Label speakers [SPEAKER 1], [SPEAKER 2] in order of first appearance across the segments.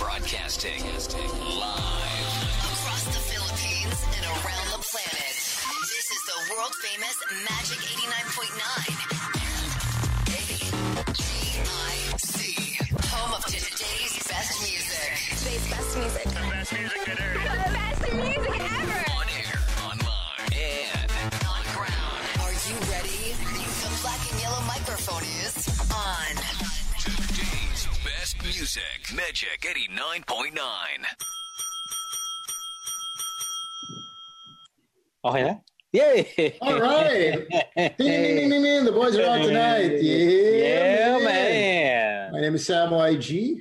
[SPEAKER 1] Broadcasting live
[SPEAKER 2] Across the Philippines and around the planet. This is the world famous Magic 89.9 and AGIC, home of today's best music. Today's best music.
[SPEAKER 3] best music today.
[SPEAKER 4] best music ever.
[SPEAKER 1] on air, online, and
[SPEAKER 2] On ground. Are you ready? The black and yellow microphone is on.
[SPEAKER 1] today's best music. Magic 89.9.
[SPEAKER 5] Okay na? Yay!
[SPEAKER 6] All right. Ding, ding, ding, ding, ding. The boys are on tonight. Yeah,
[SPEAKER 5] Yeah, man.
[SPEAKER 6] My name is Sam YG.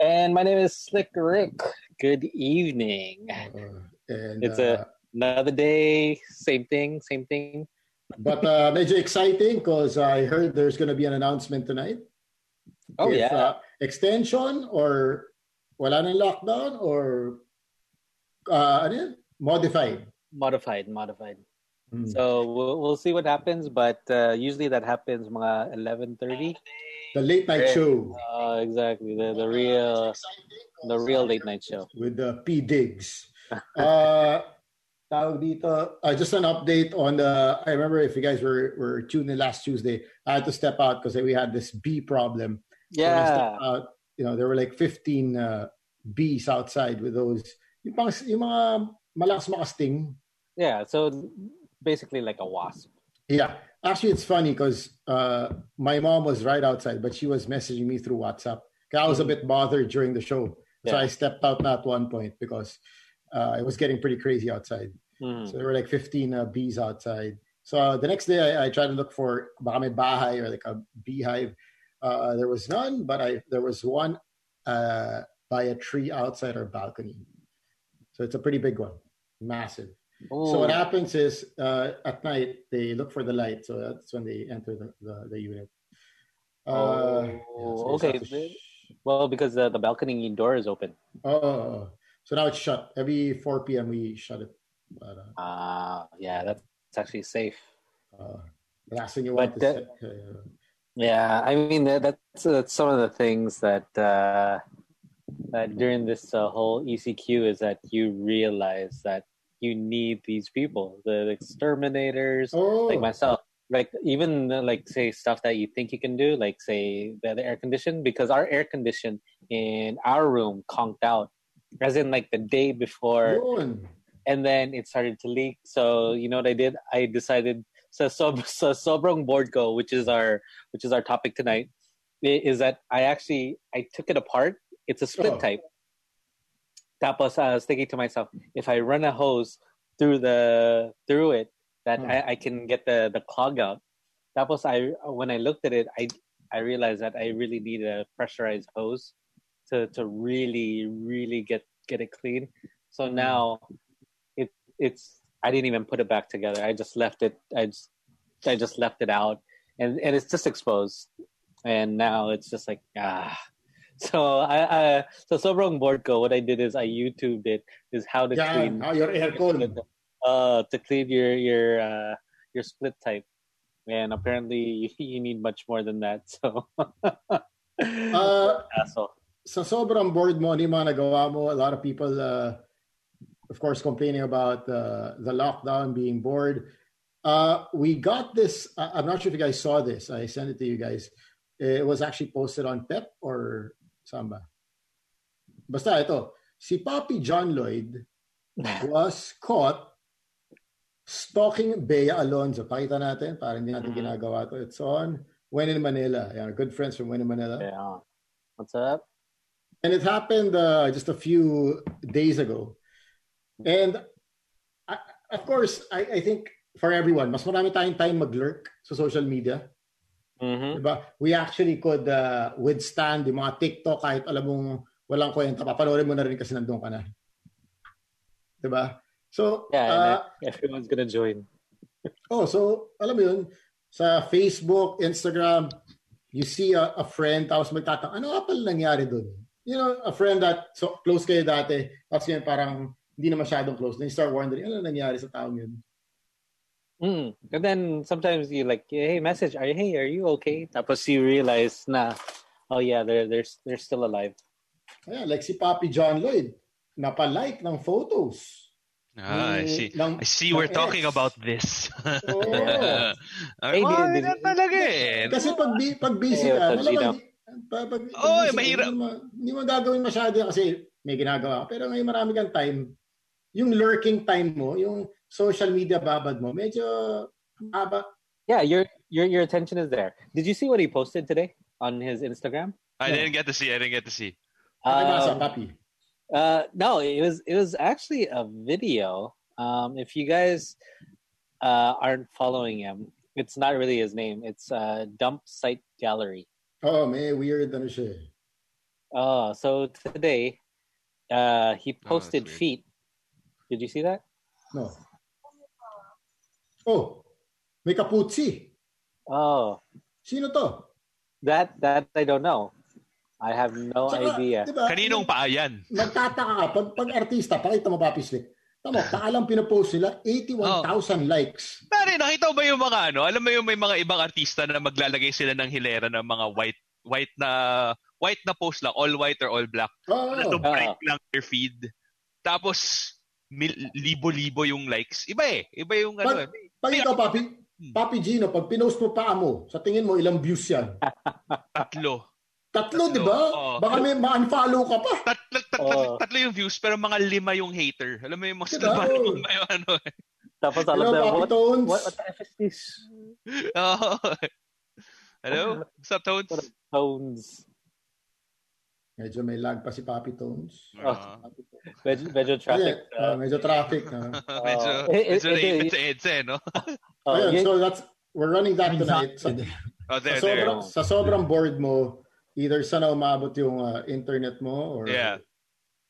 [SPEAKER 5] And my name is Slick Rick. Good evening.
[SPEAKER 6] Uh, And,
[SPEAKER 5] It's
[SPEAKER 6] uh,
[SPEAKER 5] a another day, same thing, same thing.
[SPEAKER 6] but uh, major exciting because I heard there's going to be an announcement tonight.
[SPEAKER 5] Oh
[SPEAKER 6] If,
[SPEAKER 5] yeah.
[SPEAKER 6] uh, extension or wala ng lockdown or uh, ano yun? modified.
[SPEAKER 5] modified, modified. So we'll, we'll see what happens, but uh, usually that happens mga 11:30.
[SPEAKER 6] the late night
[SPEAKER 5] Yeah.
[SPEAKER 6] show
[SPEAKER 5] Uh, exactly. The the real the real late night show.
[SPEAKER 6] with the P Digs. Uh, tawag dito, uh, just an update on the. I remember if you guys were were tuned in last Tuesday, I had to step out because we had this bee problem. So when I
[SPEAKER 5] Yeah.
[SPEAKER 6] stepped out, you know, there were like 15 uh, bees outside with those. Yung, pang, yung mga malakas makasting.
[SPEAKER 5] Yeah, so basically like a wasp.
[SPEAKER 6] Yeah. Actually, it's funny because uh, my mom was right outside, but she was messaging me through WhatsApp. 'Cause I was a bit bothered during the show.
[SPEAKER 5] Mm.
[SPEAKER 6] So
[SPEAKER 5] Yeah.
[SPEAKER 6] I stepped out at one point because uh, it was getting pretty crazy outside.
[SPEAKER 5] Mm.
[SPEAKER 6] So there were like 15 uh, bees outside. So uh, the next day, I, I tried to look for baka may bahay or like a beehive. Uh, there was none, but I there was one uh, by a tree outside our balcony. So it's a pretty big one, massive. So what
[SPEAKER 5] Ooh.
[SPEAKER 6] happens is uh, at night they look for the light, so that's when they enter the, the, the unit. Uh, yeah,
[SPEAKER 5] Oh,
[SPEAKER 6] so they
[SPEAKER 5] okay.
[SPEAKER 6] have to sh-
[SPEAKER 5] Well, because the, the balcony door is open.
[SPEAKER 6] oh, oh, oh. so now it's shut. Every 4 p.m. we shut it. But, uh,
[SPEAKER 5] Ah, yeah, that's actually safe.
[SPEAKER 6] uh, last thing you
[SPEAKER 5] But
[SPEAKER 6] want
[SPEAKER 5] that-
[SPEAKER 6] is uh,
[SPEAKER 5] Yeah, I mean that, that's uh, that's some of the things that uh, that during this uh, whole ECQ is that you realize that you need these people, the exterminators,
[SPEAKER 6] oh,
[SPEAKER 5] like myself. Like even uh, like say stuff that you think you can do, like say the, the air condition, because our air condition in our room conked out, as in like the day before
[SPEAKER 6] yun.
[SPEAKER 5] and then it started to leak. So you know what I did? I decided so so so sobrang board go, which is our which is our topic tonight, i- is that I actually I took it apart. It's a split
[SPEAKER 6] Oh.
[SPEAKER 5] type. Tapos uh, I was thinking to myself, if I run a hose through the through it, that
[SPEAKER 6] Hmm.
[SPEAKER 5] I, I can get the the clog out. Tapos I when I looked at it, I I realized that I really need a pressurized hose to to really really get get it clean. So
[SPEAKER 6] Mm.
[SPEAKER 5] now it it's I didn't even put it back together. I just left it. I just I just left it out, and and it's just exposed. And now it's just like ah. So I, I so sobrang board go. What I did is I YouTubed it. Is how to
[SPEAKER 6] Yeah,
[SPEAKER 5] clean
[SPEAKER 6] ah, your aircon.
[SPEAKER 5] uh to clean your your uh your split type. And apparently you, you need much more than that. So
[SPEAKER 6] Uh,
[SPEAKER 5] hassle.
[SPEAKER 6] sa sobrang bored mo, ano yung mga nagawa mo? A lot of people, uh, of course, complaining about uh, the lockdown, being bored. Uh, we got this. I- I'm not sure if you guys saw this. I sent it to you guys. It was actually posted on PEP or samba. Basta ito. Si Papi John Lloyd was caught stalking Bea Alonzo. Pakita natin. Parang hindi natin
[SPEAKER 5] Mhm.
[SPEAKER 6] ginagawa to. It's on When in Manila. Yeah, good friends from When in Manila.
[SPEAKER 5] Yeah. What's up?
[SPEAKER 6] And it happened uh, just a few days ago. And I, of course, I, I think for everyone, mas marami tayong time mag-lurk sa social media.
[SPEAKER 5] Mm-hmm.
[SPEAKER 6] Diba? We actually could uh, withstand yung mga TikTok kahit alam mong walang kwenta. Papanoorin mo na rin kasi nandun ka na. Diba? So,
[SPEAKER 5] Yeah, and
[SPEAKER 6] uh,
[SPEAKER 5] then everyone's gonna join.
[SPEAKER 6] Oh, so alam mo yun, sa Facebook, Instagram, you see a, a friend, tapos magtatang, ano nga pala nangyari doon? You know, a friend that so close kayo dati, tapos yun parang hindi na masyadong close. Then you start wondering, ano nangyari sa taong yun?
[SPEAKER 5] Mm. And then sometimes you like, hey, message, are you hey, are you okay? Tapos you realize, nah, oh yeah, they're they're they're still alive.
[SPEAKER 6] Ayan, like si Papi John Lloyd, napalike ng photos.
[SPEAKER 3] Ah, I
[SPEAKER 6] Ni-
[SPEAKER 3] see.
[SPEAKER 6] ng-
[SPEAKER 3] I see
[SPEAKER 6] ng
[SPEAKER 3] we're talking
[SPEAKER 6] ex.
[SPEAKER 3] about this.
[SPEAKER 6] Oo.
[SPEAKER 3] Ay,
[SPEAKER 5] Ay,
[SPEAKER 3] well,
[SPEAKER 5] di- di-
[SPEAKER 3] yan talaga eh.
[SPEAKER 6] Kasi pag, bi- pag busy
[SPEAKER 5] Oo,
[SPEAKER 6] ka,
[SPEAKER 5] pag
[SPEAKER 6] malamang
[SPEAKER 5] sinap.
[SPEAKER 6] di- pag, pag, pag
[SPEAKER 3] Oo, eh,
[SPEAKER 6] busy ka,
[SPEAKER 3] mahirap.
[SPEAKER 6] Hindi mo, hindi mo gagawin masyado yan kasi may ginagawa. ka. Pero ngayon marami kang time. Yung lurking time mo, yung social media babad mo, medyo haba.
[SPEAKER 5] Yeah, your your your attention is there. Did you see what he posted today on his Instagram?
[SPEAKER 3] I didn't get to see. I didn't get to see.
[SPEAKER 6] Nabasa,
[SPEAKER 5] Um,
[SPEAKER 6] papi.
[SPEAKER 5] Uh, no, it was it was actually a video. Um, if you guys uh, aren't following him, it's not really his name. It's uh, Dump Site Gallery.
[SPEAKER 6] Oo, may weird ano siya. eh.
[SPEAKER 5] Oh, so today uh, he
[SPEAKER 3] Oh, that's
[SPEAKER 5] posted
[SPEAKER 3] weird.
[SPEAKER 5] feet. Did you see that?
[SPEAKER 6] No. Oh, may kaputsi.
[SPEAKER 5] Oh,
[SPEAKER 6] Sino to?
[SPEAKER 5] that that I don't know. I have no Oh,
[SPEAKER 6] Tsaka,
[SPEAKER 5] idea.
[SPEAKER 6] di ba,
[SPEAKER 3] Kaninong paa yan?
[SPEAKER 6] Magtataka ka, pag, pag artista, pakita mo papi slip. Tamo, kaalam pinapost nila, 81,000 likes.
[SPEAKER 3] Pare, nakita mo ba yung mga ano? Alam mo yung may mga ibang artista na maglalagay sila ng hilera ng mga white white na white na post lang, all white or all black.
[SPEAKER 6] Oh,
[SPEAKER 3] Na to break lang their feed. Tapos mil, libo-libo yung likes. Iba eh. Iba yung
[SPEAKER 6] Pag,
[SPEAKER 3] ano. eh.
[SPEAKER 6] pag ikaw, Papi,
[SPEAKER 3] Hmm.
[SPEAKER 6] Papi Gino, pag pinost mo paa mo, sa tingin mo, ilang views yan?
[SPEAKER 3] Tatlo.
[SPEAKER 6] Tatlo,
[SPEAKER 3] Tatlo,
[SPEAKER 6] di ba?
[SPEAKER 3] oo.
[SPEAKER 6] Baka may ma-unfollow ka pa.
[SPEAKER 3] Tatlo, tatlo,
[SPEAKER 5] Oo.
[SPEAKER 3] tatlo yung views pero mga lima yung hater. Alam mo yung mas
[SPEAKER 6] Oh. Diba?
[SPEAKER 3] lima
[SPEAKER 6] Oo.
[SPEAKER 3] yung may ano. eh.
[SPEAKER 5] Tapos alam
[SPEAKER 6] Hello,
[SPEAKER 5] na,
[SPEAKER 6] Papi
[SPEAKER 5] what,
[SPEAKER 6] Tones.
[SPEAKER 5] what, what the F is this?
[SPEAKER 3] Oo. Oh. Hello? What's up, Tones?
[SPEAKER 5] What are tones?
[SPEAKER 6] Medyo may lag pa si Papi Tones.
[SPEAKER 3] Ah.
[SPEAKER 5] Medyo, medyo
[SPEAKER 6] Ayan,
[SPEAKER 5] traffic.
[SPEAKER 6] ah,
[SPEAKER 5] uh,
[SPEAKER 6] medyo traffic. ah.
[SPEAKER 3] medyo,
[SPEAKER 5] eh, eh,
[SPEAKER 3] medyo
[SPEAKER 5] eh,
[SPEAKER 3] naipit
[SPEAKER 5] eh,
[SPEAKER 3] sa EDSA, eh, no?
[SPEAKER 5] oh,
[SPEAKER 6] Ayan,
[SPEAKER 5] yun-
[SPEAKER 6] so that's, we're running that tonight. Sa,
[SPEAKER 3] Oh,
[SPEAKER 6] sa
[SPEAKER 3] there, there.
[SPEAKER 6] sobrang, sa sobrang bored mo, either sana umabot yung ah, internet mo or
[SPEAKER 3] Yeah.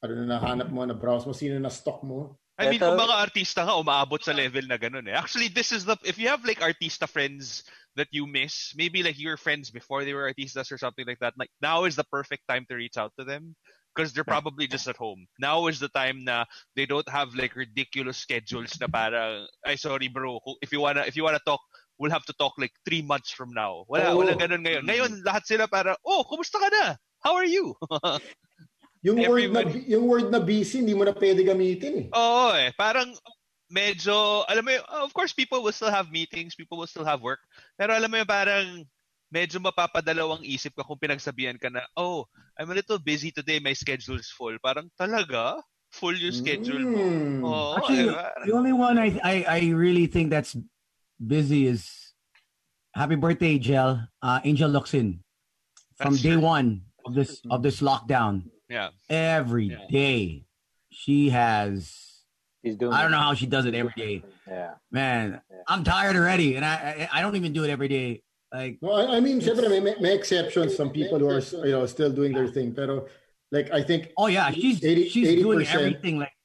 [SPEAKER 6] ano na nahanap mo, na browse mo, sino na stock mo.
[SPEAKER 3] I mean,
[SPEAKER 5] Eto-
[SPEAKER 3] kung mga artista ka, umaabot sa level na ganun eh. Actually, this is the, if you have like artista friends that you miss, maybe like your friends before they were artistas or something like that, like now is the perfect time to reach out to them because they're probably just at home. Now is the time na they don't have like ridiculous schedules na parang, ay sorry bro, Kung- if you wanna, if you wanna talk, we'll have to talk like three months from now. Wala,
[SPEAKER 6] Oo.
[SPEAKER 3] wala ganun ngayon. Ngayon, lahat sila para, oh, kumusta ka na? How are you?
[SPEAKER 6] Yung word, na,
[SPEAKER 3] Everybody-
[SPEAKER 6] yung word na busy, hindi mo na pwede gamitin eh.
[SPEAKER 3] Oo eh, parang medyo, alam mo yun, of course people will still have meetings, people will still have work, pero alam mo yun, parang medyo mapapadalawang isip ka kung pinagsabihan ka na, oh, I'm a little busy today, my schedule's full. Parang talaga? Full yung schedule mo.
[SPEAKER 6] Mm.
[SPEAKER 3] Oo,
[SPEAKER 7] Actually,
[SPEAKER 3] eh, parang-
[SPEAKER 7] The only one I, I I really think that's busy is Happy Birthday, Angel uh, Angel Luxin from
[SPEAKER 3] That's
[SPEAKER 7] day
[SPEAKER 3] true. Mm-hmm.
[SPEAKER 7] one of this of this lockdown.
[SPEAKER 3] Yeah.
[SPEAKER 7] every day
[SPEAKER 3] Yeah.
[SPEAKER 7] she has.
[SPEAKER 5] he's doing
[SPEAKER 7] I don't
[SPEAKER 5] it.
[SPEAKER 7] know how she does it every day,
[SPEAKER 5] Yeah.
[SPEAKER 7] man.
[SPEAKER 5] Yeah.
[SPEAKER 7] I'm tired already, and I I, I don't even do it every day. Like
[SPEAKER 6] No, I, I mean, syempre, may, may may exceptions from people who are, you know, still doing their thing. Pero, like, I think,
[SPEAKER 7] Oh yeah, she's
[SPEAKER 6] 80
[SPEAKER 7] she's doing
[SPEAKER 6] 80%.
[SPEAKER 7] everything like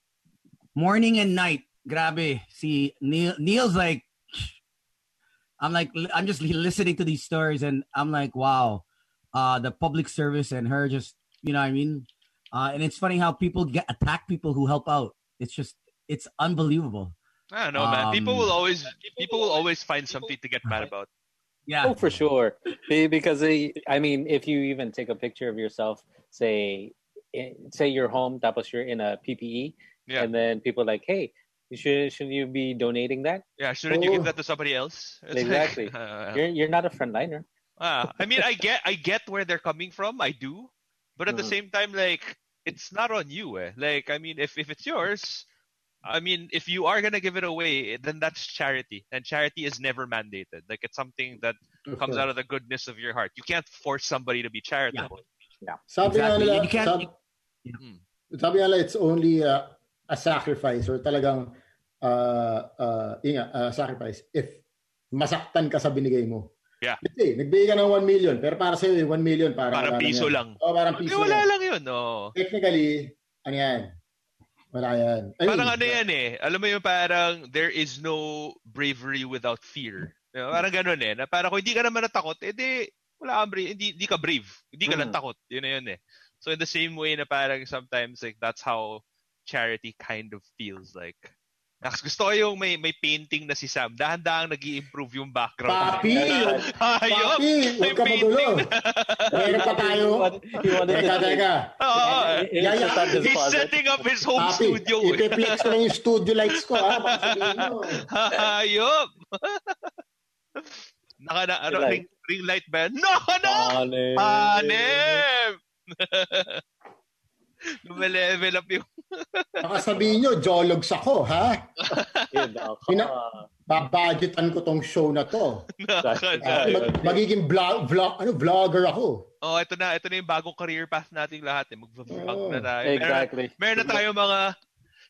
[SPEAKER 7] morning and night. Grabe. See Neil Neil's like I'm like I'm just listening to these stories and I'm like wow. Uh the public service and her just you know what I mean? Uh and it's funny how people get attack people who help out. It's just it's unbelievable.
[SPEAKER 3] I don't know, man. People
[SPEAKER 7] Um,
[SPEAKER 3] will always, people will always find something to get mad about.
[SPEAKER 7] Yeah.
[SPEAKER 5] Oh, for sure. Be- Because eh, I mean, if you even take a picture of yourself, say, eh, say you're home, tapos you're in a PPE,
[SPEAKER 3] Yeah.
[SPEAKER 5] and then people like, hey, you should shouldn't you be donating that?
[SPEAKER 3] Yeah, shouldn't you give
[SPEAKER 6] Oh.
[SPEAKER 3] that to somebody else? It's
[SPEAKER 5] Exactly.
[SPEAKER 3] uh,
[SPEAKER 5] You're you're not a frontliner.
[SPEAKER 3] Ah, I mean, I get, I get where they're coming from. I do, but at the
[SPEAKER 6] Mm.
[SPEAKER 5] Mhm.
[SPEAKER 3] same time, like, it's not on you. Eh. Like, I mean, if if it's yours, I mean, if you are gonna give it away, then that's charity, and charity is never mandated. Like, it's something that
[SPEAKER 6] of
[SPEAKER 3] comes
[SPEAKER 6] course.
[SPEAKER 3] out of the goodness of your heart. You can't force somebody to be charitable.
[SPEAKER 6] Sabi nga
[SPEAKER 7] Exactly.
[SPEAKER 6] nila,
[SPEAKER 7] You can't-
[SPEAKER 6] sabi,
[SPEAKER 7] Yeah.
[SPEAKER 3] Hmm.
[SPEAKER 6] sabi nga nila, it's only uh, a sacrifice or talagang uh, uh, yun nga, uh, sacrifice if masaktan ka sa binigay mo.
[SPEAKER 3] Yeah.
[SPEAKER 6] Kasi, nagbigay ka ng 1 million, pero para sa'yo, 1 million para
[SPEAKER 3] Parang piso lang.
[SPEAKER 6] Oh, parang
[SPEAKER 3] Eh,
[SPEAKER 6] piso
[SPEAKER 3] wala
[SPEAKER 6] lang.
[SPEAKER 3] lang yun. Oh.
[SPEAKER 6] Technically, ano yan? Wala yan. I mean,
[SPEAKER 3] Parang ano yan eh. Alam mo yung parang there is no bravery without fear. Di ba? Parang ganun eh. Na parang kung hindi ka naman natakot, eh di, wala kang brave. Hindi, hindi ka brave. Hindi ka
[SPEAKER 5] Mm.
[SPEAKER 3] natakot. Yun na yun eh. So in the same way na parang sometimes like that's how charity kind of feels like. Nax, gusto ko yung may, may painting na si Sam. Dahan-dahang nag improve yung background.
[SPEAKER 6] Papi!
[SPEAKER 3] Ayop!
[SPEAKER 6] Papi! Huwag ka magulo! Meron pa tayo.
[SPEAKER 5] He wanted- He wanted
[SPEAKER 6] Teka,
[SPEAKER 5] to do
[SPEAKER 6] teka.
[SPEAKER 3] Oo.
[SPEAKER 5] He- he was
[SPEAKER 6] Yeah, yeah.
[SPEAKER 5] just at his
[SPEAKER 3] He's
[SPEAKER 5] closet.
[SPEAKER 3] setting up his home
[SPEAKER 6] Papi,
[SPEAKER 3] studio. eh.
[SPEAKER 6] ipiplex lang yung studio lights ko, ha? Baka sabihin nyo.
[SPEAKER 3] Hayop! Naka na, ano,
[SPEAKER 5] Light.
[SPEAKER 3] ring, ring light ba? No, no!
[SPEAKER 5] Panim.
[SPEAKER 3] Panim! Lumelevel up yung...
[SPEAKER 6] Baka sabihin nyo, jologs ako, ha?
[SPEAKER 5] Kid, ah,
[SPEAKER 6] Pina-
[SPEAKER 5] ah.
[SPEAKER 6] Babudgetan ko tong show na to.
[SPEAKER 5] Yeah,
[SPEAKER 3] Nakakadaya.
[SPEAKER 5] yeah.
[SPEAKER 6] Mag- magiging vlog, vlog, ano, vlogger ako.
[SPEAKER 3] oh, ito na. Ito na yung bagong career path nating lahat. Eh. Mag-vlog
[SPEAKER 6] Oh,
[SPEAKER 3] na tayo. Meron-
[SPEAKER 5] Exactly.
[SPEAKER 3] Meron na tayo mga,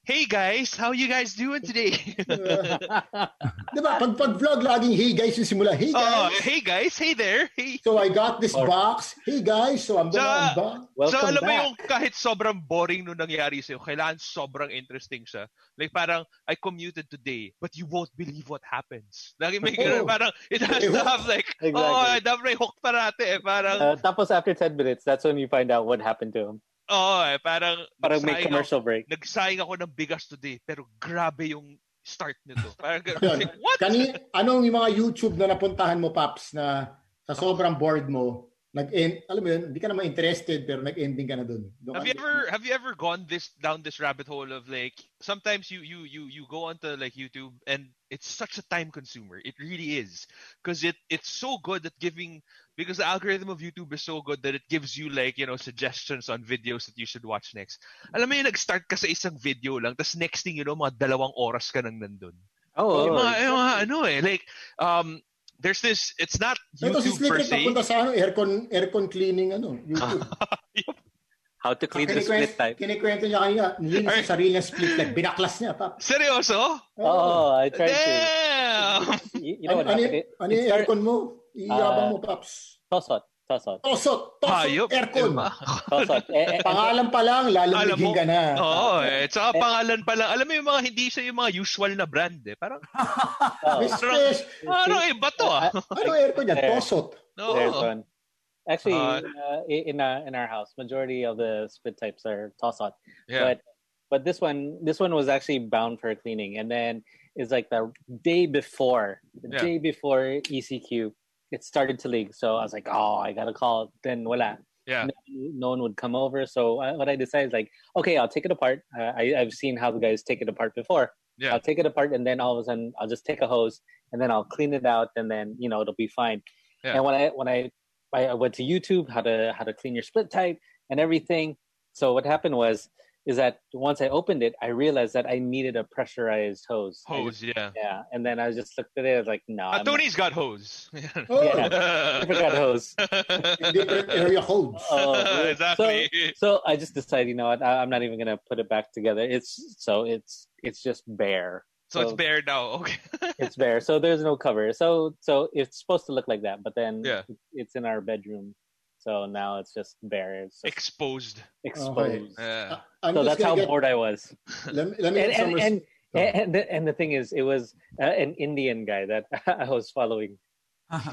[SPEAKER 3] Hey guys, how you guys doing today?
[SPEAKER 6] Di ba? Diba? Pag pag-vlog, laging, hey guys, yung simula, hey
[SPEAKER 3] oh,
[SPEAKER 6] guys.
[SPEAKER 3] hey guys, hey there. Hey.
[SPEAKER 6] So I got this
[SPEAKER 5] Or-
[SPEAKER 6] box. Hey guys, so I'm
[SPEAKER 3] Sa-
[SPEAKER 6] gonna unbox.
[SPEAKER 5] Welcome
[SPEAKER 3] so alam mo
[SPEAKER 5] back.
[SPEAKER 3] yung kahit sobrang boring nung nangyari sa'yo, kailangan sobrang interesting siya. Like parang, I commuted today, but you won't believe what happens. Lagi may ganun,
[SPEAKER 6] Oh.
[SPEAKER 3] parang it has
[SPEAKER 6] May
[SPEAKER 3] to
[SPEAKER 6] hook.
[SPEAKER 3] have like,
[SPEAKER 5] Exactly.
[SPEAKER 3] oh, dapat may hook parate eh. Parang,
[SPEAKER 5] Uh, tapos after 10 minutes, that's when you find out what happened to him.
[SPEAKER 3] oh, eh, parang,
[SPEAKER 5] Uh, Parang may
[SPEAKER 3] nagsayang
[SPEAKER 5] commercial break.
[SPEAKER 3] Ako, nagsayang ako ng bigas today, pero grabe yung start nito. Parang,
[SPEAKER 6] Yun.
[SPEAKER 3] like, what?
[SPEAKER 6] Kani, anong yung mga YouTube na napuntahan mo, Paps, na sa sobrang bored mo, nag-end, alam mo yun, hindi ka naman interested, pero nag-ending ka na dun. ano? Doon
[SPEAKER 3] Have
[SPEAKER 6] ka
[SPEAKER 3] you
[SPEAKER 6] na-
[SPEAKER 3] ever have you ever gone this down this rabbit hole of like sometimes you you you you go onto like YouTube and it's such a time consumer. It really is because it it's so good at giving because the algorithm of YouTube is so good that it gives you like you know suggestions on videos that you should watch next. Alam mo yun, nag-start ka sa isang video lang tapos next thing you know mga dalawang oras ka nang nandun.
[SPEAKER 5] Oh,
[SPEAKER 3] Yung
[SPEAKER 5] oh,
[SPEAKER 3] mga, yung mga ano eh like um there's this it's not
[SPEAKER 6] Ito si
[SPEAKER 3] YouTube per
[SPEAKER 6] Slitrick
[SPEAKER 3] se.
[SPEAKER 6] napunta sa ano, aircon, aircon cleaning, ano, YouTube.
[SPEAKER 5] how to clean the
[SPEAKER 6] Kinikwent-
[SPEAKER 5] split type.
[SPEAKER 6] Kinikwento niya kanina, nilinis
[SPEAKER 3] Ay.
[SPEAKER 6] sa sarili niya split type. Binaklas niya, Paps.
[SPEAKER 3] Seryoso?
[SPEAKER 5] Oh, I tried to.
[SPEAKER 3] Damn!
[SPEAKER 5] You, you know
[SPEAKER 6] Ano,
[SPEAKER 5] what
[SPEAKER 6] ano,
[SPEAKER 5] happened? Ah.
[SPEAKER 6] yung-
[SPEAKER 5] It,
[SPEAKER 6] ano
[SPEAKER 5] it
[SPEAKER 6] yung
[SPEAKER 5] started,
[SPEAKER 6] aircon mo? Iyabang mo, Paps.
[SPEAKER 5] tosot, tosot,
[SPEAKER 6] Tosot! Tosot!
[SPEAKER 3] Hayop.
[SPEAKER 6] Aircon!
[SPEAKER 3] Diba?
[SPEAKER 5] tosot. eh, eh,
[SPEAKER 6] Pangalan pa lang,
[SPEAKER 3] Alam
[SPEAKER 6] lalamigin
[SPEAKER 3] mo,
[SPEAKER 6] ka na.
[SPEAKER 3] Oo, eh. Tsaka pangalan pa lang. Alam mo yung mga hindi siya yung mga usual na brand eh. Parang,
[SPEAKER 5] oh,
[SPEAKER 6] Miss Fish,
[SPEAKER 3] ano iba to ah.
[SPEAKER 6] ano aircon niya?
[SPEAKER 5] There.
[SPEAKER 6] Tosot.
[SPEAKER 3] No.
[SPEAKER 5] There's one. Actually,
[SPEAKER 3] Oh. Uh,
[SPEAKER 5] uh, i- in uh, in our house, majority of the split types are tosot.
[SPEAKER 3] Yeah.
[SPEAKER 5] But but this one this one was actually bound for cleaning, and then it's like the day before the
[SPEAKER 3] Yeah.
[SPEAKER 5] day before ECQ, it started to leak. So I was like, oh, I gotta call. Then voila.
[SPEAKER 3] Yeah.
[SPEAKER 5] No, no one would come over. So I, what I decided is like, okay, I'll take it apart. Uh, I, I've seen how the guys take it apart before.
[SPEAKER 3] Yeah.
[SPEAKER 5] I'll take it apart and then all of a sudden I'll just take a hose and then I'll clean it out and then you know it'll be fine.
[SPEAKER 3] Yeah.
[SPEAKER 5] And when I when I I I went to YouTube how to how to clean your split type and everything. So what happened was is that once I opened it, I realized that I needed a pressurized hose. I just-
[SPEAKER 3] Hose, yeah.
[SPEAKER 5] yeah. And then I just looked at it. I was like, no, I'm
[SPEAKER 3] Ah,
[SPEAKER 5] not-
[SPEAKER 3] Tony's got hose.
[SPEAKER 6] Oh,
[SPEAKER 5] Yeah. I forgot hose.
[SPEAKER 6] different area codes.
[SPEAKER 5] Oh,
[SPEAKER 3] exactly.
[SPEAKER 5] So I just decided, you know what? I, I'm not even gonna put it back together. It's so it's it's just bare.
[SPEAKER 3] So, it's bare now. Okay.
[SPEAKER 5] it's bare so there's no cover so so it's supposed to look like that but then
[SPEAKER 3] Yeah.
[SPEAKER 5] it's in our bedroom so now it's just bare it's just
[SPEAKER 3] Exposed.
[SPEAKER 5] exposed
[SPEAKER 3] Yeah.
[SPEAKER 6] Uh, I'm
[SPEAKER 5] so that's
[SPEAKER 6] just gonna
[SPEAKER 5] how
[SPEAKER 6] get,
[SPEAKER 5] bored i was
[SPEAKER 6] Let me, let me
[SPEAKER 5] and
[SPEAKER 6] get some
[SPEAKER 5] and
[SPEAKER 6] res-
[SPEAKER 5] and, and, the, and the thing is it was uh, an indian guy that i was following Oh.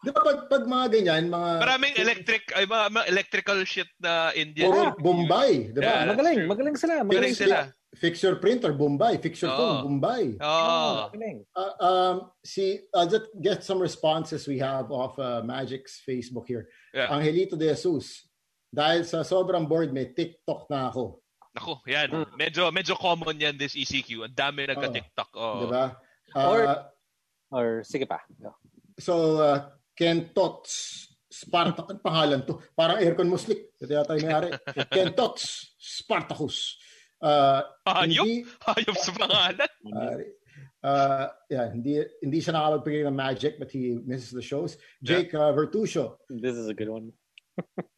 [SPEAKER 6] Di ba pag, pag mga ganyan, mga
[SPEAKER 3] Maraming electric, ay, mga, mga electrical shit na Indian.
[SPEAKER 6] puro Bombay, di ba?
[SPEAKER 3] Yeah, that's
[SPEAKER 5] magaling
[SPEAKER 3] true.
[SPEAKER 5] magaling sila
[SPEAKER 3] Magaling
[SPEAKER 5] magaling
[SPEAKER 6] Fix-
[SPEAKER 3] sila.
[SPEAKER 6] Fix your printer, Bombay. Fix your
[SPEAKER 3] Oo.
[SPEAKER 6] phone, Bombay.
[SPEAKER 3] Oh.
[SPEAKER 5] magaling.
[SPEAKER 6] Uh, um, see, I'll just get some responses we have off uh, Magic's Facebook here.
[SPEAKER 3] Yeah.
[SPEAKER 6] Angelito de Jesus, dahil sa sobrang bored, may TikTok na ako.
[SPEAKER 3] Naku, yan. Medyo, medyo common yan this ECQ. Ang dami nagka-TikTok.
[SPEAKER 6] Di
[SPEAKER 3] Oh.
[SPEAKER 6] ba? Uh,
[SPEAKER 5] Or- or sige pa No.
[SPEAKER 6] So, uh, Ken Tots, Spartacus, ang pangalan to? Parang aircon mo slick. Ito yata yung nangyari. Ken Tots, Spartacus. Uh,
[SPEAKER 3] Hayop.
[SPEAKER 6] hindi,
[SPEAKER 3] Hayop sa pangalan.
[SPEAKER 6] uh, uh, yeah, hindi, hindi siya nakapagbigay ng magic but he misses the shows. Jake uh, Vertusio,
[SPEAKER 5] this is a good one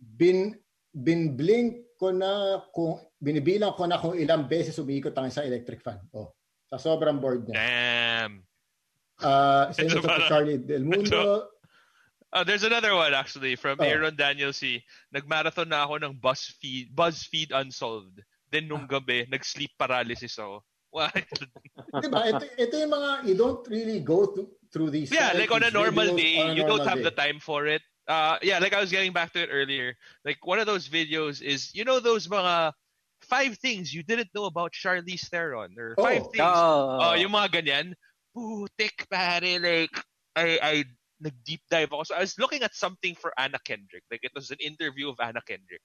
[SPEAKER 6] bin, binblink ko na kung, binibilang ko na kung ilang beses umiikot ang isang electric fan. Oh, sa sobrang bored niya.
[SPEAKER 3] Damn.
[SPEAKER 6] Uh, sa inyo
[SPEAKER 3] Medyo
[SPEAKER 6] to
[SPEAKER 3] parang-
[SPEAKER 6] Charlie Del Mundo.
[SPEAKER 3] Oh, there's another one actually from
[SPEAKER 6] Oh.
[SPEAKER 3] Aaron Daniel C. Nagmarathon na ako ng BuzzFeed, BuzzFeed Unsolved. Then nung
[SPEAKER 6] Ah.
[SPEAKER 3] gabi, nag-sleep paralysis ako. What?
[SPEAKER 6] Di ba? Ito, ito yung mga, you don't really go to, through these.
[SPEAKER 3] yeah, like on
[SPEAKER 6] these
[SPEAKER 3] a
[SPEAKER 6] videos
[SPEAKER 3] normal
[SPEAKER 6] on a
[SPEAKER 3] day, you don't
[SPEAKER 6] normal
[SPEAKER 3] have
[SPEAKER 6] day.
[SPEAKER 3] the time for it. Uh, yeah, like I was getting back to it earlier. Like one of those videos is, you know those mga five things you didn't know about Charlize Theron or
[SPEAKER 6] Oh,
[SPEAKER 3] five things.
[SPEAKER 5] Oh,
[SPEAKER 3] Oh, yung mga ganyan. Putik, pare. Like, I, I, nag-deep dive ako. So, I was looking at something for Anna Kendrick. Like, it was an interview of Anna Kendrick.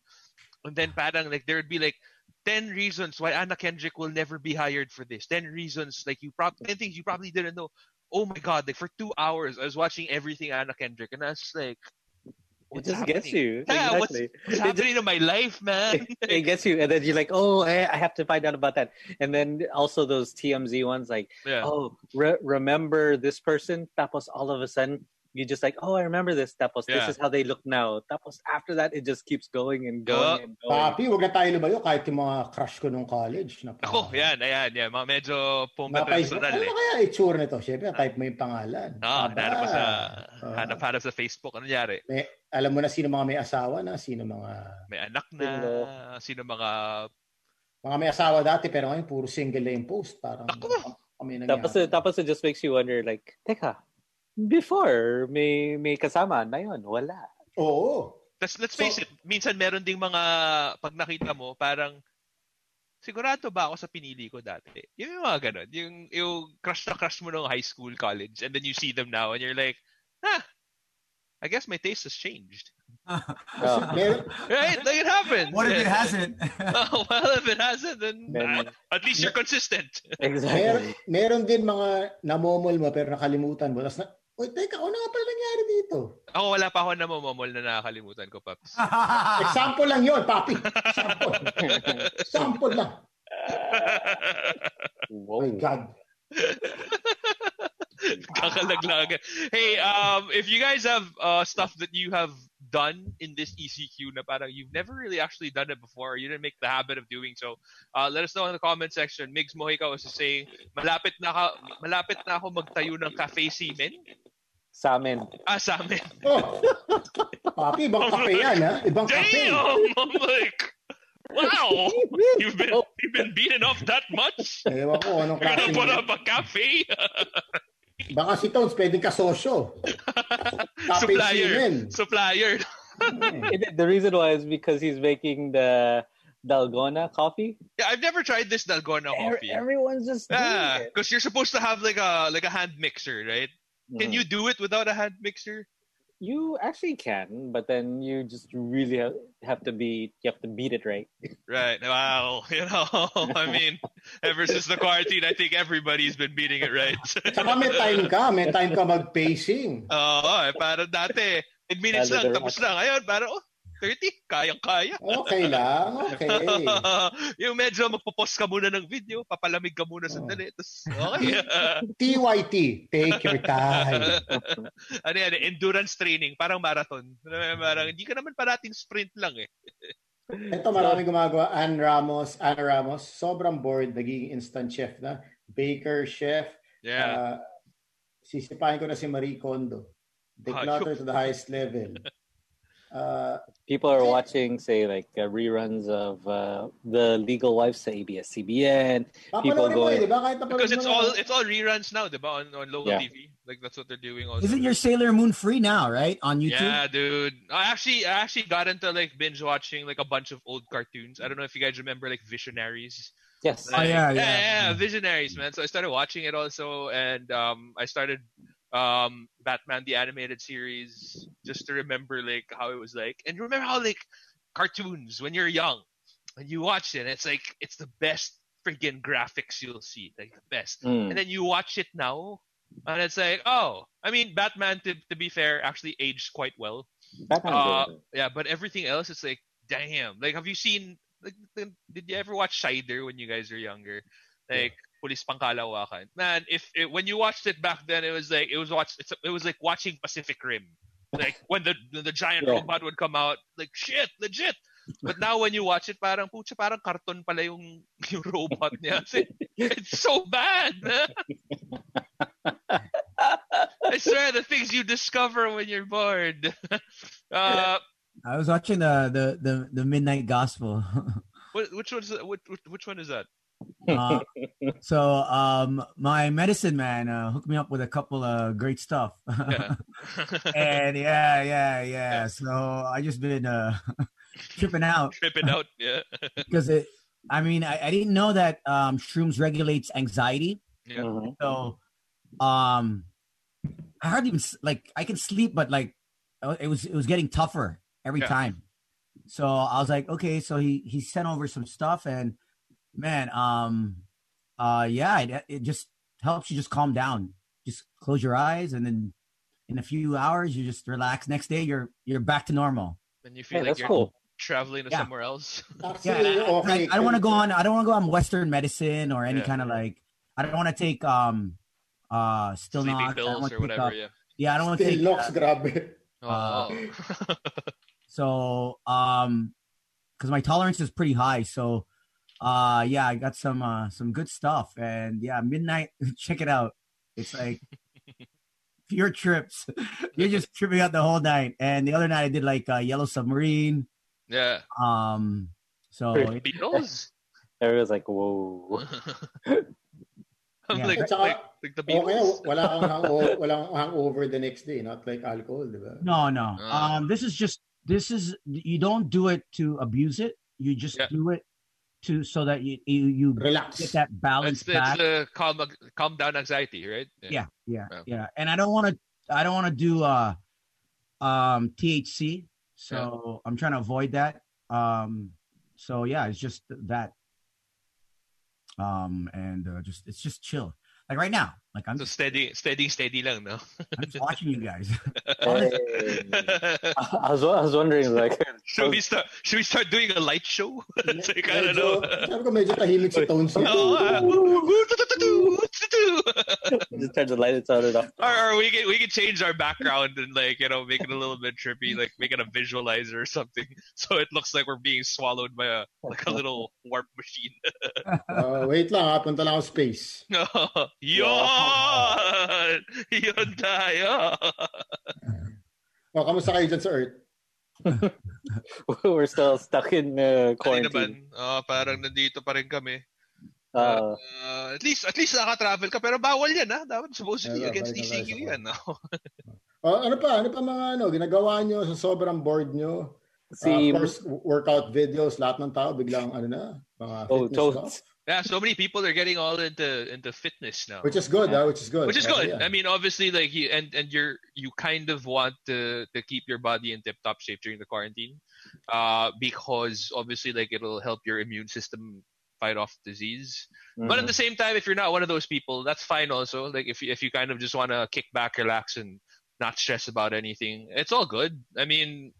[SPEAKER 3] And then, parang, like, there would be, like, 10 reasons why Anna Kendrick will never be hired for this. 10 reasons, like, you prob- 10 things you probably didn't know. Oh my God, like, for two hours, I was watching everything Anna Kendrick. And I was like,
[SPEAKER 5] it
[SPEAKER 3] what's
[SPEAKER 5] just gets
[SPEAKER 3] happening?
[SPEAKER 5] you.
[SPEAKER 3] Yeah, what's,
[SPEAKER 5] exactly.
[SPEAKER 3] what's happening to my life, man?
[SPEAKER 5] it, it gets you, and then you're like, "Oh, I, I have to find out about that." And then also those TMZ ones, like,
[SPEAKER 3] yeah.
[SPEAKER 5] "Oh, re- remember this person?" Tapos all of a sudden, you just like, "Oh, I remember this." Tapos
[SPEAKER 3] Yeah.
[SPEAKER 5] this is how they look now. Tapos after that, it just keeps going and going
[SPEAKER 3] Yeah.
[SPEAKER 5] and going.
[SPEAKER 6] Papi, huwag na tayo lumayo kahit yung mga crush ko nung college. Napa,
[SPEAKER 3] Ako, yan, ayan, yan. Mga medyo
[SPEAKER 6] Napaisip,
[SPEAKER 3] pumatradisyonal
[SPEAKER 6] ano
[SPEAKER 3] eh.
[SPEAKER 6] kaya itsura nito? Siyempre, type mo yung pangalan.
[SPEAKER 3] Ah,
[SPEAKER 6] Aba,
[SPEAKER 3] hanap pa sa
[SPEAKER 6] Ah.
[SPEAKER 3] hanap hanap sa Facebook. Ano nangyari?
[SPEAKER 6] may- alam mo na sino mga may asawa na, sino mga...
[SPEAKER 3] May anak na,
[SPEAKER 5] Hello.
[SPEAKER 3] sino mga
[SPEAKER 6] Mga may asawa dati, pero ngayon puro single na yung post. Parang kami nangyari.
[SPEAKER 5] Tapos tapos it just makes you wonder, like, "Teka, before may may kasama na yun, wala."
[SPEAKER 6] Oo.
[SPEAKER 3] let's, let's face
[SPEAKER 6] So-
[SPEAKER 3] it, minsan meron ding mga pag nakita mo, parang sigurado ba ako sa pinili ko dati? Yung mga ganun, yung, yung crush na crush mo nung high school, college, and then you see them now and you're like, ah, I guess my taste has changed.
[SPEAKER 6] Kasi
[SPEAKER 5] Oh.
[SPEAKER 6] meron,
[SPEAKER 3] Right? Like it happens.
[SPEAKER 7] What if it
[SPEAKER 3] Yeah.
[SPEAKER 7] hasn't?
[SPEAKER 3] Oh, well, if it hasn't, then,
[SPEAKER 5] Then-
[SPEAKER 3] ah, at least you're consistent.
[SPEAKER 6] meron,
[SPEAKER 5] Exactly.
[SPEAKER 6] meron din mga namomol mo pero nakalimutan mo. Tapos na, Uy, teka, ano nga pala nangyari dito?
[SPEAKER 3] Ako wala pa ako namamamol na nakakalimutan ko, Paps. Ah.
[SPEAKER 6] Example lang yon papi. Example. Example lang. Oh my
[SPEAKER 5] Whoa.
[SPEAKER 6] God.
[SPEAKER 3] Kakalaglagan. Hey, um, if you guys have uh, stuff that you have done in this ECQ na parang you've never really actually done it before, you didn't make the habit of doing so, uh, let us know in the comment section. Migs Mojica was just saying, malapit na, ka, malapit na ako magtayo ng cafe semen.
[SPEAKER 5] Sa amin.
[SPEAKER 3] Ah, sa amin.
[SPEAKER 6] Oh. Papi, ibang kape yan, ha? Ibang kape.
[SPEAKER 3] Damn! I'm like, wow! You've been, you've been beaten off that much?
[SPEAKER 6] Ewan ko, anong
[SPEAKER 3] You're
[SPEAKER 6] klase.
[SPEAKER 3] gonna put up a cafe?
[SPEAKER 6] Baka si Tones, pwedeng kasosyo. Cafe
[SPEAKER 3] Supplier.
[SPEAKER 6] semen.
[SPEAKER 3] Supplier.
[SPEAKER 5] It- the reason why is because he's making the dalgona coffee.
[SPEAKER 3] Yeah, I've never tried this Dalgona
[SPEAKER 5] Every-
[SPEAKER 3] coffee.
[SPEAKER 5] everyone's just doing
[SPEAKER 3] Yeah,
[SPEAKER 5] it.
[SPEAKER 3] because you're supposed to have like a like a hand mixer, right? Can
[SPEAKER 5] Mhm.
[SPEAKER 3] you do it without a hand mixer?
[SPEAKER 5] You actually can, but then you just really have, have to be. You have to beat it right.
[SPEAKER 3] Right. Wow. You know, I mean, ever since the quarantine, I think everybody's been beating it right.
[SPEAKER 6] Saka may time ka. May time ka mag-pacing.
[SPEAKER 3] Oo, eh, parang dati, 10 minutes lang, tapos lang. Ayun, parang, oh, 30, kayang-kaya.
[SPEAKER 6] Okay lang. Okay.
[SPEAKER 3] yung medyo magpo-pause ka muna ng video, papalamig ka muna sandali, tapos okay.
[SPEAKER 6] TYT. Take your time.
[SPEAKER 3] ano yan, eh, endurance training, parang marathon. Parang, hindi ka naman parating sprint lang eh.
[SPEAKER 6] Ito marami gumagawa. Ann Ramos. Ann Ramos. Sobrang bored. Naging instant chef na. Baker chef.
[SPEAKER 7] Uh,
[SPEAKER 3] Yeah.
[SPEAKER 6] Ah, sisipahin ko na si Marie Kondo.
[SPEAKER 3] Ah,
[SPEAKER 6] Declutter to the highest level. Ah,
[SPEAKER 5] People are watching, say, like uh, reruns of uh, the Legal Wives sa ABS-CBN. People
[SPEAKER 6] papanoorin mo eh,
[SPEAKER 5] going-
[SPEAKER 6] di ba? Kahit napanood
[SPEAKER 3] Because it's
[SPEAKER 6] mo na-
[SPEAKER 3] all it's all reruns now, diba? On, on local
[SPEAKER 5] Yeah.
[SPEAKER 3] TV. Like that's what they're doing also.
[SPEAKER 7] Isn't your Sailor Moon free now, right? On YouTube?
[SPEAKER 3] Yeah, dude. I actually I actually got into like binge watching like a bunch of old cartoons. I don't know if you guys remember like Visionaries.
[SPEAKER 5] Yes.
[SPEAKER 7] Oh, yeah,
[SPEAKER 3] Like,
[SPEAKER 7] yeah.
[SPEAKER 3] yeah, Visionaries, man. So I started watching it also, and um, I started um, Batman the animated series just to remember like how it was like, and remember how like cartoons when you're young and you watch it, it's like it's the best freaking graphics you'll see, like the best.
[SPEAKER 5] Mm.
[SPEAKER 3] And then you watch it now, and it's like, oh, I mean, Batman to to be fair actually aged quite well.
[SPEAKER 5] Batman's
[SPEAKER 3] uh,
[SPEAKER 5] good.
[SPEAKER 3] Yeah, but everything else, it's like, damn. Like, have you seen? Like, th- did you ever watch Shider when you guys were younger? Like, Police Pangkalawakan. Man, if it, when you watched it back then, it was like it was watch. It's, it was like watching Pacific Rim. Like when the when the giant
[SPEAKER 5] Yeah.
[SPEAKER 3] robot would come out, like shit, legit. But now when you watch it, parang pucha, parang karton pala yung, yung robot niya. It's, it's so bad. man. I swear, the things you discover when you're bored. Uh,
[SPEAKER 7] I was watching the the the, the Midnight Gospel.
[SPEAKER 3] What, which one's that? Which, which, which one is that?
[SPEAKER 7] uh, so um, my medicine man uh, hooked me up with a couple of great stuff.
[SPEAKER 3] Yeah.
[SPEAKER 7] and yeah, yeah, yeah. So I just been uh, tripping out
[SPEAKER 3] Tripping out. Yeah.
[SPEAKER 7] because it
[SPEAKER 8] I mean, I, I didn't know that um, shrooms regulates anxiety.
[SPEAKER 3] Yeah.
[SPEAKER 5] Mhm.
[SPEAKER 8] So, um, I hardly even s- like I can sleep, but like uh, it was it was getting tougher every
[SPEAKER 3] Yeah.
[SPEAKER 8] time. So I was like, okay. So he he sent over some stuff, and man, um, uh, yeah, it, it just helps you just calm down. Just close your eyes, and then in a few hours you just relax. Next day you're you're back to normal.
[SPEAKER 3] And you feel
[SPEAKER 5] Hey,
[SPEAKER 3] like
[SPEAKER 5] that's
[SPEAKER 3] you're
[SPEAKER 5] cool.
[SPEAKER 3] traveling to
[SPEAKER 8] Yeah.
[SPEAKER 3] somewhere else.
[SPEAKER 6] Actually, okay.
[SPEAKER 8] Like, I don't want to go on. I don't want to go on Western medicine or any
[SPEAKER 3] Yeah.
[SPEAKER 8] kind of like. I don't want to take um, uh, still
[SPEAKER 3] Sleeping
[SPEAKER 8] not
[SPEAKER 3] pills or whatever, yeah.
[SPEAKER 8] Yeah, I don't want to
[SPEAKER 6] Still
[SPEAKER 8] take.
[SPEAKER 6] locks,
[SPEAKER 8] uh,
[SPEAKER 6] grabe.
[SPEAKER 3] Oh.
[SPEAKER 8] so, um, because my tolerance is pretty high, so, uh, yeah, I got some uh some good stuff, and yeah, midnight. Check it out. It's like pure trips. You're just tripping out the whole night, and the other night I did like uh, Yellow Submarine.
[SPEAKER 3] yeah.
[SPEAKER 8] Um, so
[SPEAKER 5] Pretty-
[SPEAKER 3] Beatles?
[SPEAKER 5] Everyone's like, whoa.
[SPEAKER 3] I'm
[SPEAKER 8] Yeah.
[SPEAKER 3] like,
[SPEAKER 6] At saka,
[SPEAKER 3] like, like the
[SPEAKER 6] Okay,
[SPEAKER 3] Beatles.
[SPEAKER 6] wala kang hangover, wala kang hangover the next day, not like alcohol, di ba?
[SPEAKER 8] No, no.
[SPEAKER 3] Ah.
[SPEAKER 8] um, this is just this is you don't do it to abuse it. You just
[SPEAKER 3] Yeah.
[SPEAKER 8] do it to so that you you, you
[SPEAKER 6] Relax.
[SPEAKER 8] get that
[SPEAKER 3] It's,
[SPEAKER 8] balance
[SPEAKER 3] it's
[SPEAKER 8] back.
[SPEAKER 3] uh, calm, calm down anxiety, right?
[SPEAKER 8] yeah, yeah,
[SPEAKER 3] Oh.
[SPEAKER 8] yeah. And I don't want to I don't want to do uh um THC. So I'm trying to avoid that. Um so yeah, it's just that um and uh, just it's just chill. Like right now, like I'm
[SPEAKER 3] So
[SPEAKER 8] just,
[SPEAKER 3] steady, steady, steady lang, no?
[SPEAKER 8] I'm just watching you guys.
[SPEAKER 5] Hey. I, was, I was wondering, like,
[SPEAKER 3] should we start? Should we start doing a light show? it's like, I don't
[SPEAKER 6] Medyo-
[SPEAKER 3] know.
[SPEAKER 6] Sabi ko medyo tahimik si Tones.
[SPEAKER 3] Oh, ah, woo, woo, woo, do, do, do, do, do.
[SPEAKER 5] just turn the light, it's on and off.
[SPEAKER 3] Or, or we can we can change our background and like you know make it a little bit trippy, like make it a visualizer or something, so it looks like we're being swallowed by a like a little warp machine.
[SPEAKER 6] Uh, wait lang, ha, punta lang ako space.
[SPEAKER 3] Yon! Yon tayo!
[SPEAKER 6] O, Oh, kamusta kayo dyan sa Earth?
[SPEAKER 5] We're still stuck in uh,
[SPEAKER 3] Hindi
[SPEAKER 5] quarantine.
[SPEAKER 3] naman, oh, parang nandito pa rin kami.
[SPEAKER 5] Uh,
[SPEAKER 3] Uh, at least, at least nakatravel ka, pero bawal yan ha? Dapat supposedly
[SPEAKER 6] Ay,
[SPEAKER 3] against
[SPEAKER 6] bawal na,
[SPEAKER 3] ECU
[SPEAKER 6] bawal
[SPEAKER 3] yan. No?
[SPEAKER 6] O, ano pa? Ano pa mga ano, ginagawa nyo sa sobrang bored nyo?
[SPEAKER 5] si
[SPEAKER 6] Uh, of course, w- workout videos, lahat ng tao biglang ano na, mga
[SPEAKER 5] Oh,
[SPEAKER 6] fitness
[SPEAKER 5] Tones.
[SPEAKER 6] stuff.
[SPEAKER 3] yeah, so many people are getting all into into fitness now.
[SPEAKER 6] Which is good, ah, Which is good.
[SPEAKER 3] Which is good.
[SPEAKER 6] Yeah.
[SPEAKER 3] I mean, obviously, like you and and you're you kind of want to to keep your body in tip top shape during the quarantine, uh, because obviously, like it'll help your immune system fight off disease. But
[SPEAKER 5] Mm-hmm.
[SPEAKER 3] at the same time, if you're not one of those people, that's fine also. Like if you, if you kind of just want to kick back, relax, and not stress about anything, it's all good. I mean,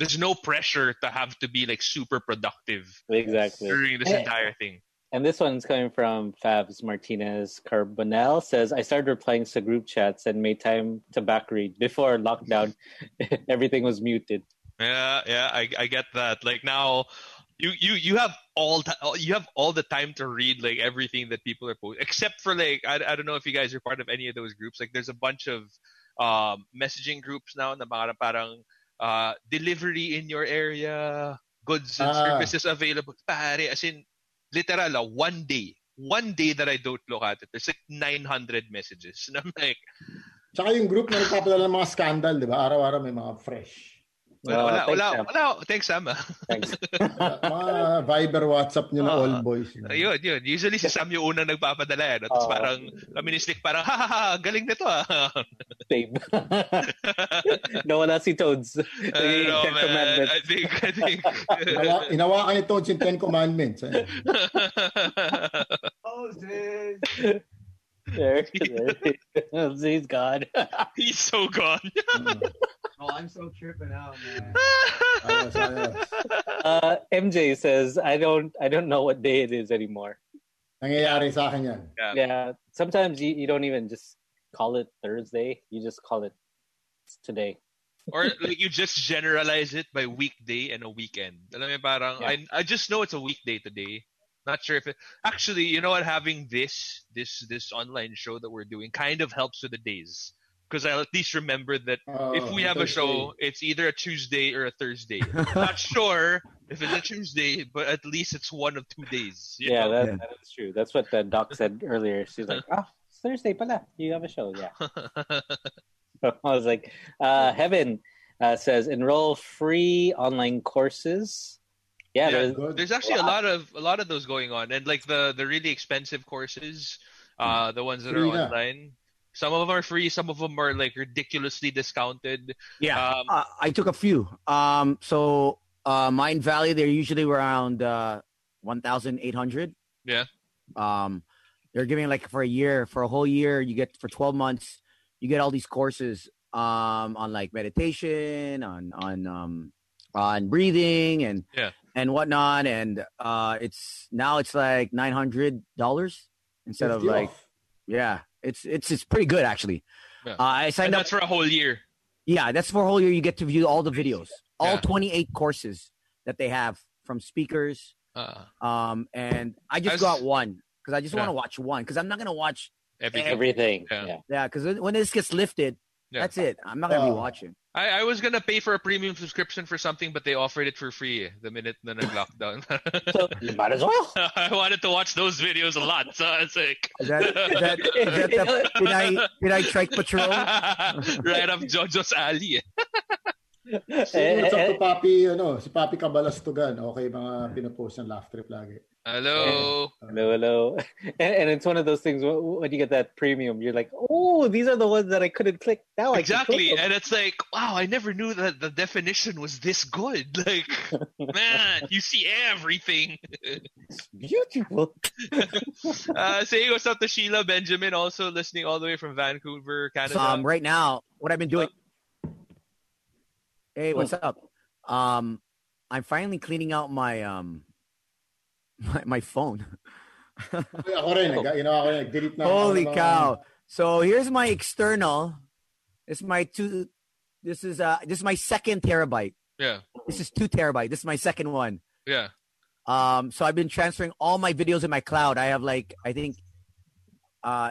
[SPEAKER 3] there's no pressure to have to be like super productive
[SPEAKER 5] Mm-hmm. exactly.
[SPEAKER 3] during this
[SPEAKER 5] Eh.
[SPEAKER 3] entire thing.
[SPEAKER 5] And this one's coming from Fabs Martinez Carbonell says, I started replying to group chats and made time to back read. Before lockdown, everything was muted.
[SPEAKER 3] Yeah, yeah, I, I get that. Like now, you you you have all ti- you have all the time to read like everything that people are posting, except for like I, I don't know if you guys are part of any of those groups. Like there's a bunch of um, messaging groups now na para parang uh, delivery in your area, goods and
[SPEAKER 6] Ah.
[SPEAKER 3] services available. Pare, as in literal ah, one day. One day that I don't look at it, there's like 900 messages. And I'm like,
[SPEAKER 6] Tsaka yung group na nagpapadala ng mga scandal, di ba? Araw-araw may mga fresh.
[SPEAKER 5] Oh,
[SPEAKER 3] wala,
[SPEAKER 5] thanks,
[SPEAKER 3] wala, wala,
[SPEAKER 5] Sam.
[SPEAKER 3] wala, thanks, Sam. ah.
[SPEAKER 5] Thanks.
[SPEAKER 6] mga Viber, WhatsApp nyo na
[SPEAKER 3] Ah.
[SPEAKER 6] all boys. di ba?
[SPEAKER 3] Ayun, yun. Usually si Sam yung unang nagpapadala. Ano?
[SPEAKER 5] Oo.
[SPEAKER 3] Tapos parang kami ni Slick parang, ha ha ha, galing nito ah.
[SPEAKER 5] Same. no wala si Toads.
[SPEAKER 3] I don't know,
[SPEAKER 5] Ten
[SPEAKER 3] man.
[SPEAKER 5] Commandments.
[SPEAKER 3] I think, I think.
[SPEAKER 6] Inawa- Inawakan ni Tones yung Ten Commandments. Ayun.
[SPEAKER 5] There, there. He's gone.
[SPEAKER 3] He's so gone.
[SPEAKER 8] oh, I'm so tripping out, man.
[SPEAKER 5] Ah,
[SPEAKER 6] Ayos, ayos.
[SPEAKER 5] Uh, MJ says, I don't I don't know what day it is anymore.
[SPEAKER 6] Nangyayari sa akin yan.
[SPEAKER 5] Yeah. Sometimes you, you don't even just call it Thursday. You just call it today.
[SPEAKER 3] or like you just generalize it by weekday and a weekend. Alam mo yun, parang
[SPEAKER 5] Yeah.
[SPEAKER 3] I I just know it's a weekday today. Not sure if it actually, you know what, having this this this online show that we're doing kind of helps with the days. Because I'll at least remember that
[SPEAKER 6] Oh,
[SPEAKER 3] if we have a
[SPEAKER 6] Thursday.
[SPEAKER 3] show, it's either a Tuesday or a Thursday. Not sure if it's a Tuesday, but at least it's one of two days. you
[SPEAKER 5] Yeah,
[SPEAKER 3] know?
[SPEAKER 5] that,
[SPEAKER 8] Yeah.
[SPEAKER 5] that is true. That's what the doc said earlier. She's like, oh, it's Thursday pala. You have a show, yeah. I was like, uh, Heaven uh, says, enroll free online courses. Yeah,
[SPEAKER 3] Yeah.
[SPEAKER 5] there's-
[SPEAKER 6] Good.
[SPEAKER 3] There's actually a
[SPEAKER 5] Wow.
[SPEAKER 3] lot of a lot of those going on, and like the the really expensive courses, uh, the ones that are
[SPEAKER 6] Hmm. Free na.
[SPEAKER 3] online. Some of them are free. Some of them are like ridiculously discounted.
[SPEAKER 8] Yeah,
[SPEAKER 3] Um,
[SPEAKER 8] uh, I took a few. Um, so uh, Mine Valley, they're usually around uh, one thousand eight hundred.
[SPEAKER 3] Yeah.
[SPEAKER 8] Um, they're giving like for a year, for a whole year. You get for twelve months, you get all these courses um, on like meditation, on on um, on breathing, and
[SPEAKER 3] Yeah.
[SPEAKER 8] and whatnot. And uh, it's now it's like nine hundred dollars instead of
[SPEAKER 6] 50
[SPEAKER 8] like
[SPEAKER 6] off.
[SPEAKER 8] yeah, it's it's it's pretty good actually.
[SPEAKER 3] Yeah.
[SPEAKER 8] Uh, I signed
[SPEAKER 3] and
[SPEAKER 8] up
[SPEAKER 3] that's for a whole year.
[SPEAKER 8] yeah, that's for a whole year. You get to view all the videos, all
[SPEAKER 3] Yeah.
[SPEAKER 8] 28 courses that they have from speakers.
[SPEAKER 3] Uh,
[SPEAKER 8] Um, and I just
[SPEAKER 3] As-
[SPEAKER 8] got one because I just
[SPEAKER 3] Yeah.
[SPEAKER 8] want to watch one because I'm not gonna watch.
[SPEAKER 3] everything.
[SPEAKER 5] everything.
[SPEAKER 3] Yeah.
[SPEAKER 5] Yeah.
[SPEAKER 8] Yeah, because when this gets lifted,
[SPEAKER 3] Yeah.
[SPEAKER 8] that's it. I'm not gonna be
[SPEAKER 6] Oh.
[SPEAKER 8] watching.
[SPEAKER 3] I, I was gonna pay for a premium subscription for something, but they offered it for free the minute na nag lockdown.
[SPEAKER 5] So you might as well.
[SPEAKER 3] I wanted to watch those videos a lot, so I was like,
[SPEAKER 8] Is that, is that, is that the Pinay, Pinay Trike Patrol?
[SPEAKER 3] right up JoJo's alley. eh.
[SPEAKER 5] Eh,
[SPEAKER 8] Eh,
[SPEAKER 6] Same with sa Papi, ano, si Papi Kabalastugan. Okay, mga pinapost ng laugh trip lagi.
[SPEAKER 3] Hello.
[SPEAKER 5] Hello, hello. And, and it's one of those things when, when you get that premium, you're like, oh, these are the ones that I couldn't click.
[SPEAKER 3] Oh,
[SPEAKER 5] Now I
[SPEAKER 3] exactly,
[SPEAKER 5] Can click them.
[SPEAKER 3] and it's like, wow, I never knew that the definition was this good. Like, man, you see everything.
[SPEAKER 5] It's beautiful.
[SPEAKER 3] Uh, saying what's up to Sheila Benjamin, also listening all the way from Vancouver, Canada.
[SPEAKER 8] So, um, right now, what I've been doing. Hey,
[SPEAKER 3] Hmm.
[SPEAKER 8] what's up? Um, I'm finally cleaning out my um, my, my phone.
[SPEAKER 6] Ay, Ako rin, nag, you know, ako rin, nag-delete na. ako Ano
[SPEAKER 8] Holy
[SPEAKER 6] ng mga-
[SPEAKER 8] cow! So here's my external. It's my two. This is uh this is my second terabyte.
[SPEAKER 3] Yeah, Oh,
[SPEAKER 8] This is two terabyte. This is my second one.
[SPEAKER 3] yeah.
[SPEAKER 8] Um, so I've been transferring all my videos in my cloud. I have like I think, uh,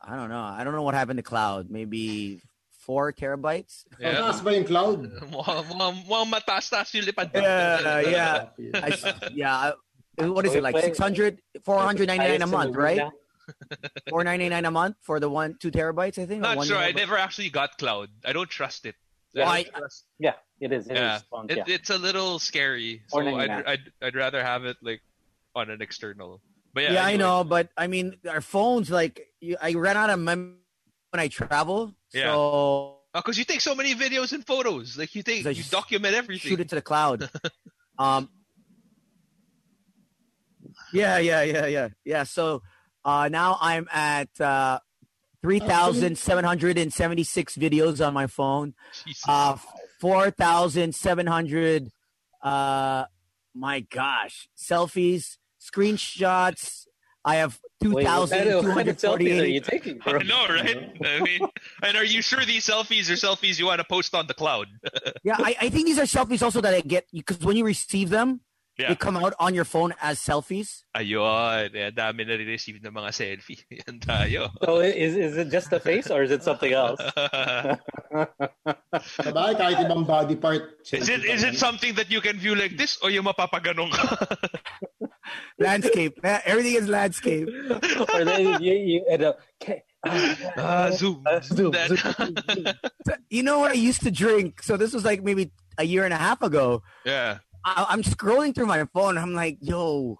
[SPEAKER 8] I don't know. I don't know what happened to cloud. Maybe four terabytes.
[SPEAKER 3] yeah.
[SPEAKER 6] Mataas ba yung cloud?
[SPEAKER 3] Mukhang mukhang- mukhang mataas-taas yung lipad.
[SPEAKER 8] Yeah, yeah,
[SPEAKER 6] Papi.
[SPEAKER 8] I s yeah. I- What is it like? 600, 499
[SPEAKER 5] Highest
[SPEAKER 8] a
[SPEAKER 5] in the world
[SPEAKER 8] month, right?
[SPEAKER 5] now.
[SPEAKER 8] 499 a month for the one two terabytes, I think. or
[SPEAKER 3] Not
[SPEAKER 8] one
[SPEAKER 3] sure. I
[SPEAKER 8] terabyte.
[SPEAKER 3] never actually got cloud. I don't trust it.
[SPEAKER 5] Yeah.
[SPEAKER 3] don't
[SPEAKER 8] Why?
[SPEAKER 3] trust-
[SPEAKER 5] Yeah, it is. It is
[SPEAKER 3] Yeah.
[SPEAKER 5] fun,
[SPEAKER 3] It,
[SPEAKER 5] yeah.
[SPEAKER 3] It's a little scary. So
[SPEAKER 5] Or
[SPEAKER 3] I'd,
[SPEAKER 5] nine
[SPEAKER 3] I'd, I'd rather have it like on an external. But yeah,
[SPEAKER 8] Yeah, I
[SPEAKER 3] anyway.
[SPEAKER 8] know, but I mean, our phones. Like, you, I ran out of memory when I travel,
[SPEAKER 3] Yeah.
[SPEAKER 8] so
[SPEAKER 3] Because Oh, you take so many videos and photos. Like you take,
[SPEAKER 8] So I
[SPEAKER 3] you
[SPEAKER 8] just
[SPEAKER 3] document everything.
[SPEAKER 8] shoot it to the cloud. um. Yeah, yeah, yeah, yeah, yeah. So uh, now I'm at uh, three thousand seven hundred and seventy-six videos on my phone.
[SPEAKER 3] Jesus.
[SPEAKER 5] Ah,
[SPEAKER 8] Uh, four thousand seven hundred. Uh, my gosh, selfies, screenshots. I have two
[SPEAKER 5] Wait, what
[SPEAKER 8] thousand
[SPEAKER 5] kind of-
[SPEAKER 8] two
[SPEAKER 5] what kind of
[SPEAKER 8] hundred
[SPEAKER 5] selfies are
[SPEAKER 8] forty-eight.
[SPEAKER 5] you taking, bro?
[SPEAKER 3] I know, right? I mean, and are you sure these selfies are selfies you want to post on the cloud?
[SPEAKER 8] Yeah, I, I think these are selfies also that I get because when you receive them,
[SPEAKER 3] Yeah.
[SPEAKER 8] they come out on your phone as selfies.
[SPEAKER 3] Ayun, eh, dami na receive ng mga selfie. Yan tayo.
[SPEAKER 5] So Oh, is, is it just the face or is it something else?
[SPEAKER 6] Sa bahay, kahit ibang body part.
[SPEAKER 3] is it is it something that you can view like this or yung mapapaganong ka?
[SPEAKER 8] Landscape. Yeah, Everything is landscape.
[SPEAKER 5] or then you, you uh, end up, okay,
[SPEAKER 3] Ah, zoom.
[SPEAKER 5] uh, zoom,
[SPEAKER 3] That-
[SPEAKER 5] zoom, zoom, zoom.
[SPEAKER 8] You know what I used to drink? So this was like maybe a year and a half ago.
[SPEAKER 3] yeah.
[SPEAKER 8] I, I'm scrolling through my phone. I'm like, yo,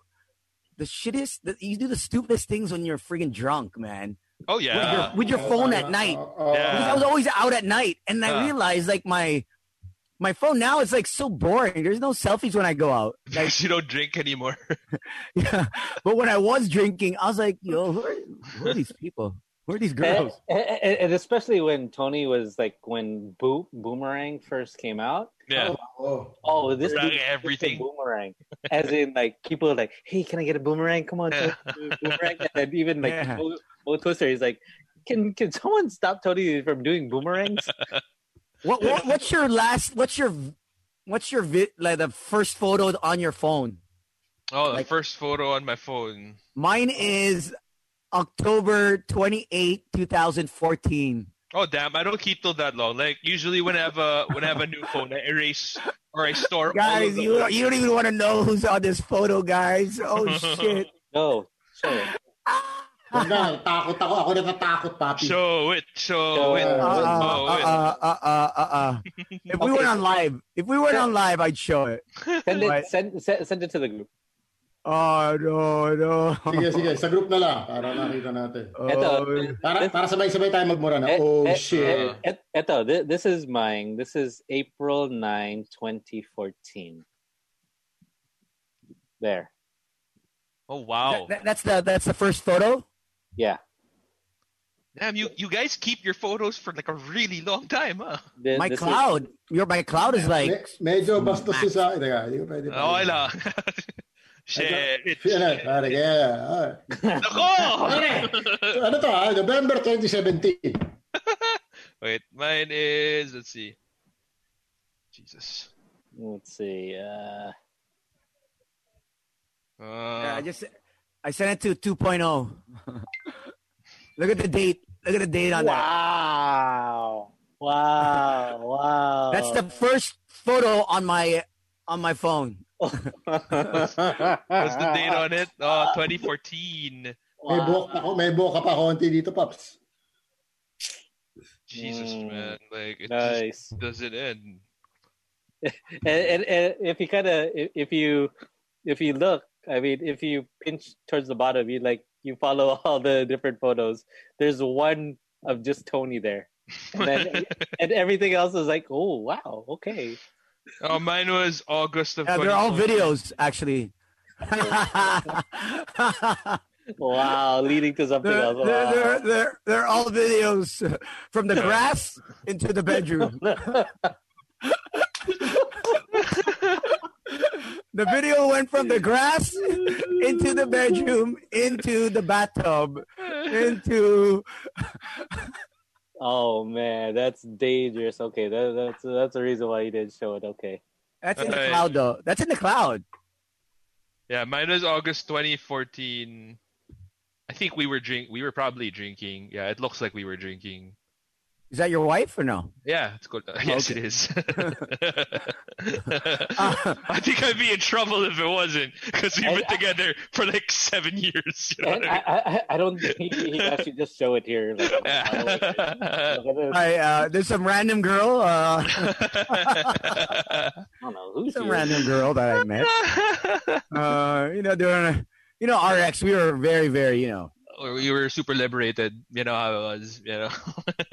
[SPEAKER 8] the shittest, the, you do the stupidest things when you're freaking drunk, man.
[SPEAKER 3] Oh
[SPEAKER 8] With, your,
[SPEAKER 3] yeah.
[SPEAKER 8] with your phone at night.
[SPEAKER 6] Oh, oh,
[SPEAKER 3] Yeah.
[SPEAKER 8] Because I was always out at night, and I
[SPEAKER 3] Yeah.
[SPEAKER 8] realized like my my phone now is like so boring. There's no selfies when I go out. Like,
[SPEAKER 3] Because you don't drink anymore.
[SPEAKER 8] yeah. But when I was drinking, I was like, yo, who are, who are these people? Who are these
[SPEAKER 5] and,
[SPEAKER 8] girls?
[SPEAKER 5] and, and especially when Tony was like when Bo- Boomerang first came out.
[SPEAKER 3] Yeah.
[SPEAKER 6] oh.
[SPEAKER 5] Oh, this
[SPEAKER 3] Boomerang
[SPEAKER 5] dude is just a
[SPEAKER 3] everything.
[SPEAKER 5] boomerang, as in like people are like, "Hey, can I get a boomerang? Come on,
[SPEAKER 3] Yeah.
[SPEAKER 5] Tony, boomerang!" And then even like
[SPEAKER 8] Yeah.
[SPEAKER 5] Mo, Mo Twister is like, "Can can someone stop Tony from doing boomerangs?"
[SPEAKER 8] What, what what's your last? What's your what's your vi- like the first photo on your phone?
[SPEAKER 3] Oh, the
[SPEAKER 8] Like-
[SPEAKER 3] first photo on my phone.
[SPEAKER 8] Mine is October 28, 2014.
[SPEAKER 3] Oh damn! I don't keep till that long. Like usually when I have a when I have a new phone, I erase or I store. all of
[SPEAKER 8] Guys,
[SPEAKER 3] the-
[SPEAKER 8] you you don't even want to know who's on this photo, guys. Oh shit.
[SPEAKER 5] no, sure.
[SPEAKER 8] Ah!
[SPEAKER 6] Tanda, takot ako. Ako natatakot, papi.
[SPEAKER 3] Show it. Show
[SPEAKER 5] Show
[SPEAKER 3] it.
[SPEAKER 5] it.
[SPEAKER 8] Uh, uh,
[SPEAKER 3] Oh, it.
[SPEAKER 8] uh, uh, uh, uh, uh. If we
[SPEAKER 5] Okay.
[SPEAKER 8] went on live, if we went on live, I'd show it.
[SPEAKER 5] Send it,
[SPEAKER 8] Right.
[SPEAKER 5] send, send, send it to the group.
[SPEAKER 8] Oh no, no.
[SPEAKER 6] Sige, sige. Sa group na lang. Para nakita natin.
[SPEAKER 5] uh,
[SPEAKER 8] Oh,
[SPEAKER 6] Para,
[SPEAKER 5] Let's-
[SPEAKER 6] para sabay-sabay tayo magmura na.
[SPEAKER 5] Eh,
[SPEAKER 6] Oh,
[SPEAKER 5] eh,
[SPEAKER 6] shit.
[SPEAKER 5] eh, eto, thi- this is mine. This is April 9, 2014. There.
[SPEAKER 3] Oh, wow.
[SPEAKER 8] That- that's the that's the first photo.
[SPEAKER 5] Yeah.
[SPEAKER 3] Damn, you, you guys keep your photos for like a really long time, huh?
[SPEAKER 5] Thi-
[SPEAKER 8] My
[SPEAKER 5] this is-
[SPEAKER 8] cloud, your my cloud is
[SPEAKER 6] Me-
[SPEAKER 8] like
[SPEAKER 6] medyo bastos yun sa akin. Teka, hindi ko pwede.
[SPEAKER 3] Oh, wala. Shit.
[SPEAKER 6] Yan na. Ah, teka. Ah.
[SPEAKER 3] Nako!
[SPEAKER 6] So, ano to ah? November 2017.
[SPEAKER 3] Wait, mine is, let's see. Jesus.
[SPEAKER 5] let's see. Uh,
[SPEAKER 8] Yeah,
[SPEAKER 3] Uh,
[SPEAKER 8] I just I sent it to 2.0. Look at the date. Look at the date on
[SPEAKER 5] wow. Wow. Wow.
[SPEAKER 8] that. That's the first photo on my on my phone.
[SPEAKER 5] What's
[SPEAKER 3] what's the date on it? Oh, 2014.
[SPEAKER 6] May buhok ako, may buhok ka pa konti dito, Paps.
[SPEAKER 3] Jesus,
[SPEAKER 5] Mm.
[SPEAKER 3] man. Like, it
[SPEAKER 5] Nice.
[SPEAKER 3] just doesn't end.
[SPEAKER 5] And, and, and if you kind of if you if you look, I mean, if you pinch towards the bottom, you like you follow all the different photos. There's one of just Tony there, and then and everything else is like, oh wow, okay.
[SPEAKER 3] oh, mine was August of
[SPEAKER 8] Yeah, Uh, they're all
[SPEAKER 3] 2014.
[SPEAKER 8] videos actually.
[SPEAKER 5] Wow, leading to something
[SPEAKER 8] they're,
[SPEAKER 5] else. Wow.
[SPEAKER 8] they're, they're, they're, they're all videos from the grass into the bedroom. the video went from the grass into the bedroom, into the bathtub, into
[SPEAKER 5] oh man, that's dangerous. Okay, that, that's that's the reason why you didn't show it. Okay.
[SPEAKER 8] that's in the
[SPEAKER 3] Alright.
[SPEAKER 8] cloud though. That's in the cloud.
[SPEAKER 3] Yeah, mine was August 2014. I think we were drink. We were probably drinking. Yeah, it looks like we were drinking.
[SPEAKER 8] Is that your wife or no?
[SPEAKER 3] Yeah, it's good. Yes,
[SPEAKER 8] okay.
[SPEAKER 3] it is. I think I'd be in trouble if it wasn't because we've been
[SPEAKER 5] I-
[SPEAKER 3] together for like seven years. You know
[SPEAKER 5] And
[SPEAKER 3] what
[SPEAKER 5] I,
[SPEAKER 3] I
[SPEAKER 5] I, I- I don't think he he actually just show it here. Like,
[SPEAKER 3] mean? Yeah.
[SPEAKER 5] look at this.
[SPEAKER 8] I, uh, there's some random girl. Uh,
[SPEAKER 5] Oh, I don't know who's
[SPEAKER 8] some
[SPEAKER 5] here.
[SPEAKER 8] random girl that I met. Uh, you know, doing a, you know, RX. We were very, very, you know.
[SPEAKER 3] we were super liberated. You know how it was. You know.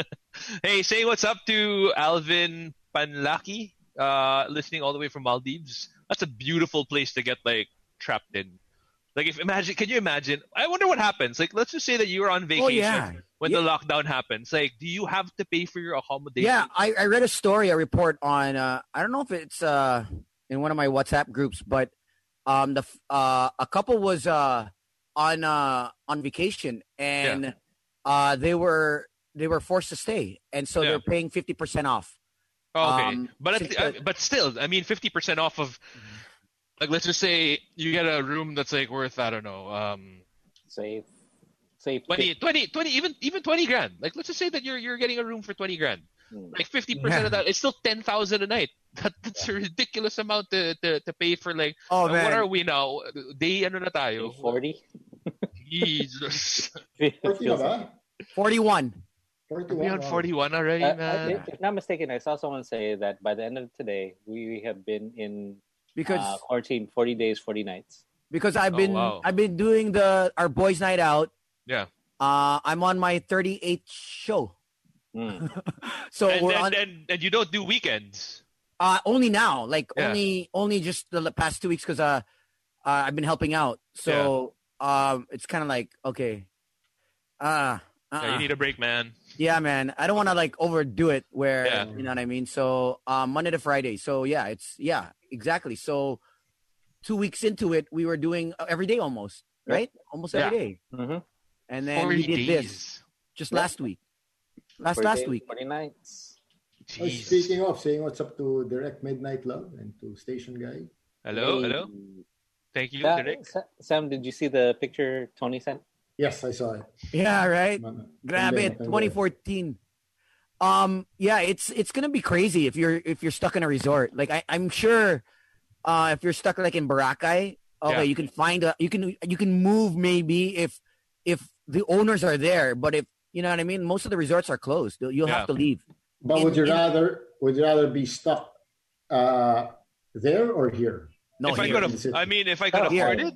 [SPEAKER 3] hey, say what's up to Alvin Panlaki, uh, listening all the way from Maldives. That's a beautiful place to get like trapped in. Like, if imagine, can you imagine? I wonder what happens. Like, let's just say that you were on vacation
[SPEAKER 8] Oh yeah,
[SPEAKER 3] when the lockdown happens. Like, do you have to pay for your accommodation?
[SPEAKER 8] Yeah, I, I read a story, a report on. Uh, I don't know if it's uh, in one of my WhatsApp groups, but um, the f- uh, a couple was uh, on uh, on vacation and uh, they were they were forced to stay, and so
[SPEAKER 3] Yeah.
[SPEAKER 8] they're paying fifty percent off.
[SPEAKER 3] Oh, okay,
[SPEAKER 8] Um,
[SPEAKER 3] but
[SPEAKER 8] since
[SPEAKER 3] at, I-
[SPEAKER 8] the- Mm-hmm.
[SPEAKER 3] but still, I mean, fifty percent off of like let's just say you get a room that's like worth I don't know, um,
[SPEAKER 5] Safe, safe.
[SPEAKER 3] 20, 20, 20 even even twenty grand. Like let's just say that you're you're getting a room for twenty grand.
[SPEAKER 5] Hmm.
[SPEAKER 3] Like fifty percent of that, it's still ten thousand a night. That, that's a ridiculous amount to, to, to pay for like
[SPEAKER 8] Oh
[SPEAKER 3] what are
[SPEAKER 8] man,
[SPEAKER 3] we now? Day ano na tayo?
[SPEAKER 5] Forty.
[SPEAKER 3] Jesus.
[SPEAKER 6] 40 ba Oh, ba?
[SPEAKER 8] forty one.
[SPEAKER 6] 41.
[SPEAKER 3] we on
[SPEAKER 6] wow.
[SPEAKER 3] forty one already,
[SPEAKER 5] Uh, I-
[SPEAKER 3] man.
[SPEAKER 5] if, if not mistaken, I saw someone say that by the end of today, we have been in
[SPEAKER 8] Because
[SPEAKER 5] uh, quarantine forty days, forty nights.
[SPEAKER 8] because I've
[SPEAKER 3] Oh,
[SPEAKER 8] been
[SPEAKER 3] wow.
[SPEAKER 8] I've been doing the our boys' night out.
[SPEAKER 3] Yeah.
[SPEAKER 8] Uh, I'm on my 38th show,
[SPEAKER 5] Hmm.
[SPEAKER 8] so
[SPEAKER 3] and,
[SPEAKER 8] we're
[SPEAKER 3] and,
[SPEAKER 8] on
[SPEAKER 3] and and you don't do weekends.
[SPEAKER 8] Uh, only now, like
[SPEAKER 3] Yeah.
[SPEAKER 8] only only just the l- past two weeks because uh, uh, I've been helping out, so um, it's kind of like okay, uh, uh
[SPEAKER 3] Yeah, you need a break, man.
[SPEAKER 8] yeah, man, I don't want to like overdo it where
[SPEAKER 3] Yeah.
[SPEAKER 8] you know what I mean. So um, Monday to Friday, so yeah, it's yeah, exactly. So two weeks into it, we were doing uh, every day almost, right? Almost every day,
[SPEAKER 5] Mhm.
[SPEAKER 8] and then we did this just
[SPEAKER 5] Yeah.
[SPEAKER 8] last week, last
[SPEAKER 5] 40
[SPEAKER 8] last
[SPEAKER 5] days,
[SPEAKER 8] week.
[SPEAKER 5] forty nights.
[SPEAKER 6] Oh,
[SPEAKER 3] Jeez.
[SPEAKER 6] speaking of, saying what's up to Direct Midnight Love and to Station Guy.
[SPEAKER 3] Hello,
[SPEAKER 5] Hey.
[SPEAKER 3] hello. Thank you,
[SPEAKER 5] Sa-
[SPEAKER 3] Derek.
[SPEAKER 5] Sa- Sam, did you see the picture Tony sent?
[SPEAKER 6] Yes, I saw it.
[SPEAKER 8] Yeah, right. Grab
[SPEAKER 6] Grabe,
[SPEAKER 8] it, 2014. Um, yeah, it's it's gonna be crazy if you're if you're stuck in a resort. Like I, I'm sure, uh, if you're stuck like in Boracay, okay,
[SPEAKER 3] Yeah.
[SPEAKER 8] you can find a you can you can move maybe if if the owners are there, but if you know what I mean, most of the resorts are closed. You'll you'll have
[SPEAKER 3] Yeah.
[SPEAKER 8] to leave.
[SPEAKER 6] But would
[SPEAKER 8] In-
[SPEAKER 6] you
[SPEAKER 8] in-
[SPEAKER 6] rather would you rather be stuck uh, there or here?
[SPEAKER 8] No,
[SPEAKER 3] if I
[SPEAKER 8] here.
[SPEAKER 3] could, af- I mean, if I could
[SPEAKER 5] Oh,
[SPEAKER 8] here.
[SPEAKER 3] afford it.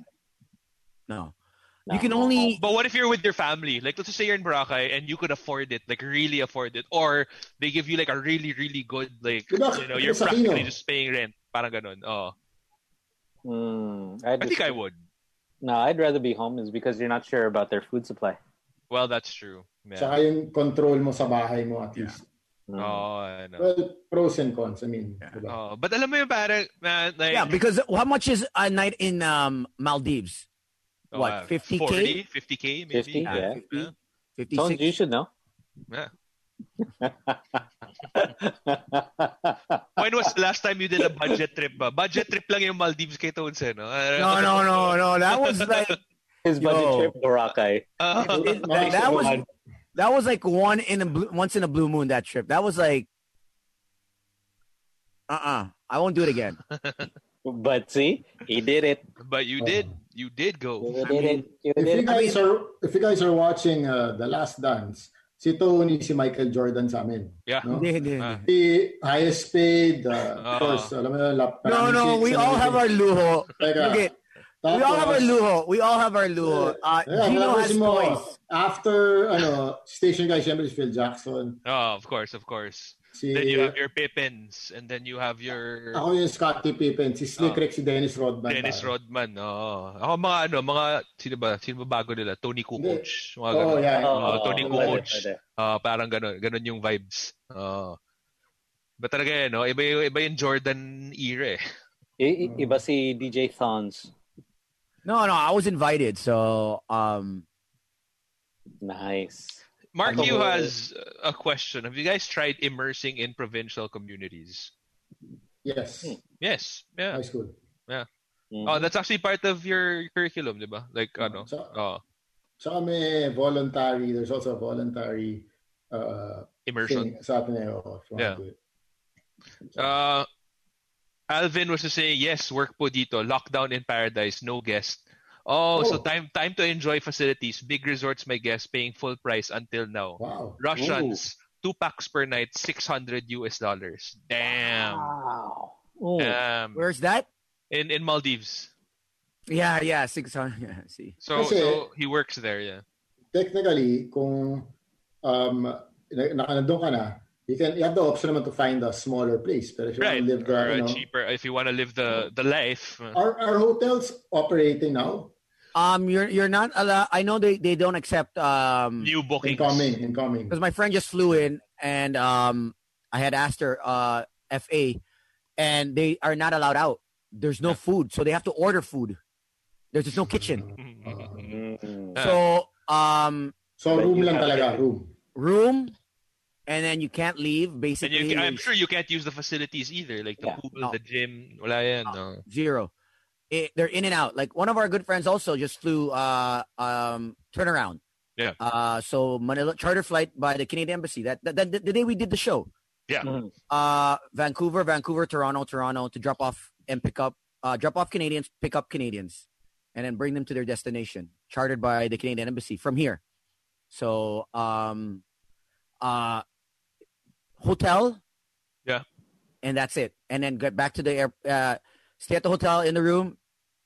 [SPEAKER 8] no.
[SPEAKER 5] No.
[SPEAKER 8] You can only
[SPEAKER 3] But what if you're with your family? Like, let's just say you're in Boracay and you could afford it, like really afford it, or they give you like a really, really good, like you
[SPEAKER 6] Diba?
[SPEAKER 3] know, you're
[SPEAKER 6] Sa
[SPEAKER 3] practically
[SPEAKER 6] Aquino.
[SPEAKER 3] just paying rent. Parang ganun. Oh,
[SPEAKER 5] Mm,
[SPEAKER 3] I think I would.
[SPEAKER 5] No, I'd rather be home is because you're not sure about their food supply.
[SPEAKER 3] Well, that's true. Yeah.
[SPEAKER 6] Tsaka yung control mo sa bahay mo at
[SPEAKER 8] Yeah.
[SPEAKER 6] least.
[SPEAKER 5] Mm.
[SPEAKER 3] Oh, I know.
[SPEAKER 6] Well, pros and cons. I mean,
[SPEAKER 8] Yeah.
[SPEAKER 6] diba?
[SPEAKER 3] Oh, but alam mo yung parang, man, like,
[SPEAKER 8] yeah, because how much is a night in um, Maldives?
[SPEAKER 3] oh,
[SPEAKER 8] what,
[SPEAKER 3] uh, 40,
[SPEAKER 8] 50K?
[SPEAKER 3] 50K, maybe.
[SPEAKER 5] 50,
[SPEAKER 3] yeah.
[SPEAKER 5] yeah.
[SPEAKER 3] Yeah.
[SPEAKER 8] Fifty
[SPEAKER 5] Tones, you
[SPEAKER 8] six.
[SPEAKER 5] should know.
[SPEAKER 3] Yeah.
[SPEAKER 5] That's
[SPEAKER 3] When was the last time you did a budget trip? Ba? Budget trip lang yung Maldives kay Tones, eh, no?
[SPEAKER 8] No, no, no, no. That was like
[SPEAKER 5] His budget
[SPEAKER 8] Yo.
[SPEAKER 5] trip Boracay.
[SPEAKER 6] Diba?
[SPEAKER 3] Uh,
[SPEAKER 8] Oh, it- like, that was that was like one in a blue, once in a blue moon that trip. That was like uh-uh. I won't do it again.
[SPEAKER 5] But see, he did it.
[SPEAKER 3] but you did. You did go.
[SPEAKER 5] You
[SPEAKER 8] I
[SPEAKER 5] did
[SPEAKER 8] mean,
[SPEAKER 5] it. You
[SPEAKER 6] if you
[SPEAKER 5] did it.
[SPEAKER 6] guys are if you guys are watching uh, The Last Dance, si Tony, si Michael Jordan sa amin.
[SPEAKER 3] Yeah.
[SPEAKER 6] No?
[SPEAKER 8] Hindi, hindi,
[SPEAKER 3] Ah.
[SPEAKER 8] hindi.
[SPEAKER 6] Si highest paid, uh, of
[SPEAKER 3] Ah.
[SPEAKER 6] course, alam mo, yun, lap,
[SPEAKER 8] No,
[SPEAKER 6] maraming
[SPEAKER 8] no,
[SPEAKER 6] chicks
[SPEAKER 8] we
[SPEAKER 6] and
[SPEAKER 8] all have our
[SPEAKER 6] everything.
[SPEAKER 8] luho.
[SPEAKER 6] Teka,
[SPEAKER 8] Okay, we
[SPEAKER 6] tapos-
[SPEAKER 8] all have our luho. We all have our luho. Uh,
[SPEAKER 6] Yeah,
[SPEAKER 8] Gino
[SPEAKER 6] tapos
[SPEAKER 8] has
[SPEAKER 6] mo,
[SPEAKER 8] toys.
[SPEAKER 6] After, ano, station guy, syempre si Phil Jackson.
[SPEAKER 3] Oh, of course, of course.
[SPEAKER 6] Si,
[SPEAKER 3] Then you have your Pippins, and then you have your
[SPEAKER 6] ako yung Scottie Pippen, si Slick
[SPEAKER 3] Ah.
[SPEAKER 6] Rick, si Dennis Rodman.
[SPEAKER 3] Dennis
[SPEAKER 6] Parang.
[SPEAKER 3] Rodman. Oh. Ako mga ano, mga sino ba? Sino ba bago nila? Tony Kukoc. Mga
[SPEAKER 6] Oo,
[SPEAKER 3] ganun.
[SPEAKER 6] yeah.
[SPEAKER 3] Oh, Tony
[SPEAKER 5] pwede,
[SPEAKER 3] Kukoc.
[SPEAKER 5] pwede.
[SPEAKER 3] Ah, parang ganun, ganun yung vibes. Oh. Ba talaga yan, no? Iba yung, iba yung Jordan era eh.
[SPEAKER 5] I- i- Iba si DJ Thons.
[SPEAKER 8] No, no, I was invited, so um
[SPEAKER 5] Nice.
[SPEAKER 3] Mark
[SPEAKER 5] Ako-
[SPEAKER 3] Yu has a question. Have you guys tried immersing in provincial communities?
[SPEAKER 6] Yes,
[SPEAKER 8] Hmm.
[SPEAKER 3] Yes. Yeah.
[SPEAKER 6] high school.
[SPEAKER 5] Mm.
[SPEAKER 3] Oh, that's actually part of your curriculum, di ba? Like, ano?
[SPEAKER 6] So,
[SPEAKER 3] Oh,
[SPEAKER 6] Tsaka may voluntary, there's also a voluntary uh,
[SPEAKER 3] immersion.
[SPEAKER 6] thing sa Ateneo. If you want
[SPEAKER 3] Yeah.
[SPEAKER 6] to do it.
[SPEAKER 3] Uh, Alvin was to say, yes, work po dito. Lockdown in paradise, no guest. Oh, so
[SPEAKER 6] Oh.
[SPEAKER 3] time time to enjoy facilities. Big resorts, my guess, paying full price until now.
[SPEAKER 6] Wow.
[SPEAKER 3] Russians, two packs per night, 600 US dollars. Damn.
[SPEAKER 5] Wow. Ooh.
[SPEAKER 3] Damn.
[SPEAKER 8] where's that?
[SPEAKER 3] In, in Maldives.
[SPEAKER 8] Yeah, yeah, six hundred. Yeah, see.
[SPEAKER 3] So,
[SPEAKER 6] Kasi-
[SPEAKER 3] so he works there, yeah.
[SPEAKER 6] technically, kung um, na- nakanandun ka na, you can you have the option naman to find a smaller place. Pero if you
[SPEAKER 3] Right.
[SPEAKER 6] want to live the,
[SPEAKER 3] Or
[SPEAKER 6] you
[SPEAKER 3] uh,
[SPEAKER 6] know,
[SPEAKER 3] cheaper if you want to live the, the life. uh,
[SPEAKER 6] are, are hotels operating now?
[SPEAKER 8] Um, you're you're not allowed. I know they they don't accept um
[SPEAKER 3] New bookings.
[SPEAKER 6] Incoming, incoming.
[SPEAKER 8] because my friend just flew in and um I had asked her uh FA and they are not allowed out. There's no food, so they have to order food. There's just no kitchen.
[SPEAKER 3] Mm.
[SPEAKER 5] Mm.
[SPEAKER 3] Yeah.
[SPEAKER 8] So um
[SPEAKER 6] So
[SPEAKER 5] But
[SPEAKER 6] room
[SPEAKER 5] you
[SPEAKER 6] lang
[SPEAKER 5] have
[SPEAKER 6] talaga, room.
[SPEAKER 8] room and then you can't leave
[SPEAKER 3] And
[SPEAKER 8] basically
[SPEAKER 3] you, I'm sure you can't use the facilities either, like the
[SPEAKER 5] Yeah.
[SPEAKER 3] pool,
[SPEAKER 8] No.
[SPEAKER 3] the gym. Wala yan, no.
[SPEAKER 8] zero. It, they're in and out. Like one of our good friends also just flew uh um turnaround.
[SPEAKER 3] Yeah.
[SPEAKER 8] Uh so Manila charter flight by the Canadian embassy. That, that, that the day we did the show.
[SPEAKER 3] Yeah.
[SPEAKER 5] Mhm.
[SPEAKER 8] Uh Vancouver, Vancouver, Toronto, Toronto to drop off and pick up uh drop off Canadians, pick up Canadians and then bring them to their destination chartered by the Canadian embassy from here. So um uh hotel
[SPEAKER 3] Yeah.
[SPEAKER 8] and that's it. And then get back to the air uh stay at the hotel in the room.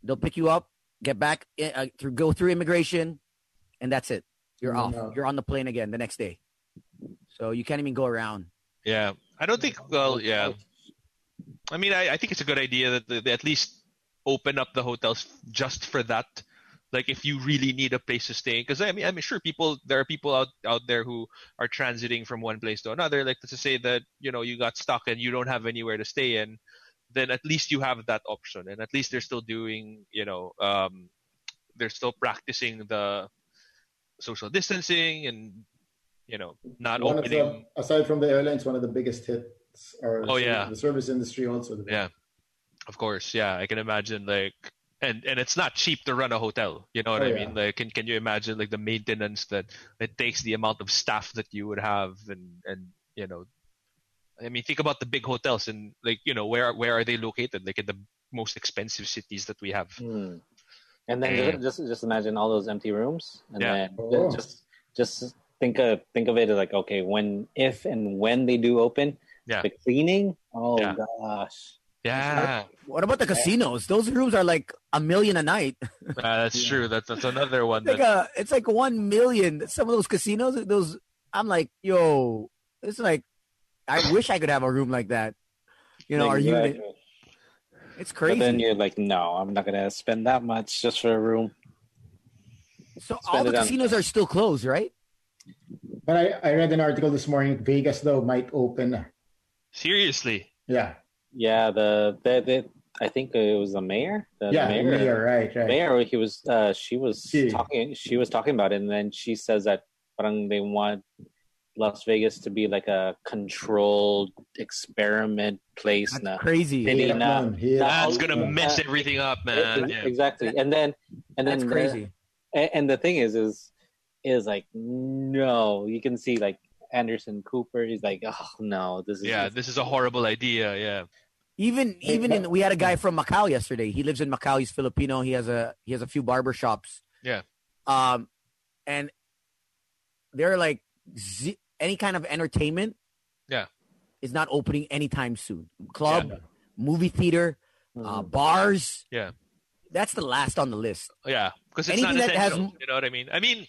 [SPEAKER 8] They'll pick you up, get back, in, uh, through, go through immigration, and that's it. You're
[SPEAKER 6] Mm,
[SPEAKER 8] off.
[SPEAKER 6] yeah.
[SPEAKER 8] You're on the plane again the next day. So you can't even go around.
[SPEAKER 3] Yeah. I don't think, well, yeah. I mean, I, I think it's a good idea that they, they at least open up the hotels just for that. Like, if you really need a place to stay, because I mean, I'm sure people there are people out out there who are transiting from one place to another. Like, to say that you know you got stuck and you don't have anywhere to stay in, then at least you have that option, and at least they're still doing, you know, um, they're still practicing the social distancing and you know not
[SPEAKER 6] One of
[SPEAKER 3] opening.
[SPEAKER 6] the, aside from the airlines, one of the biggest hits are
[SPEAKER 3] Oh, yeah.
[SPEAKER 6] the service industry also.
[SPEAKER 3] Yeah. Of course, yeah, I can imagine like and and it's not cheap to run a hotel. You know what
[SPEAKER 6] Oh,
[SPEAKER 3] I
[SPEAKER 6] yeah.
[SPEAKER 3] mean? Like can can you imagine like the maintenance that it takes the amount of staff that you would have and and you know I mean think about the big hotels
[SPEAKER 8] Hmm.
[SPEAKER 3] and like you know where where are they located? Like in the most expensive cities that we have.
[SPEAKER 5] Mm. And then
[SPEAKER 3] Damn.
[SPEAKER 5] just, just just imagine all those empty rooms, and
[SPEAKER 3] Yeah.
[SPEAKER 5] then ju-
[SPEAKER 6] Oh.
[SPEAKER 5] just just think of think of it as like okay, when if and when they do open,
[SPEAKER 3] Yeah.
[SPEAKER 5] the cleaning. Oh
[SPEAKER 3] Yeah.
[SPEAKER 5] gosh,
[SPEAKER 3] Yeah,
[SPEAKER 8] What about the casinos? Those rooms are like a million a night.
[SPEAKER 3] Uh, that's true. That's that's another one.
[SPEAKER 8] Like
[SPEAKER 3] That,
[SPEAKER 8] a, it's like one million. Some of those casinos, those I'm like, yo, it's like, I wish I could have a room like that. You know, are you?
[SPEAKER 5] Exactly.
[SPEAKER 8] It's
[SPEAKER 5] But
[SPEAKER 8] crazy.
[SPEAKER 5] then you're like, no, I'm not gonna spend that much just for a room.
[SPEAKER 8] so all
[SPEAKER 5] spend
[SPEAKER 8] the
[SPEAKER 5] it on-
[SPEAKER 8] casinos are still closed, right?
[SPEAKER 6] But I, I read an article this morning. Vegas though might open.
[SPEAKER 3] seriously,
[SPEAKER 6] Yeah,
[SPEAKER 5] Yeah, the the, the I think it was the mayor. The
[SPEAKER 6] yeah,
[SPEAKER 5] Uh, mayor.
[SPEAKER 6] mayor, right, right.
[SPEAKER 5] mayor he was uh, she was
[SPEAKER 6] She.
[SPEAKER 5] talking she was talking about it and then she says that parang they want Las Vegas to be like a controlled experiment place
[SPEAKER 8] That's
[SPEAKER 5] na.
[SPEAKER 8] crazy.
[SPEAKER 5] They- Hindi
[SPEAKER 6] Hirap
[SPEAKER 5] na.
[SPEAKER 6] nun, hirap.
[SPEAKER 3] that's gonna
[SPEAKER 6] Yeah.
[SPEAKER 3] mess everything up, man. Yeah.
[SPEAKER 5] Exactly. And then and then
[SPEAKER 8] That's crazy.
[SPEAKER 5] and, and the thing is is is like no, you can see like Anderson Cooper is like oh no, this is
[SPEAKER 3] Yeah, this is a horrible idea. Yeah,
[SPEAKER 8] Even
[SPEAKER 6] Hey,
[SPEAKER 8] even in we had a guy from Macau yesterday. He lives in Macau. He's Filipino. He has a he has a few barber shops.
[SPEAKER 3] Yeah.
[SPEAKER 8] Um, and they're like z- any kind of entertainment.
[SPEAKER 3] Yeah.
[SPEAKER 8] Is not opening anytime soon. Club,
[SPEAKER 6] Yeah.
[SPEAKER 8] movie theater, uh,
[SPEAKER 5] Mhm.
[SPEAKER 8] bars.
[SPEAKER 3] Yeah.
[SPEAKER 8] That's the last on the list.
[SPEAKER 3] yeah, because it's
[SPEAKER 8] Anything
[SPEAKER 3] not
[SPEAKER 8] that has
[SPEAKER 3] essential.
[SPEAKER 8] m-
[SPEAKER 3] you know what I mean? I mean,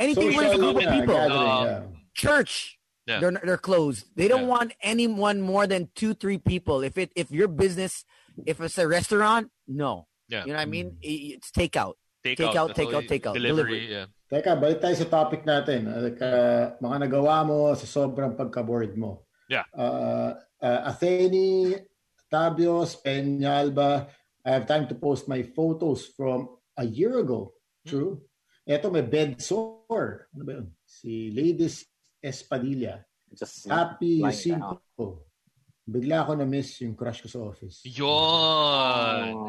[SPEAKER 8] Anything where
[SPEAKER 6] Social,
[SPEAKER 8] it's a group
[SPEAKER 6] yeah,
[SPEAKER 8] of people.
[SPEAKER 5] Um,
[SPEAKER 6] gathering, yeah.
[SPEAKER 8] church
[SPEAKER 3] Yeah.
[SPEAKER 8] they're they're closed they don't
[SPEAKER 3] Yeah.
[SPEAKER 8] want anyone more than two three people if it if your business if it's a restaurant no
[SPEAKER 3] Yeah.
[SPEAKER 8] you know what i mean
[SPEAKER 6] Mm.
[SPEAKER 8] I- it's takeout
[SPEAKER 3] takeout,
[SPEAKER 8] Takeout,
[SPEAKER 3] that's all
[SPEAKER 8] takeout,
[SPEAKER 3] you-
[SPEAKER 8] takeout,
[SPEAKER 3] delivery.
[SPEAKER 8] delivery.
[SPEAKER 3] Yeah,
[SPEAKER 6] Teka, balik tayo sa topic natin. Uh, Like, uh, mga nagawa mo sa sobrang pagka-board mo.
[SPEAKER 3] Yeah.
[SPEAKER 6] Uh, uh, Athene, Tabios, Peñalba, I have time to post my photos from a year ago. True.
[SPEAKER 3] Hmm.
[SPEAKER 6] Eto may bed sore. Ano ba yun? Si Ladies Espadilla.
[SPEAKER 5] just
[SPEAKER 6] Happy
[SPEAKER 5] lying
[SPEAKER 6] Yusinko. Bigla ako na-miss yung crush ko sa office.
[SPEAKER 3] Yon.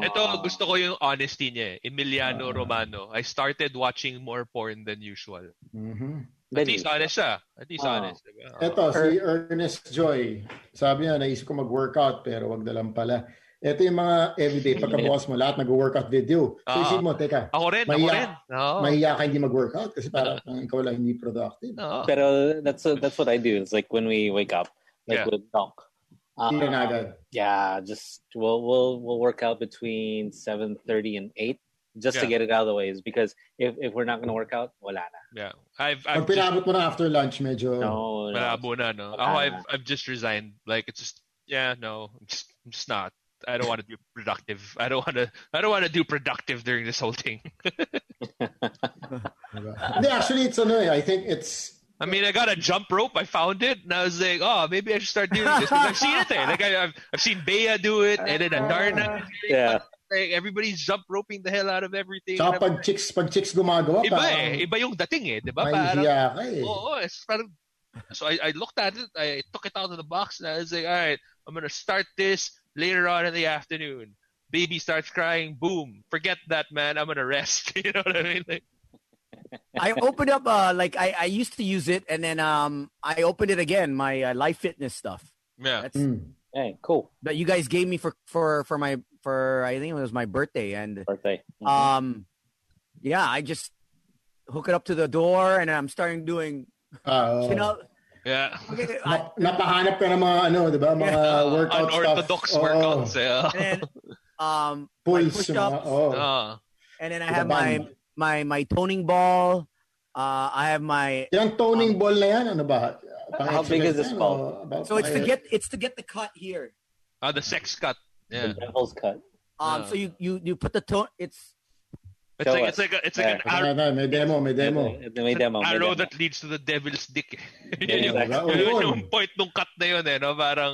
[SPEAKER 5] Ah.
[SPEAKER 3] Ito, gusto ko yung honesty niya. eh. Emiliano
[SPEAKER 6] Oh. Ah.
[SPEAKER 3] Romano. I started watching more porn than usual.
[SPEAKER 6] Mhm.
[SPEAKER 3] At
[SPEAKER 5] Very-
[SPEAKER 3] least honest siya. At least
[SPEAKER 5] Ah.
[SPEAKER 3] honest. Diba? Ah.
[SPEAKER 6] Eto, si Ernest Joy. Sabi niya, naisip ko mag-workout pero wag na lang pala. Ito yung mga everyday. Pagkabukas mo, lahat nag-workout video. So
[SPEAKER 3] Ah.
[SPEAKER 6] isip mo, teka,
[SPEAKER 3] Ako rin, ako
[SPEAKER 6] Mahiya.
[SPEAKER 3] rin. Oo.
[SPEAKER 6] mahiya ka hindi mag-workout kasi
[SPEAKER 3] Ah.
[SPEAKER 6] parang ikaw lang hindi productive.
[SPEAKER 3] Oo.
[SPEAKER 5] Pero that's that's what I do. It's like when we wake up, like
[SPEAKER 3] Yeah.
[SPEAKER 5] with Doc. Uh,
[SPEAKER 6] Hindi na agad.
[SPEAKER 5] yeah, just we'll we'll we'll work out between seven thirty and eight just to get
[SPEAKER 3] Yeah.
[SPEAKER 5] it out of the way. Is because if if we're not gonna work out, wala na.
[SPEAKER 3] Yeah. I've, I've
[SPEAKER 6] Pag
[SPEAKER 3] just,
[SPEAKER 6] pinabot mo na after lunch, medyo...
[SPEAKER 3] Mm.
[SPEAKER 5] No, no.
[SPEAKER 3] malabo na, no?
[SPEAKER 5] Wala
[SPEAKER 3] Ako,
[SPEAKER 5] na.
[SPEAKER 3] I've, I've just resigned. Like, it's just, yeah, no. I'm just, I'm just not. I don't want to do productive. I don't want to. I don't want to do productive during this whole thing.
[SPEAKER 6] Diba? Hindi, actually, it's ano eh. I think it's...
[SPEAKER 3] I mean, I got a jump rope. I found it, and I was like, oh, maybe I should start doing this. 'Cause I've seen it. Eh. Like, I, I've I've seen Bea do it, and then Adarna.
[SPEAKER 5] yeah.
[SPEAKER 3] Like, everybody's jump roping the hell out of everything.
[SPEAKER 6] Tsaka pag chicks, pag chicks gumagawa,
[SPEAKER 3] Iba
[SPEAKER 6] parang
[SPEAKER 3] eh. Iba yung dating eh, di ba? Parang-
[SPEAKER 6] mahihiya ka eh.
[SPEAKER 3] Oo, it's parang- so I, I looked at it, I took it out of the box, and I was like, all right, I'm gonna start this later on in the afternoon. Baby starts crying, boom, forget that man, I'm gonna rest. You know what I mean? Like,
[SPEAKER 8] i opened up uh like i i used to use it and then um i opened it again my uh, life fitness stuff
[SPEAKER 3] yeah.
[SPEAKER 8] that's
[SPEAKER 6] Mm.
[SPEAKER 5] Hey, cool
[SPEAKER 8] that you guys gave me for for for my for i think it was my birthday and
[SPEAKER 5] birthday.
[SPEAKER 6] Mm-hmm.
[SPEAKER 3] Ah,
[SPEAKER 5] Mhm.
[SPEAKER 8] um yeah i just hook it up to the door and i'm starting doing
[SPEAKER 6] Ah, oo.
[SPEAKER 8] you know
[SPEAKER 3] Yeah.
[SPEAKER 8] okay, I-
[SPEAKER 6] Na- napahanap ka ng mga ano, di ba? Mga Uh, workout
[SPEAKER 3] Unorthodox
[SPEAKER 6] stuff. Oh. Oo.
[SPEAKER 3] workouts. Yeah.
[SPEAKER 8] and then, um
[SPEAKER 6] Pulls.
[SPEAKER 8] push-ups.
[SPEAKER 6] mga- oo.
[SPEAKER 5] Oh.
[SPEAKER 3] Ah.
[SPEAKER 8] and then
[SPEAKER 6] With
[SPEAKER 8] I
[SPEAKER 6] a
[SPEAKER 8] have my
[SPEAKER 6] band.
[SPEAKER 8] my my toning ball. Uh, I have my
[SPEAKER 6] Yung toning ball na yan, ano ba? Ano,
[SPEAKER 5] How big is this ball?
[SPEAKER 8] so it's to get it's to get the cut here.
[SPEAKER 3] Ah, the sex cut. Yeah.
[SPEAKER 5] The devil's cut.
[SPEAKER 3] Yeah.
[SPEAKER 8] Um, so you you you put the tone. It's
[SPEAKER 3] It's
[SPEAKER 5] Show us.
[SPEAKER 3] like it's like a, it's
[SPEAKER 5] Yeah.
[SPEAKER 3] like an arrow,
[SPEAKER 6] may demo, may demo.
[SPEAKER 5] May- may demo. may
[SPEAKER 3] arrow
[SPEAKER 5] demo.
[SPEAKER 3] that leads to the devil's dick. eh.
[SPEAKER 5] Yeah,
[SPEAKER 3] yun, yung,
[SPEAKER 6] exactly.
[SPEAKER 3] yun
[SPEAKER 6] Diba? Yun.
[SPEAKER 3] yung point nung cut na yun eh, no? Parang,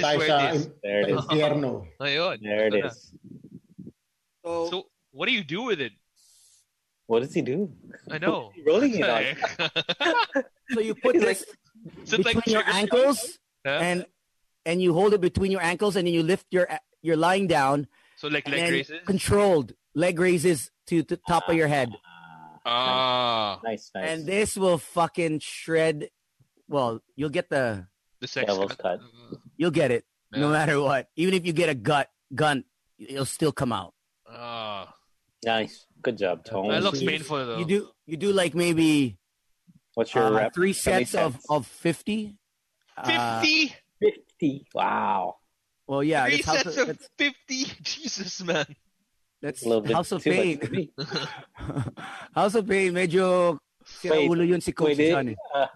[SPEAKER 6] Dito
[SPEAKER 3] is
[SPEAKER 6] tayo
[SPEAKER 3] where
[SPEAKER 6] sa
[SPEAKER 3] it is.
[SPEAKER 6] in-
[SPEAKER 5] There it is.
[SPEAKER 6] Infierno.
[SPEAKER 3] Ayun.
[SPEAKER 5] There it
[SPEAKER 3] Ito na.
[SPEAKER 5] is.
[SPEAKER 8] so,
[SPEAKER 3] So, what do you do with it?
[SPEAKER 5] What does he do?
[SPEAKER 3] I know.
[SPEAKER 5] Rolling it on.
[SPEAKER 8] so you put
[SPEAKER 5] It's
[SPEAKER 3] Is
[SPEAKER 8] this
[SPEAKER 3] it
[SPEAKER 8] between
[SPEAKER 3] like
[SPEAKER 8] your
[SPEAKER 3] trigger-
[SPEAKER 8] ankles
[SPEAKER 3] Huh?
[SPEAKER 8] and and you hold it between your ankles and then you lift your you're lying down
[SPEAKER 3] so like
[SPEAKER 8] and
[SPEAKER 3] leg
[SPEAKER 8] then
[SPEAKER 3] raises?
[SPEAKER 8] controlled leg raises to the top of your head
[SPEAKER 3] Ah,
[SPEAKER 5] Nice, nice.
[SPEAKER 8] and this will fucking shred. Well, you'll get the
[SPEAKER 3] the sex
[SPEAKER 5] Devil's
[SPEAKER 3] cut. Mm,
[SPEAKER 5] cut.
[SPEAKER 8] you'll get it no
[SPEAKER 3] Yeah.
[SPEAKER 8] matter what. Even if you get a gut gun, it'll still come out.
[SPEAKER 3] Ah,
[SPEAKER 5] Nice. Good job, Tone.
[SPEAKER 3] That looks
[SPEAKER 6] you-
[SPEAKER 3] painful though.
[SPEAKER 8] You do you do like maybe
[SPEAKER 5] What's your
[SPEAKER 8] uh,
[SPEAKER 5] rep?
[SPEAKER 8] three
[SPEAKER 5] That makes
[SPEAKER 8] sets of
[SPEAKER 5] sense.
[SPEAKER 8] of fifty. Uh,
[SPEAKER 3] fifty.
[SPEAKER 5] 50. Wow.
[SPEAKER 8] well, yeah,
[SPEAKER 3] Three
[SPEAKER 8] that's House
[SPEAKER 3] sets
[SPEAKER 8] of,
[SPEAKER 3] of
[SPEAKER 8] that's,
[SPEAKER 3] fifty. Jesus, man.
[SPEAKER 8] that's
[SPEAKER 5] A little bit
[SPEAKER 8] House of
[SPEAKER 5] too much
[SPEAKER 8] Pain.
[SPEAKER 5] for me.
[SPEAKER 8] House of Pain, medyo sira
[SPEAKER 5] Wait,
[SPEAKER 8] ulo yun si Coach
[SPEAKER 5] wait, it-
[SPEAKER 8] John eh.
[SPEAKER 5] uh,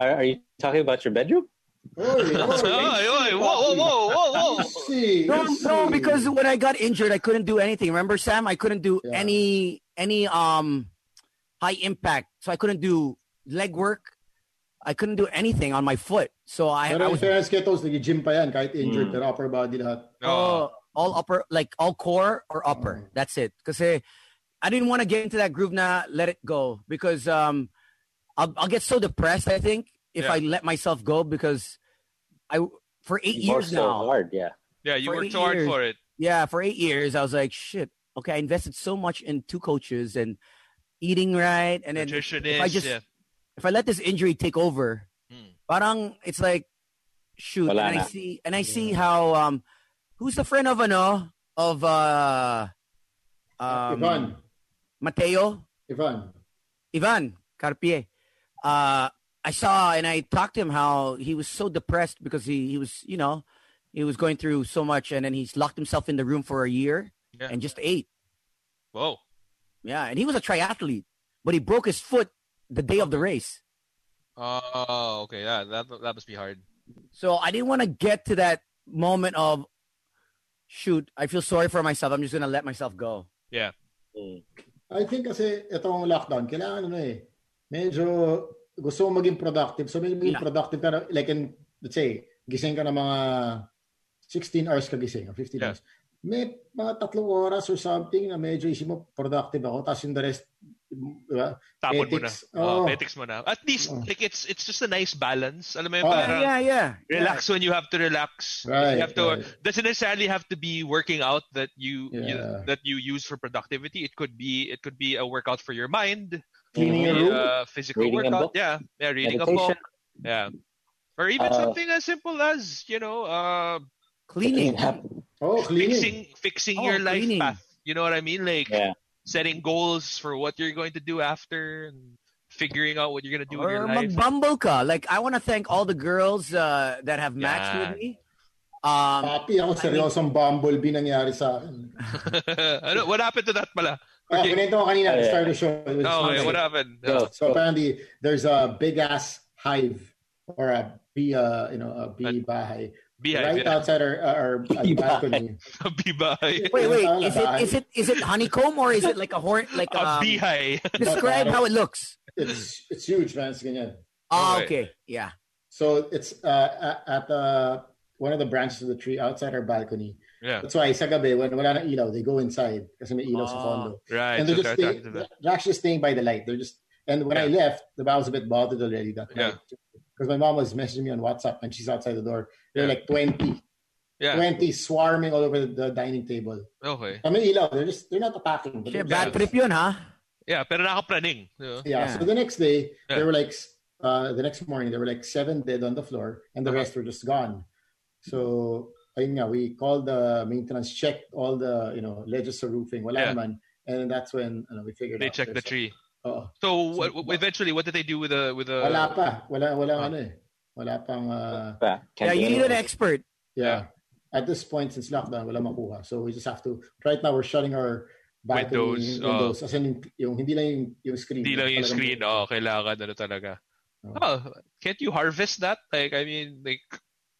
[SPEAKER 5] are, are you talking about your bedroom?
[SPEAKER 6] Oy, oy,
[SPEAKER 3] Oy, oy, whoa, whoa, whoa, whoa, whoa.
[SPEAKER 6] see,
[SPEAKER 8] No,
[SPEAKER 6] see.
[SPEAKER 8] no, because when I got injured, I couldn't do anything. Remember, Sam? I couldn't do
[SPEAKER 6] Yeah.
[SPEAKER 8] any any um high impact. So I couldn't do leg work. I couldn't do anything on my foot. So I, I
[SPEAKER 6] Pero in
[SPEAKER 8] was
[SPEAKER 6] fairness kay Toast, nag-gym pa yan kahit injured,
[SPEAKER 5] Mm.
[SPEAKER 3] Hmm.
[SPEAKER 6] pero upper body lahat.
[SPEAKER 8] all, Oh, all upper, like all core or upper.
[SPEAKER 5] Mm.
[SPEAKER 6] Oh.
[SPEAKER 8] That's it. Because I didn't want to get into that groove. Now let it go because um I'll, I'll get so depressed. I think if
[SPEAKER 3] Yeah.
[SPEAKER 8] I let myself go because I for eight
[SPEAKER 5] You worked
[SPEAKER 8] years
[SPEAKER 5] so
[SPEAKER 8] now.
[SPEAKER 5] hard, yeah.
[SPEAKER 3] yeah, you
[SPEAKER 8] for
[SPEAKER 3] worked
[SPEAKER 8] eight
[SPEAKER 3] so hard
[SPEAKER 8] years.
[SPEAKER 3] for it.
[SPEAKER 8] yeah, for eight years, I was like, shit. Okay, I invested so much in two coaches and eating right, and then
[SPEAKER 3] Nutritionist.
[SPEAKER 8] I just-
[SPEAKER 3] yeah.
[SPEAKER 8] if I let this injury take over,
[SPEAKER 3] Hmm.
[SPEAKER 8] parang it's like, shoot.
[SPEAKER 5] Wala
[SPEAKER 8] and
[SPEAKER 5] na.
[SPEAKER 8] I see, and I see how um, who's the friend of ano of uh, um,
[SPEAKER 6] Ivan,
[SPEAKER 8] Mateo
[SPEAKER 6] Ivan.
[SPEAKER 8] Ivan Carpier. Uh, I saw and I talked to him how he was so depressed because he, he was, you know, he was going through so much and then he's locked himself in the room for a year
[SPEAKER 3] Yeah.
[SPEAKER 8] and just ate.
[SPEAKER 3] Whoa.
[SPEAKER 8] Yeah, and he was a triathlete, but he broke his foot the day of the race.
[SPEAKER 3] Oh, okay. Yeah, that that must be hard.
[SPEAKER 8] So I didn't want to get to that moment of, shoot, I feel sorry for myself. I'm just gonna let myself go.
[SPEAKER 5] Mm.
[SPEAKER 6] I think kasi itong lockdown, kailangan ano eh, medyo gusto mo maging productive. So medyo maging
[SPEAKER 8] Yeah.
[SPEAKER 6] productive ka na, like in, let's say, gising ka na mga 16 hours ka gising, or 15
[SPEAKER 3] Yeah.
[SPEAKER 6] hours. May mga tatlong oras or something na medyo isip mo, productive ako. Tapos yung the rest, di ba?
[SPEAKER 3] Tapon mo na.
[SPEAKER 6] Ethics.
[SPEAKER 3] Oh,
[SPEAKER 6] Oh.
[SPEAKER 3] ethics mo na. At least,
[SPEAKER 6] Oh.
[SPEAKER 3] like, it's it's just a nice balance. Alam mo yun,
[SPEAKER 6] Oh.
[SPEAKER 3] parang
[SPEAKER 8] yeah, yeah.
[SPEAKER 3] Uh-huh. relax when you have to relax.
[SPEAKER 6] Right,
[SPEAKER 3] you have to,
[SPEAKER 6] right.
[SPEAKER 3] doesn't necessarily have to be working out that you, you-
[SPEAKER 6] Yeah.
[SPEAKER 3] that you use for productivity. It could be it could be a workout for your mind,
[SPEAKER 6] Cleaning your
[SPEAKER 5] Mhm.
[SPEAKER 6] room?
[SPEAKER 3] uh, physical
[SPEAKER 5] Reading a
[SPEAKER 3] workout.
[SPEAKER 5] book?
[SPEAKER 3] Yeah, yeah, reading a
[SPEAKER 5] Meditation.
[SPEAKER 3] book. Yeah, or even
[SPEAKER 5] Uh,
[SPEAKER 3] something as simple as you know, uh,
[SPEAKER 8] Cleaning.
[SPEAKER 5] Yeah.
[SPEAKER 6] Oh, cleaning.
[SPEAKER 3] fixing fixing
[SPEAKER 8] Oh,
[SPEAKER 3] your life
[SPEAKER 8] cleaning.
[SPEAKER 3] path. You know what I mean? Like
[SPEAKER 5] Yeah.
[SPEAKER 3] setting goals for what you're going to do after and figuring out what you're gonna do in
[SPEAKER 8] Or
[SPEAKER 3] your life.
[SPEAKER 8] mag-bumble ka. Like I want to thank all the girls uh, that have matched
[SPEAKER 3] Yeah.
[SPEAKER 8] with me. Um,
[SPEAKER 6] Papi, ako seryosong bumblebee nangyari sa akin.
[SPEAKER 3] ano, what happened to that pala?
[SPEAKER 6] Oh,
[SPEAKER 3] Okay.
[SPEAKER 6] kunento ko kanina,
[SPEAKER 5] Oh, yeah.
[SPEAKER 6] start the show.
[SPEAKER 3] No, wait, what happened? Ah,
[SPEAKER 5] Go,
[SPEAKER 6] So
[SPEAKER 5] go.
[SPEAKER 6] apparently, there's a big ass hive or a bee, uh, you know, a bee bahay
[SPEAKER 3] Beehive.
[SPEAKER 6] right
[SPEAKER 3] yeah.
[SPEAKER 6] outside our, our, our
[SPEAKER 5] Bee
[SPEAKER 6] balcony.
[SPEAKER 3] beehive.
[SPEAKER 8] wait, wait. Is it is it is it honeycomb or is it like a horn? Like
[SPEAKER 3] A
[SPEAKER 8] um,
[SPEAKER 3] beehive.
[SPEAKER 8] describe how it looks.
[SPEAKER 6] It's it's huge, man. It's ganyan.
[SPEAKER 8] Oh,
[SPEAKER 3] Alright.
[SPEAKER 8] okay. Yeah.
[SPEAKER 6] So it's uh, a- at the one of the branches of the tree outside our balcony.
[SPEAKER 3] Yeah.
[SPEAKER 6] That's why sa gabi, when wala nang ilaw, they go inside kasi may ilaw sa
[SPEAKER 8] Ah.
[SPEAKER 6] fondo.
[SPEAKER 3] Right.
[SPEAKER 6] And
[SPEAKER 3] so
[SPEAKER 6] they're just
[SPEAKER 3] they're
[SPEAKER 6] staying,
[SPEAKER 3] attracted to that.
[SPEAKER 6] they're actually staying by the light. They're just and when I left, the I was a bit bothered already that
[SPEAKER 3] Yeah.
[SPEAKER 6] Because my mom was messaging me on WhatsApp and she's outside the door. They're
[SPEAKER 3] Yeah.
[SPEAKER 6] like 20,
[SPEAKER 3] Yeah.
[SPEAKER 6] 20 swarming all over the dining table.
[SPEAKER 3] Okay.
[SPEAKER 6] I mean, ilaw, they're just they're not attacking. but
[SPEAKER 8] Shit,
[SPEAKER 6] they're
[SPEAKER 8] bad
[SPEAKER 6] just-
[SPEAKER 8] trip yun, huh?
[SPEAKER 3] Yeah, pero nakapraning. Yeah.
[SPEAKER 6] Yeah.
[SPEAKER 8] Yeah.
[SPEAKER 6] So the next day,
[SPEAKER 3] Yeah.
[SPEAKER 6] there were like uh, the next morning there were like seven dead on the floor, and the
[SPEAKER 3] Uh-huh.
[SPEAKER 6] rest were just gone. So ayun nga, we called the maintenance, checked all the you know ledges sa roofing, wala
[SPEAKER 3] Yeah.
[SPEAKER 6] naman, and that's when you know, we figured
[SPEAKER 3] They
[SPEAKER 6] out
[SPEAKER 3] checked the
[SPEAKER 6] there's-
[SPEAKER 3] tree.
[SPEAKER 6] Oo.
[SPEAKER 3] So what, what- eventually, what did they do with the with
[SPEAKER 6] wala
[SPEAKER 3] the?
[SPEAKER 6] pa, wala wala
[SPEAKER 3] Ah. Oh.
[SPEAKER 6] ano eh, wala pang
[SPEAKER 5] Yeah,
[SPEAKER 6] uh,
[SPEAKER 8] Yeah,
[SPEAKER 5] can't do
[SPEAKER 8] you need
[SPEAKER 5] anything.
[SPEAKER 8] an expert.
[SPEAKER 6] yeah. At this point, since lockdown, wala makuha. So we just have to, right now, we're shutting our balcony
[SPEAKER 3] Windows,
[SPEAKER 6] windows.
[SPEAKER 3] oh.
[SPEAKER 6] As in, yung, hindi lang yung, yung screen.
[SPEAKER 3] Hindi lang yung
[SPEAKER 6] Talagang-
[SPEAKER 3] screen. Oh, kailangan ano talaga. Oh, can't you harvest that? Like, I mean, like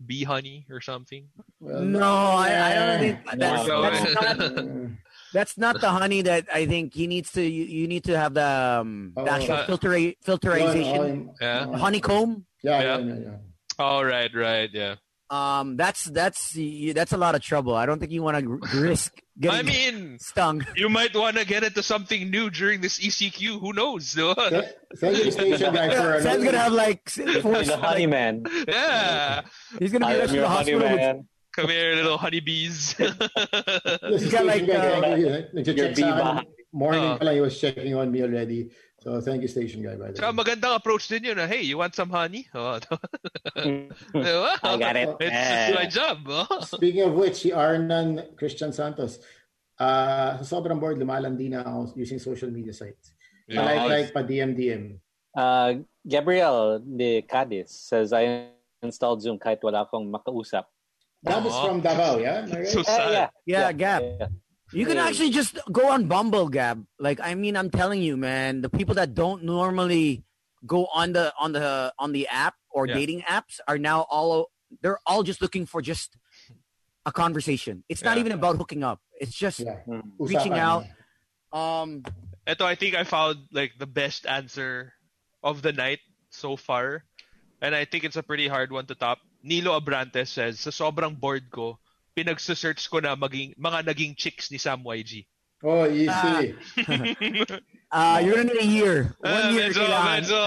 [SPEAKER 3] bee honey or something.
[SPEAKER 6] Well,
[SPEAKER 8] No, I, I don't think that's,
[SPEAKER 5] No.
[SPEAKER 8] that's not
[SPEAKER 6] Mm.
[SPEAKER 8] That's not the honey that I think he needs to. You, you need to have the, um, the
[SPEAKER 6] Oh.
[SPEAKER 8] actual
[SPEAKER 3] Uh,
[SPEAKER 8] filtera- filterization,
[SPEAKER 6] Yun, oh,
[SPEAKER 3] Yeah.
[SPEAKER 6] yun.
[SPEAKER 8] honeycomb.
[SPEAKER 6] Yeah,
[SPEAKER 3] Yeah.
[SPEAKER 6] yeah, yeah, yeah.
[SPEAKER 3] Oh, right, right, yeah.
[SPEAKER 8] Um, that's that's you- that's a lot of trouble. I don't think you want to risk getting
[SPEAKER 3] I mean,
[SPEAKER 8] stung.
[SPEAKER 3] you might want to get into something new during this ECQ. Who knows? no?
[SPEAKER 6] Th- Thank you, station guy, for
[SPEAKER 8] Sam's gonna have like s- four-
[SPEAKER 5] He's a honey man.
[SPEAKER 3] yeah.
[SPEAKER 8] he's gonna be
[SPEAKER 5] I
[SPEAKER 8] rushed
[SPEAKER 5] am
[SPEAKER 8] to
[SPEAKER 5] your
[SPEAKER 8] the
[SPEAKER 5] honey
[SPEAKER 8] hospital. With,
[SPEAKER 5] man.
[SPEAKER 3] Come here, little honeybees.
[SPEAKER 6] This
[SPEAKER 8] He's
[SPEAKER 6] is
[SPEAKER 8] got
[SPEAKER 6] station
[SPEAKER 8] like,
[SPEAKER 6] guy.
[SPEAKER 8] uh,
[SPEAKER 6] thank you. Nag-check
[SPEAKER 5] your
[SPEAKER 6] sa
[SPEAKER 5] bee
[SPEAKER 6] akin. Morning
[SPEAKER 3] Oh.
[SPEAKER 6] pa lang, he was checking on me already. So, thank you, station guy, by the
[SPEAKER 3] Tsaka
[SPEAKER 6] way.
[SPEAKER 3] magandang approach din yun. ah. Hey, you want some honey? Oh, diba?
[SPEAKER 5] Mm, I got it. Eh.
[SPEAKER 3] It's, it's my job. oh.
[SPEAKER 6] Speaking of which, si Arnan Christian Santos, uh, sa sobrang bored, lumalandi na ako using social media sites.
[SPEAKER 3] Yeah.
[SPEAKER 6] like, like,
[SPEAKER 5] Nice.
[SPEAKER 6] pa DM-DM.
[SPEAKER 5] Uh, Gabriel de Cadiz says, I installed Zoom kahit wala akong makausap.
[SPEAKER 6] That was
[SPEAKER 3] Aw.
[SPEAKER 6] from Davao, yeah? Am I right?
[SPEAKER 5] Eh,
[SPEAKER 3] Uh-huh. So sad.
[SPEAKER 5] yeah,
[SPEAKER 8] Yeah, Gab.
[SPEAKER 5] yeah.
[SPEAKER 8] You can
[SPEAKER 5] Hey.
[SPEAKER 8] actually just go on Bumble, Gab. Like I mean, I'm telling you, man, the people that don't normally go on the on the on the app or
[SPEAKER 3] Yeah.
[SPEAKER 8] dating apps are now all they're all just looking for just a conversation. It's not
[SPEAKER 3] Yeah.
[SPEAKER 8] even about hooking up. It's just
[SPEAKER 6] Yeah.
[SPEAKER 5] Mm.
[SPEAKER 8] Reaching
[SPEAKER 6] Usapan.
[SPEAKER 8] out. um
[SPEAKER 3] Ito, I think I found like the best answer of the night so far. And I think it's a pretty hard one to top. Nilo Abrantes says, sa sobrang bored ko, pinagsasearch ko na maging, mga naging chicks ni Sam YG.
[SPEAKER 6] Oh, you
[SPEAKER 8] Ah.
[SPEAKER 6] see.
[SPEAKER 8] uh you're gonna need a year. One
[SPEAKER 3] Ah,
[SPEAKER 8] year.
[SPEAKER 3] medyo,
[SPEAKER 8] kailangan.
[SPEAKER 3] medyo,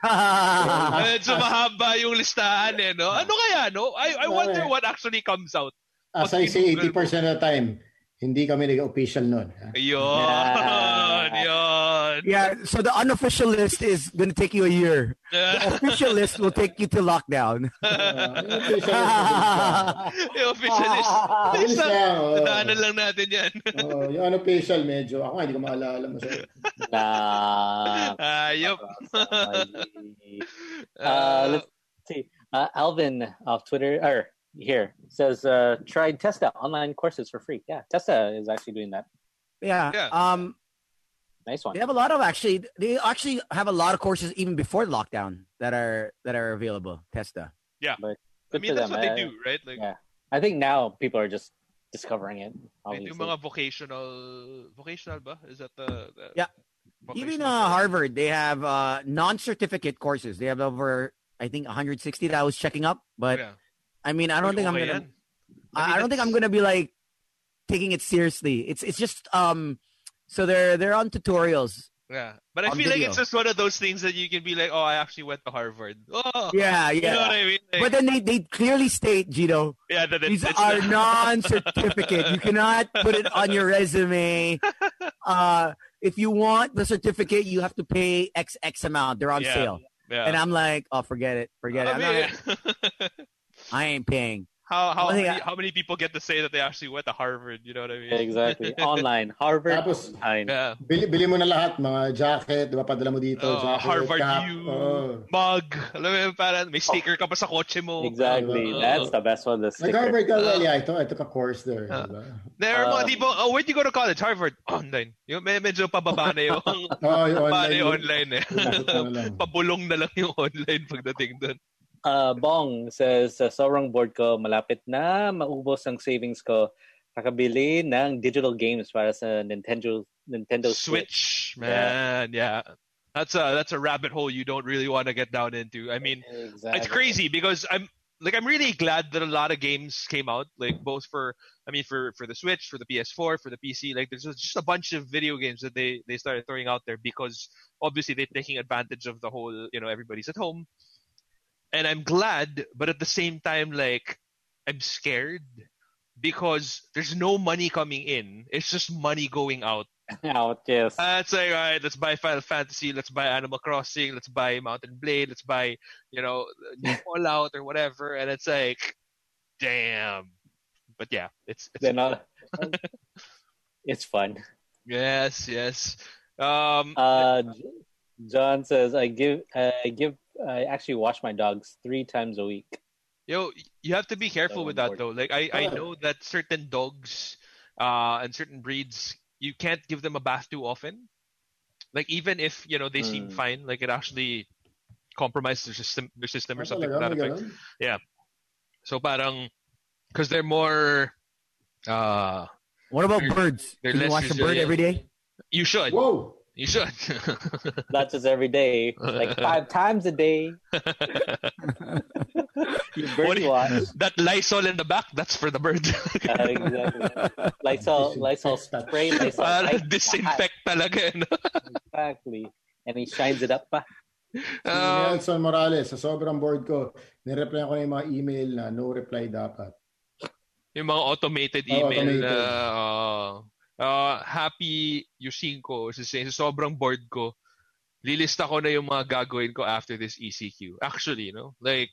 [SPEAKER 3] medyo mahaba yung listahan eh, no? Ano kaya, no? I, I wonder what actually comes out.
[SPEAKER 6] As
[SPEAKER 3] Pag
[SPEAKER 6] I say,
[SPEAKER 3] kinugol
[SPEAKER 6] 80% of the time, hindi kami nag-official nun. ah.
[SPEAKER 3] Yun,
[SPEAKER 5] Yeah.
[SPEAKER 3] yun.
[SPEAKER 8] yeah, so the unofficial list is gonna take you a year. The official list will take you to lockdown.
[SPEAKER 6] Uh, yung official is provincial.
[SPEAKER 3] yung official list.
[SPEAKER 6] Ayos
[SPEAKER 3] Isa,
[SPEAKER 6] lang, oo.
[SPEAKER 3] dadaanan lang natin yan.
[SPEAKER 6] Oo, yung unofficial medyo, ako nga, hindi ko maalala mo sa'yo.
[SPEAKER 5] Nah.
[SPEAKER 3] Ayop.
[SPEAKER 5] Uh, let's see. Uh, Alvin off Twitter or here says uh, tried Testa online courses for free. Yeah, Testa is actually doing that.
[SPEAKER 8] Yeah.
[SPEAKER 3] Yeah.
[SPEAKER 8] Um
[SPEAKER 5] Nice one.
[SPEAKER 8] They have a lot of actually. They actually have a lot of courses even before the lockdown that are that are available. Testa.
[SPEAKER 3] I
[SPEAKER 5] Good for
[SPEAKER 3] mean, that's
[SPEAKER 5] them. eh?
[SPEAKER 3] what
[SPEAKER 5] I-
[SPEAKER 3] they do, right? Like,
[SPEAKER 5] Yeah. I think now people are just discovering it.
[SPEAKER 3] they do
[SPEAKER 5] Obviously.
[SPEAKER 3] mga vocational, vocational ba? Is that the, the-
[SPEAKER 8] Yeah. Even
[SPEAKER 3] vocational-
[SPEAKER 8] uh, Harvard, they have uh, non-certificate courses. They have over, I think, 160 that I was checking up. But
[SPEAKER 3] Yeah.
[SPEAKER 8] I mean, I don't think I'm
[SPEAKER 3] Okay
[SPEAKER 8] gonna.
[SPEAKER 3] yan.
[SPEAKER 8] I,
[SPEAKER 3] mean,
[SPEAKER 8] I don't think
[SPEAKER 3] that's-
[SPEAKER 8] I'm gonna be like taking it seriously. It's it's just um. So they're they're on tutorials.
[SPEAKER 3] Yeah, but I
[SPEAKER 8] On
[SPEAKER 3] feel like
[SPEAKER 8] video.
[SPEAKER 3] it's just one of those things that you can be like, oh, I actually went to Harvard. Oh,
[SPEAKER 8] Yeah,
[SPEAKER 3] You know what
[SPEAKER 8] yeah.
[SPEAKER 3] I mean? Like,
[SPEAKER 8] But then they, they clearly state, Gino,
[SPEAKER 3] yeah, that
[SPEAKER 8] These
[SPEAKER 3] it's-
[SPEAKER 8] are non-certificate. You cannot put it on your resume. Uh, if you want the certificate, you have to pay X X amount. They're on
[SPEAKER 3] Yeah,
[SPEAKER 8] sale,
[SPEAKER 3] Yeah.
[SPEAKER 8] and I'm like, oh, forget it, forget it.
[SPEAKER 3] I
[SPEAKER 8] I'm not,
[SPEAKER 3] mean,
[SPEAKER 8] I ain't paying.
[SPEAKER 3] how how
[SPEAKER 8] One thing
[SPEAKER 3] many,
[SPEAKER 8] I-
[SPEAKER 3] how many people get to say that they actually went to Harvard? You know what I mean?
[SPEAKER 5] Exactly. Online. Harvard.
[SPEAKER 6] Tapos,
[SPEAKER 5] online.
[SPEAKER 3] Yeah.
[SPEAKER 6] bili, bili mo na lahat, mga jacket, di ba, padala mo dito,
[SPEAKER 3] Oh,
[SPEAKER 6] jacket,
[SPEAKER 3] Harvard
[SPEAKER 6] cap, Oh.
[SPEAKER 3] U,
[SPEAKER 6] oo.
[SPEAKER 5] uh,
[SPEAKER 3] mug. Alam mo yun,
[SPEAKER 5] Oh.
[SPEAKER 3] parang may sticker ka pa sa kotse mo.
[SPEAKER 5] Exactly.
[SPEAKER 6] Uh,
[SPEAKER 5] That's the best one. The sticker.
[SPEAKER 6] Nag-Harvard ka, well,
[SPEAKER 3] Uh,
[SPEAKER 6] yeah, I took, I took a course there.
[SPEAKER 3] Uh,
[SPEAKER 6] diba?
[SPEAKER 3] There are mga
[SPEAKER 5] Uh,
[SPEAKER 3] tipong, oh, where'd you go to college? Harvard. Online. Yung, med- medyo pababa na yung,
[SPEAKER 6] Oo, yung
[SPEAKER 3] pababa
[SPEAKER 6] Oh, online.
[SPEAKER 3] na yung online eh.
[SPEAKER 6] Pinasok ko na lang.
[SPEAKER 3] Pabulong na lang yung online pagdating doon.
[SPEAKER 5] Uh, Bong says, sa sobrang board ko, malapit na maubos ang savings ko. Kakabili ng digital games para sa Nintendo Nintendo Switch.
[SPEAKER 3] Switch, man. Yeah. That's a that's a rabbit hole you don't really want to get down into. I mean,
[SPEAKER 5] Exactly.
[SPEAKER 3] it's crazy because I'm like I'm really glad that a lot of games came out like both for I mean for for the Switch, for the PS4, for the PC. Like there's just a bunch of video games that they they started throwing out there because obviously they're taking advantage of the whole you know everybody's at home. And I'm glad, but at the same time like I'm scared because there's no money coming in. It's just money going out.
[SPEAKER 5] Out, yes.
[SPEAKER 3] Uh, it's like, all right, let's buy Final Fantasy, let's buy Animal Crossing, let's buy Mountain Blade, let's buy, you know, Fallout or whatever. And it's like, damn. But yeah, it's, it's
[SPEAKER 5] They're not- it's fun.
[SPEAKER 3] yes, yes. Um,
[SPEAKER 5] Uh, J- John says, I give, I give, I actually wash my dogs three times a week.
[SPEAKER 3] Yo, you have to be careful with that
[SPEAKER 5] Someone
[SPEAKER 3] though. Like I, I
[SPEAKER 6] Oh.
[SPEAKER 3] know that certain dogs uh and certain breeds you can't give them a bath too often. Like even if, you know, they seem
[SPEAKER 5] Mm.
[SPEAKER 3] fine, like it actually compromises their system their system
[SPEAKER 6] Ah,
[SPEAKER 3] or something to
[SPEAKER 6] talaga,
[SPEAKER 3] that
[SPEAKER 6] may
[SPEAKER 3] effect.
[SPEAKER 6] ganun?
[SPEAKER 3] So parang because they're more uh
[SPEAKER 8] What about
[SPEAKER 3] They're-
[SPEAKER 8] birds?
[SPEAKER 3] they're
[SPEAKER 8] Can you
[SPEAKER 3] less
[SPEAKER 8] watch a bird
[SPEAKER 3] resilient.
[SPEAKER 8] every day?
[SPEAKER 3] you should.
[SPEAKER 6] Whoa!
[SPEAKER 3] You should.
[SPEAKER 5] Not just every day, like five times a day. You bird
[SPEAKER 3] What do you-
[SPEAKER 5] wash.
[SPEAKER 3] that Lysol in the back, that's for the bird.
[SPEAKER 5] Uh, exactly. Lysol, Lysol
[SPEAKER 6] Disinfect.
[SPEAKER 5] spray, Lysol.
[SPEAKER 3] Para
[SPEAKER 5] wipe.
[SPEAKER 3] disinfect talaga. eh, no?
[SPEAKER 5] Exactly. And he shines it up pa.
[SPEAKER 6] Si
[SPEAKER 3] Um,
[SPEAKER 6] Nelson Morales, sa sobrang bored ko, nireply ko na yung mga email na no reply dapat.
[SPEAKER 3] Yung mga automated
[SPEAKER 6] Oh,
[SPEAKER 3] email
[SPEAKER 6] automated.
[SPEAKER 3] na uh, uh, happy Yusinko is saying, sobrang bored ko. Lilista ko E na yung mga gagawin ko after this ECQ. Actually, you know, like,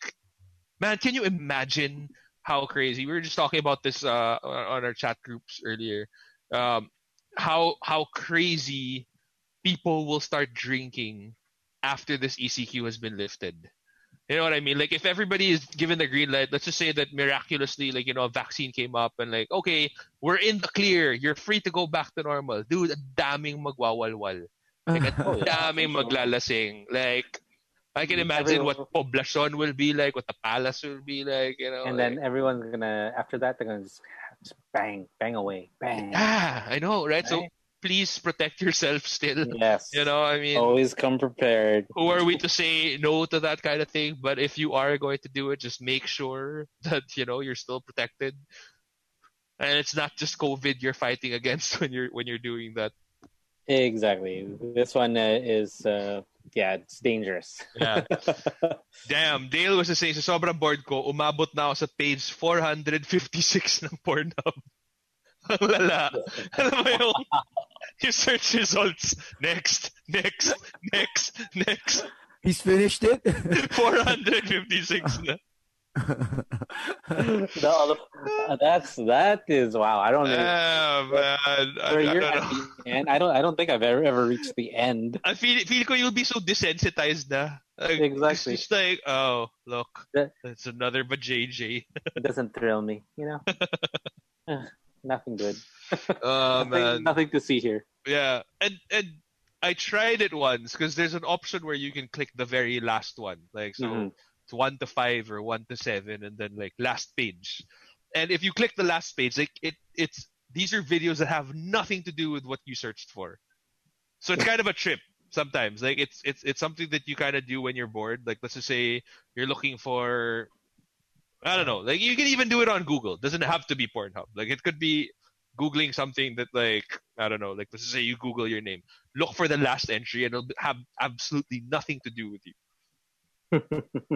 [SPEAKER 3] man, can you imagine how crazy. We were just talking about this uh, on our chat groups earlier. Um, how how crazy people will start drinking after this ECQ has been lifted. You know what I mean? Like if everybody is given the green light, let's just say that miraculously, like you know, a vaccine came up and like, okay, we're in the clear. You're free to go back to normal, dude. ang Daming magwawalwal. Like,
[SPEAKER 5] Oh,
[SPEAKER 3] ang daming maglalasing. Like, I can imagine what poblacion will be like, what the palace will be like, you know.
[SPEAKER 5] and then
[SPEAKER 3] like-
[SPEAKER 5] everyone's gonna after that they're gonna just, just bang, bang away, bang.
[SPEAKER 3] Yeah, ah, I know, right? So
[SPEAKER 5] Right?
[SPEAKER 3] please protect yourself still.
[SPEAKER 5] Yes,
[SPEAKER 3] You know, I mean,
[SPEAKER 5] always come prepared.
[SPEAKER 3] who are we to say no to that kind of thing? But if you are going to do it, just make sure that, you know, you're still protected. And it's not just COVID you're fighting against when you're when you're doing that.
[SPEAKER 5] Exactly. This one uh, is uh, yeah, it's dangerous.
[SPEAKER 3] Yeah. Damn, Dale was just saying, sa sobrang bored ko, umabot na ako sa page 456 ng Pornhub. Ang lala. Alam mo yung, yung search results, next, next, next, next,
[SPEAKER 8] He's finished it.
[SPEAKER 3] 456 na.
[SPEAKER 5] The other- that's that is wow. I don't know.
[SPEAKER 3] Ah, man. I,
[SPEAKER 5] Where
[SPEAKER 3] I
[SPEAKER 5] you're
[SPEAKER 3] don't
[SPEAKER 5] at
[SPEAKER 3] know.
[SPEAKER 5] the end. I don't. I don't think I've ever ever reached the end.
[SPEAKER 3] I feel, feel ko you'll be so desensitized na. Like,
[SPEAKER 5] Exactly.
[SPEAKER 3] It's just like, oh, look,
[SPEAKER 5] That-
[SPEAKER 3] it's another JJ.
[SPEAKER 5] It doesn't thrill me. You know, nothing good.
[SPEAKER 3] Oh,
[SPEAKER 5] nothing, nothing to see here.
[SPEAKER 3] Yeah, and and I tried it once because there's an option where you can click the very last one, like so
[SPEAKER 5] Mhm.
[SPEAKER 3] it's one to five or one to seven, and then like last page. And if you click the last page, like it it's these are videos that have nothing to do with what you searched for, so it's kind of a trip sometimes. Like it's it's it's something that you kind of do when you're bored. Like let's just say you're looking for. I don't know. Like you can even do it on Google. doesn't have to be Pornhub. Like it could be googling something that like I don't know, like let's say you Google your name, look for the last entry, and it'll have absolutely nothing to do with you.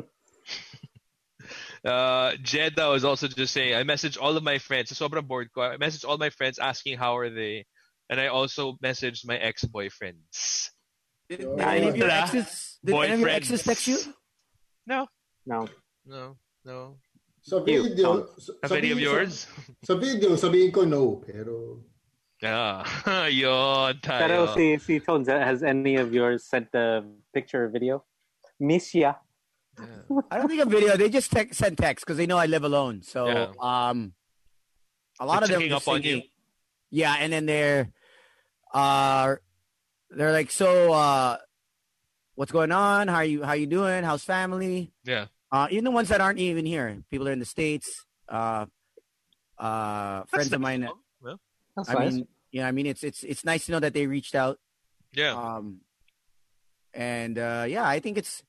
[SPEAKER 3] uh, Jeddah was also just saying, I message all of my friends. Sa Sobrang bored ko. I message all my friends asking how are they, and I also messaged my ex boyfriends.
[SPEAKER 8] Did any of your
[SPEAKER 3] Boyfriend.
[SPEAKER 8] exes? Did any of your exes text you?
[SPEAKER 5] No.
[SPEAKER 3] No, no.
[SPEAKER 6] Sa
[SPEAKER 5] You,
[SPEAKER 6] video, sa,
[SPEAKER 3] Have
[SPEAKER 6] sa
[SPEAKER 3] any Oh. of
[SPEAKER 6] video-
[SPEAKER 3] yours?
[SPEAKER 6] Sa, sa video, sabihin ko no, pero
[SPEAKER 3] Yeah, yon
[SPEAKER 5] Pero
[SPEAKER 3] tayo.
[SPEAKER 5] si, si Tones, uh, has any of yours sent a picture or video? Miss ya.
[SPEAKER 8] I don't think a video. They just text, send text because they know I live alone. So
[SPEAKER 3] Yeah.
[SPEAKER 8] um, a lot
[SPEAKER 3] They're
[SPEAKER 8] of them
[SPEAKER 3] checking
[SPEAKER 8] just
[SPEAKER 3] up on
[SPEAKER 8] thinking-
[SPEAKER 3] you.
[SPEAKER 8] Yeah, and then they're uh, they're like, so uh, what's going on? How are you? How you doing? How's family?
[SPEAKER 3] Yeah.
[SPEAKER 8] Uh, even the ones that aren't even here, people are in the states. Uh, uh, friends of
[SPEAKER 3] Yeah.
[SPEAKER 8] mine.
[SPEAKER 5] That's
[SPEAKER 8] I mean, yeah, I mean, it's it's it's nice to know that they reached out.
[SPEAKER 3] Yeah.
[SPEAKER 8] Um, and uh, yeah, I think it's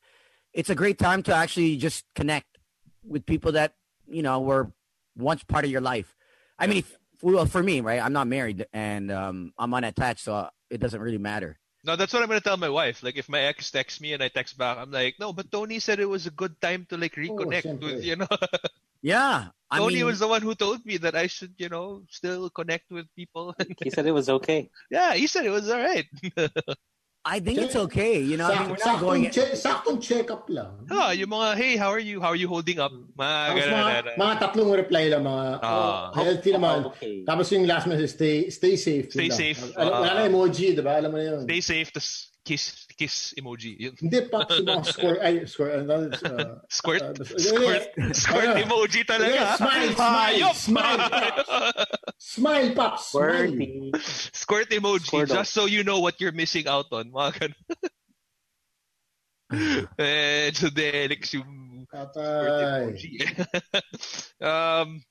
[SPEAKER 8] it's a great time to actually just connect with people that you know were once part of your life. I mean, if, well, for me, right? I'm not married and um, I'm unattached, so it doesn't really matter.
[SPEAKER 3] No, that's what I'm gonna tell my wife. Like, if my ex texts me and I text back, I'm like, no, but Tony said it was a good time to like reconnect
[SPEAKER 6] Oh, syempre.
[SPEAKER 3] with, you know.
[SPEAKER 8] Yeah, I
[SPEAKER 3] Tony
[SPEAKER 8] mean,
[SPEAKER 3] was the one who told me that I should, you know, still connect with people.
[SPEAKER 5] he said it was okay.
[SPEAKER 3] yeah, he said it was all right.
[SPEAKER 8] I think
[SPEAKER 6] Okay.
[SPEAKER 8] it's okay. You know, I mean,
[SPEAKER 6] sak-
[SPEAKER 8] we're not going.
[SPEAKER 6] saktong, che- saktong check-up lang.
[SPEAKER 3] Oh, yung mga, hey, how are you? How are you holding up? Mga
[SPEAKER 6] Hmm. Tapos
[SPEAKER 3] Ah, ganun,
[SPEAKER 6] mga,
[SPEAKER 3] ganun.
[SPEAKER 6] mga tatlong reply lang, mga
[SPEAKER 3] Ah.
[SPEAKER 6] oh, healthy naman.
[SPEAKER 5] Okay.
[SPEAKER 6] Tapos yung last message, stay, stay safe.
[SPEAKER 3] Stay
[SPEAKER 6] Yun lang.
[SPEAKER 3] safe.
[SPEAKER 6] Alam, wala
[SPEAKER 3] Ah.
[SPEAKER 6] na emoji, di ba? Alam mo na yun.
[SPEAKER 3] Stay safe, tas kiss, kiss emoji. Yun.
[SPEAKER 6] Hindi, pa yung mga squirt. Ay, squirt. Another, uh,
[SPEAKER 3] Squirt,
[SPEAKER 6] Ah, basta-
[SPEAKER 3] squirt, squirt
[SPEAKER 6] Ano?
[SPEAKER 3] emoji
[SPEAKER 6] yeah,
[SPEAKER 3] talaga.
[SPEAKER 6] smile, smile,
[SPEAKER 3] Hayop!
[SPEAKER 6] smile, Pops. Smile, Pops. Smile.
[SPEAKER 5] Worthy.
[SPEAKER 3] Squirt emoji,
[SPEAKER 5] Squirtle.
[SPEAKER 3] just so you know what you're missing out on. Mga ganun. Medyo delik yung squirt
[SPEAKER 6] Patay.
[SPEAKER 3] emoji. um,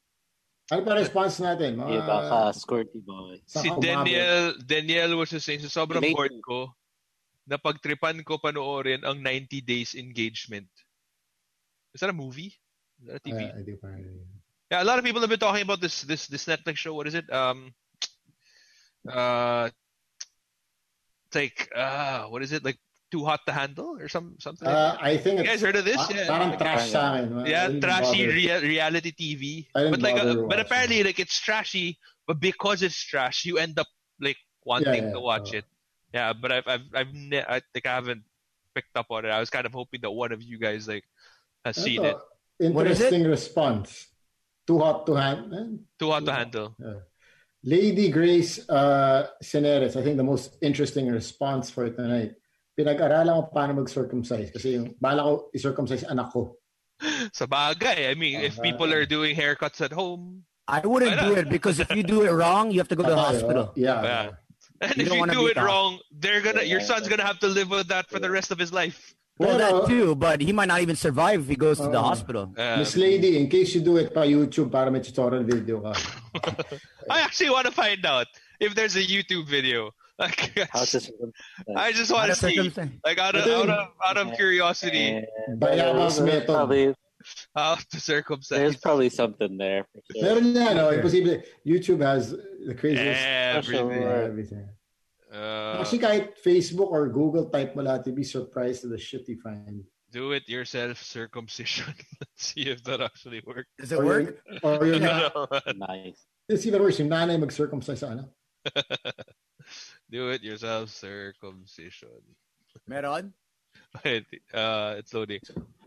[SPEAKER 6] Ano pa response natin? Mga,
[SPEAKER 5] Iba ka, Uh, squirty boy.
[SPEAKER 6] sa
[SPEAKER 3] si
[SPEAKER 6] kamabot.
[SPEAKER 3] Daniel, Daniel was just saying, sa sobrang
[SPEAKER 5] Late.
[SPEAKER 3] bored ko, napagtripan ko panoorin ang 90 Days Engagement. Is that a movie? Is that a
[SPEAKER 6] Ah,
[SPEAKER 3] TV?
[SPEAKER 6] hindi pa rin.
[SPEAKER 3] yeah, a lot of people have been talking about this this this Netflix show. What is it? Um, uh, it's like uh, what is it? Like too hot to handle or some something? like
[SPEAKER 6] Ah,
[SPEAKER 3] that?
[SPEAKER 6] I think
[SPEAKER 3] you guys
[SPEAKER 6] it's
[SPEAKER 3] heard of this?
[SPEAKER 6] ah,
[SPEAKER 3] yeah.
[SPEAKER 6] parang trash sa akin. I
[SPEAKER 3] Yeah,
[SPEAKER 6] didn't
[SPEAKER 3] trashy
[SPEAKER 6] bother.
[SPEAKER 3] rea- reality TV.
[SPEAKER 6] I didn't
[SPEAKER 3] But like,
[SPEAKER 6] bother
[SPEAKER 3] uh, but
[SPEAKER 6] watching.
[SPEAKER 3] apparently, like it's trashy. But because it's trash, you end up like
[SPEAKER 6] yeah,
[SPEAKER 3] wanting to watch
[SPEAKER 6] uh,
[SPEAKER 3] it. Yeah, but I've I've I've ne- I think I haven't picked up on it. I was kind of hoping that one of you guys like has
[SPEAKER 6] Ano
[SPEAKER 3] seen
[SPEAKER 6] to?
[SPEAKER 3] it.
[SPEAKER 8] What is it?
[SPEAKER 6] Interesting response. Too hot to handle.
[SPEAKER 3] Too hot to handle.
[SPEAKER 6] Lady Grace uh, Seneres, I think the most interesting response for tonight. Pinag-aralan ko paano mag-circumcise kasi yung bala ko i-circumcise anak ko.
[SPEAKER 3] Sa bagay. I mean, if
[SPEAKER 6] Tama.
[SPEAKER 3] people are doing haircuts at home,
[SPEAKER 8] I wouldn't do it because if you do it wrong, you have to go to the
[SPEAKER 6] Tama,
[SPEAKER 8] hospital.
[SPEAKER 6] oh, Yeah.
[SPEAKER 3] Yeah. and
[SPEAKER 8] Ah. You
[SPEAKER 3] if
[SPEAKER 8] don't
[SPEAKER 3] you
[SPEAKER 8] wanna
[SPEAKER 3] do
[SPEAKER 8] be
[SPEAKER 3] it
[SPEAKER 8] that.
[SPEAKER 3] wrong, they're gonna your son's gonna have to live with that for the rest of his life.
[SPEAKER 8] Well,
[SPEAKER 6] Pero-
[SPEAKER 8] that too, but he might not even survive if he goes to the
[SPEAKER 6] Oh.
[SPEAKER 8] hospital.
[SPEAKER 3] Uh,
[SPEAKER 6] Miss Lady, in case you do it pa YouTube para may tutorial video ka.
[SPEAKER 3] I actually want to find out if there's a YouTube video. Like,
[SPEAKER 5] How to circum-
[SPEAKER 3] I just want to see. Like out of, out of out of curiosity,
[SPEAKER 5] Eh,
[SPEAKER 6] Bayabas
[SPEAKER 5] there's
[SPEAKER 6] method.
[SPEAKER 5] probably,
[SPEAKER 3] how to circumcise
[SPEAKER 5] there's probably something there. For sure.
[SPEAKER 6] Meron na, no? Imposible. YouTube has the craziest
[SPEAKER 3] everything.
[SPEAKER 5] Everywhere.
[SPEAKER 6] everything.
[SPEAKER 3] Eh, Uh,
[SPEAKER 6] Actually, kahit Facebook or Google type mo lahat, you'd be surprised at the shit you find.
[SPEAKER 3] do it yourself circumcision. Let's see if that actually works.
[SPEAKER 8] Does it work?
[SPEAKER 6] Or yung,
[SPEAKER 5] Nice.
[SPEAKER 6] it's even worse, yung nanay mag-circumcise sa anak.
[SPEAKER 3] do it yourself circumcision.
[SPEAKER 8] Meron?
[SPEAKER 3] Wait, uh, it's loading.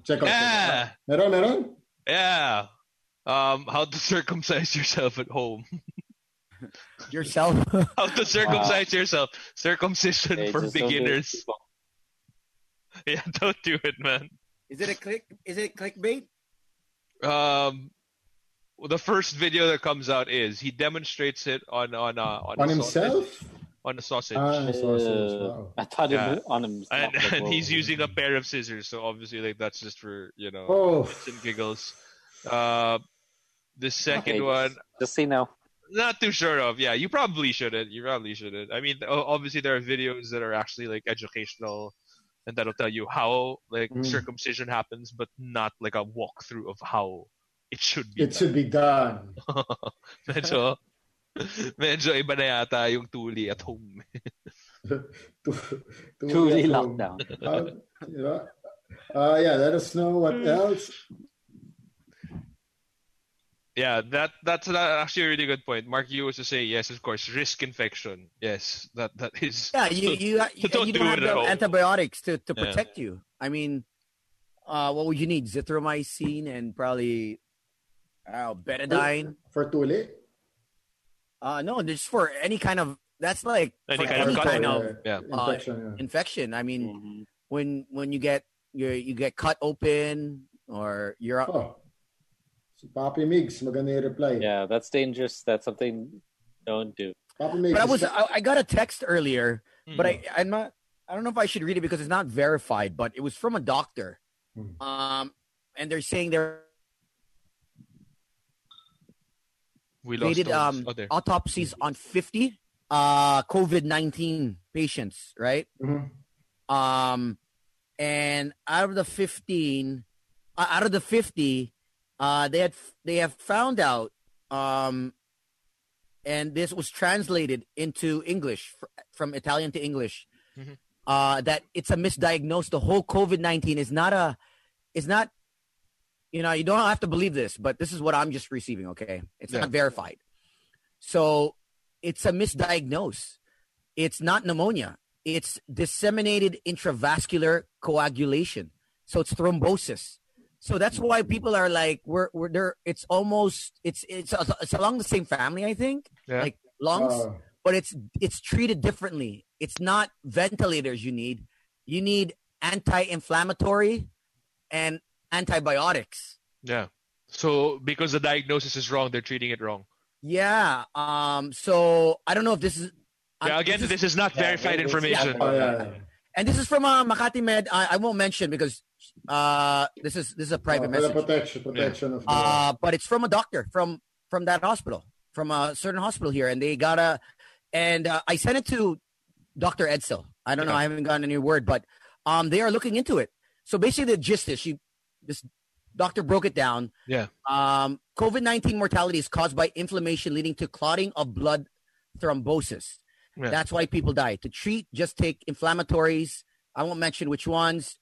[SPEAKER 6] Check out.
[SPEAKER 3] Yeah,
[SPEAKER 6] Meron, meron?
[SPEAKER 3] yeah. Um, how to circumcise yourself at home?
[SPEAKER 8] Yourself?
[SPEAKER 3] How to circumcise yourself? Circumcision
[SPEAKER 5] Hey,
[SPEAKER 3] for
[SPEAKER 5] just don't do it.
[SPEAKER 3] beginners. Yeah, don't do it, man.
[SPEAKER 8] Is it a click? Is it clickbait?
[SPEAKER 3] Um, the first video that comes out is he demonstrates it on on uh, on,
[SPEAKER 6] On
[SPEAKER 3] a
[SPEAKER 6] himself?
[SPEAKER 3] sausage, on a sausage.
[SPEAKER 6] Ah, sausage.
[SPEAKER 5] Uh,
[SPEAKER 6] Wow.
[SPEAKER 5] I thought
[SPEAKER 3] Yeah.
[SPEAKER 5] it was on him.
[SPEAKER 3] and, and he's using a pair of scissors, so obviously, like that's just for you know
[SPEAKER 6] Oh,
[SPEAKER 3] shits and giggles. Uh, the second
[SPEAKER 5] Okay.
[SPEAKER 3] one,
[SPEAKER 5] Just see now.
[SPEAKER 3] not too sure of. Yeah, you probably shouldn't. You probably shouldn't. I mean, o- obviously, there are videos that are actually like educational, and that'll tell you how like
[SPEAKER 6] Mm.
[SPEAKER 3] circumcision happens, but not like a walkthrough of how it should be.
[SPEAKER 6] it should be done.
[SPEAKER 3] medyo, medyo iba na yata yung tuli at home.
[SPEAKER 5] Truly
[SPEAKER 6] at home.
[SPEAKER 5] lockdown.
[SPEAKER 6] How- you know? Uh, Ah, yeah, let us know what
[SPEAKER 8] Hmm.
[SPEAKER 6] else.
[SPEAKER 3] Yeah, that that's a- actually a really good point. Mark, you was to say yes, of course, risk infection. Yes, that that is.
[SPEAKER 8] Yeah, you you you,
[SPEAKER 3] Don't
[SPEAKER 8] you
[SPEAKER 3] do
[SPEAKER 8] don't have
[SPEAKER 3] it at
[SPEAKER 8] the
[SPEAKER 3] all.
[SPEAKER 8] antibiotics to, to
[SPEAKER 3] Yeah.
[SPEAKER 8] protect you. I mean, uh, what would you need? Zithromycin and probably uh, betadine.
[SPEAKER 6] For Tuli?
[SPEAKER 8] Uh, no, just for any kind of that's like
[SPEAKER 3] Any
[SPEAKER 8] for
[SPEAKER 3] kind of
[SPEAKER 8] any
[SPEAKER 3] cut.
[SPEAKER 8] kind of
[SPEAKER 3] Yeah.
[SPEAKER 6] Infection, yeah.
[SPEAKER 8] infection. I mean, when when you get you you get cut open or you're
[SPEAKER 6] Oh. Si Papi Migs, maganda yung reply.
[SPEAKER 5] Yeah, that's dangerous. That's something don't do.
[SPEAKER 6] Papi Migs.
[SPEAKER 8] but I was uh, I, I got a text earlier, but
[SPEAKER 3] Hmm.
[SPEAKER 8] I I'm not I don't know if I should read it because it's not verified, but it was from a doctor.
[SPEAKER 6] Hmm.
[SPEAKER 8] Um and they're saying they're
[SPEAKER 3] we
[SPEAKER 8] they
[SPEAKER 3] lost
[SPEAKER 8] did
[SPEAKER 3] those.
[SPEAKER 8] um,
[SPEAKER 3] Oh, there.
[SPEAKER 8] autopsies on 50 uh, COVID 19 patients, right?
[SPEAKER 6] Mhm.
[SPEAKER 8] Um, and out of the 15, uh, out of the 50, uh, they had they have found out, um, and this was translated into English fr- from Italian to English,
[SPEAKER 3] Mhm.
[SPEAKER 8] uh, that it's a misdiagnosed. The whole COVID 19 is not a, is not. You know, you don't have to believe this, but this is what I'm just receiving. Okay, it's
[SPEAKER 3] Yeah.
[SPEAKER 8] not verified, so it's a misdiagnose. It's not pneumonia. It's disseminated intravascular coagulation. So it's thrombosis. So that's why people are like, we're we're there. It's almost it's it's it's along the same family, I think.
[SPEAKER 3] Yeah.
[SPEAKER 8] Like lungs,
[SPEAKER 6] Wow.
[SPEAKER 8] but it's it's treated differently. It's not ventilators you need. You need anti-inflammatory and antibiotics.
[SPEAKER 3] Yeah. So because the diagnosis is wrong, they're treating it wrong.
[SPEAKER 8] Yeah. Um. So I don't know if this
[SPEAKER 3] yeah.
[SPEAKER 8] is. I'm-
[SPEAKER 3] Again,
[SPEAKER 8] this is-
[SPEAKER 3] this is not verified
[SPEAKER 5] yeah, this-
[SPEAKER 3] information.
[SPEAKER 6] Oh, yeah, yeah.
[SPEAKER 8] and this is from uh, Makati Med. I, I won't mention because uh, this is this is a private
[SPEAKER 6] Oh, for the
[SPEAKER 8] message.
[SPEAKER 6] protection, protection of the,
[SPEAKER 8] Uh, but it's from a doctor from from that hospital, from a certain hospital here, and they got a. And uh, I sent it to Doctor Edsel. I don't know.
[SPEAKER 3] Yeah.
[SPEAKER 8] I haven't gotten any word, but um, they are looking into it. So basically, the gist is she, this doctor broke it down.
[SPEAKER 3] Yeah.
[SPEAKER 8] Um, COVID nineteen mortality is caused by inflammation leading to clotting of blood, thrombosis.
[SPEAKER 3] Yeah.
[SPEAKER 8] That's why people die. To treat, just take inflammatories. I won't mention which ones,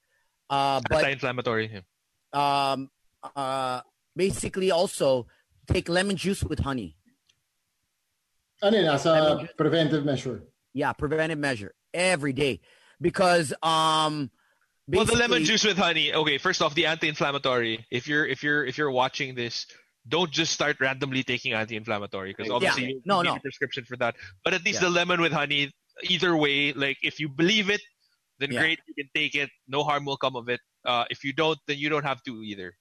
[SPEAKER 8] uh, but
[SPEAKER 3] Anti-inflammatory. yeah.
[SPEAKER 8] um, uh, basically also take lemon juice with honey.
[SPEAKER 6] ano yun, as
[SPEAKER 8] I
[SPEAKER 6] a
[SPEAKER 8] mean-
[SPEAKER 6] preventive measure.
[SPEAKER 8] Yeah, preventive measure every day because um.
[SPEAKER 3] Well, the lemon
[SPEAKER 8] basically-
[SPEAKER 3] juice with honey. Okay, first off, the anti-inflammatory. If you're if you're if you're watching this, don't just start randomly taking anti-inflammatory because
[SPEAKER 5] Yeah.
[SPEAKER 3] obviously you
[SPEAKER 8] No,
[SPEAKER 3] need
[SPEAKER 8] no.
[SPEAKER 3] a prescription for that. But at least
[SPEAKER 8] Yeah.
[SPEAKER 3] the lemon with honey, either way, like if you believe it, then
[SPEAKER 8] Yeah.
[SPEAKER 3] great, you can take it. No harm will come of it. Uh, if you don't, then you don't have to either.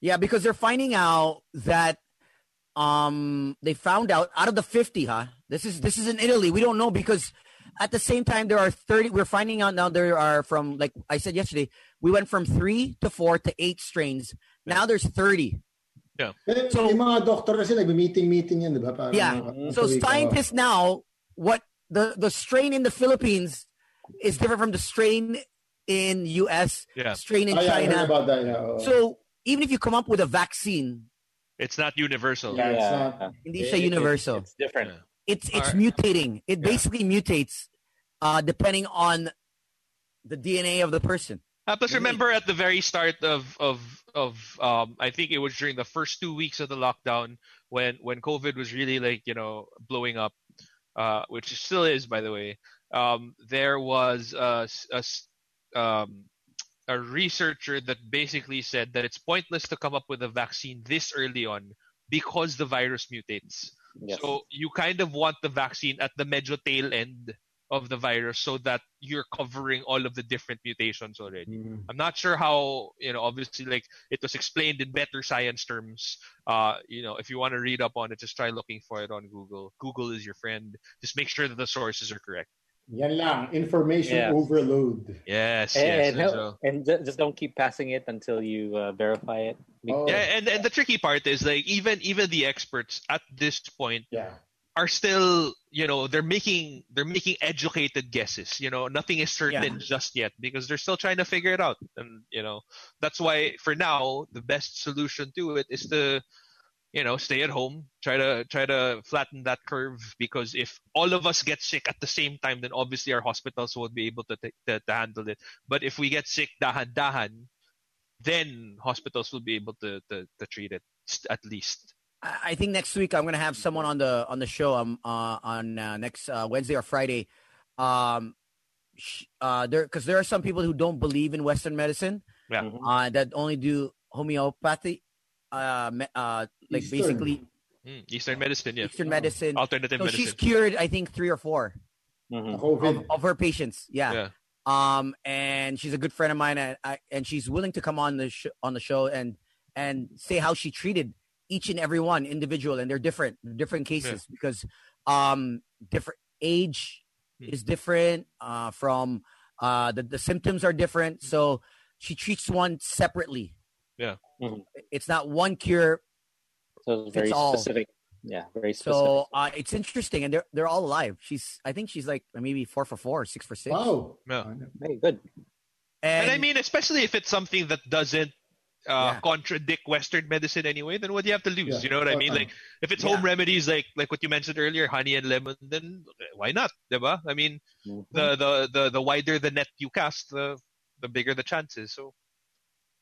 [SPEAKER 8] Yeah, because they're finding out that um they found out out of the 50, huh? This is this is in Italy. We don't know because at the same time there are 30 we're finding out now there are from like I said yesterday, we went from 3 to 4 to 8 strains. Now there's 30.
[SPEAKER 6] Pero
[SPEAKER 8] So-
[SPEAKER 6] yung mga doctor kasi nagme-meeting-meeting yan, di ba? Parang
[SPEAKER 8] Yeah.
[SPEAKER 6] mga- oh.
[SPEAKER 8] So
[SPEAKER 6] once a week,
[SPEAKER 8] scientists now what the the strain in the Philippines is different from the strain in US,
[SPEAKER 3] Yeah.
[SPEAKER 8] strain
[SPEAKER 6] oh.
[SPEAKER 8] in
[SPEAKER 6] Ah, yeah, I heard
[SPEAKER 8] China.
[SPEAKER 6] about that, yeah, oh.
[SPEAKER 8] So even if you come up with a vaccine,
[SPEAKER 3] It's not universal.
[SPEAKER 6] Yeah, it's not-
[SPEAKER 8] hindi
[SPEAKER 5] It-
[SPEAKER 8] siya
[SPEAKER 5] it-
[SPEAKER 8] universal.
[SPEAKER 5] It's different.
[SPEAKER 3] Yeah.
[SPEAKER 8] it's it's
[SPEAKER 3] Are-
[SPEAKER 8] mutating. It
[SPEAKER 3] Yeah.
[SPEAKER 8] basically mutates uh, depending on the DNA of the person.
[SPEAKER 3] Uh, plus,
[SPEAKER 8] Really?
[SPEAKER 3] remember at the very start of of of um, I think it was during the first two weeks of the lockdown when when COVID was really like you know blowing up, uh, which it still is by the way. Um, there was a s- a s- um, a researcher that basically said that it's pointless to come up with a vaccine this early on because the virus mutates.
[SPEAKER 5] Yes.
[SPEAKER 3] So you kind of want the vaccine at the medyo tail end of the virus so that you're covering all of the different mutations already.
[SPEAKER 6] Mm.
[SPEAKER 3] I'm not sure how you know. Obviously, like it was explained in better science terms. Uh, you know, if you want to read up on it, just try looking for it on Google. Google is your friend. Just make sure that the sources are correct.
[SPEAKER 6] Yan lang, information
[SPEAKER 5] Yeah.
[SPEAKER 6] overload.
[SPEAKER 3] Yes,
[SPEAKER 5] And,
[SPEAKER 3] yes.
[SPEAKER 5] and,
[SPEAKER 3] and
[SPEAKER 5] help-
[SPEAKER 3] so-
[SPEAKER 5] Eh, and ju- just don't keep passing it until you uh, verify it.
[SPEAKER 6] Oh,
[SPEAKER 3] yeah, and, and the tricky part is like even even the experts at this point
[SPEAKER 6] yeah.
[SPEAKER 3] are still you know they're making they're making educated guesses. You know, nothing is certain just yet because they're still trying to figure it out. And you know that's why for now the best solution to it is to you know stay at home try to try to flatten that curve because if all of us get sick at the same time then obviously our hospitals won't be able to ta- to, to handle it but if we get sick dahan dahan then hospitals will be able to to, to treat it s- at least
[SPEAKER 8] I, I think next week I'm gonna have someone on the on the show. Um, uh, on uh, next uh, Wednesday or Friday. Um, sh- uh, there because there are some people who don't believe in Western medicine.
[SPEAKER 3] Yeah.
[SPEAKER 5] Mhm.
[SPEAKER 8] Uh, that only do homeopathy. Uh, me- uh, like
[SPEAKER 6] Eastern.
[SPEAKER 8] basically
[SPEAKER 3] Mm, eastern medicine yeah
[SPEAKER 8] Eastern medicine.
[SPEAKER 3] alternative
[SPEAKER 8] So she's
[SPEAKER 3] medicine
[SPEAKER 8] cured, I think, three or four
[SPEAKER 5] Mhm.
[SPEAKER 6] COVID.
[SPEAKER 8] of, of her patients. Yeah.
[SPEAKER 3] yeah
[SPEAKER 8] um and she's a good friend of mine and I, and she's willing to come on the sh- on the show and and say how she treated each and every one individual and they're different different cases because um different age
[SPEAKER 3] Hmm.
[SPEAKER 8] is different uh from uh the, the symptoms are different so she treats one separately
[SPEAKER 3] Hmm. Yeah.
[SPEAKER 5] Mhm.
[SPEAKER 8] it's not one cure
[SPEAKER 5] So it's very
[SPEAKER 8] all.
[SPEAKER 5] specific. Yeah, very specific.
[SPEAKER 8] so uh it's interesting and they're they're all alive she's i think she's like maybe four for four six for six
[SPEAKER 6] Wow.
[SPEAKER 3] Yeah.
[SPEAKER 5] Hey, good.
[SPEAKER 3] and, i mean especially if it's something that doesn't uh,
[SPEAKER 8] Yeah.
[SPEAKER 3] contradict western medicine anyway then what do you have to lose
[SPEAKER 6] Yeah.
[SPEAKER 3] you know what i mean
[SPEAKER 6] Uh-uh.
[SPEAKER 3] like if it's
[SPEAKER 8] Yeah.
[SPEAKER 3] home remedies like like what you mentioned earlier honey and lemon then why not diba? i mean
[SPEAKER 5] Mhm.
[SPEAKER 8] Mm-hmm.
[SPEAKER 3] the, the the the wider the net you cast, the the bigger the chances. So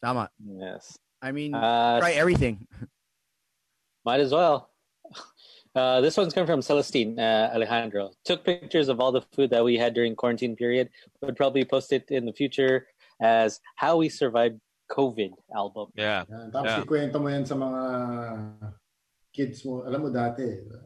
[SPEAKER 8] Tama.
[SPEAKER 5] Mm-hmm. Yes.
[SPEAKER 8] i mean
[SPEAKER 5] Uh,
[SPEAKER 8] try everything
[SPEAKER 5] Might as well. Uh, this one's come from Celestine uh, Alejandro. Took pictures of all the food that we had during quarantine period. Would probably post it in the future as how we survived COVID album.
[SPEAKER 3] yeah,
[SPEAKER 6] Yan. ah. Tapos
[SPEAKER 3] Yeah.
[SPEAKER 6] ikwento mo yan sa mga kids mo. Alam mo dati. di ba?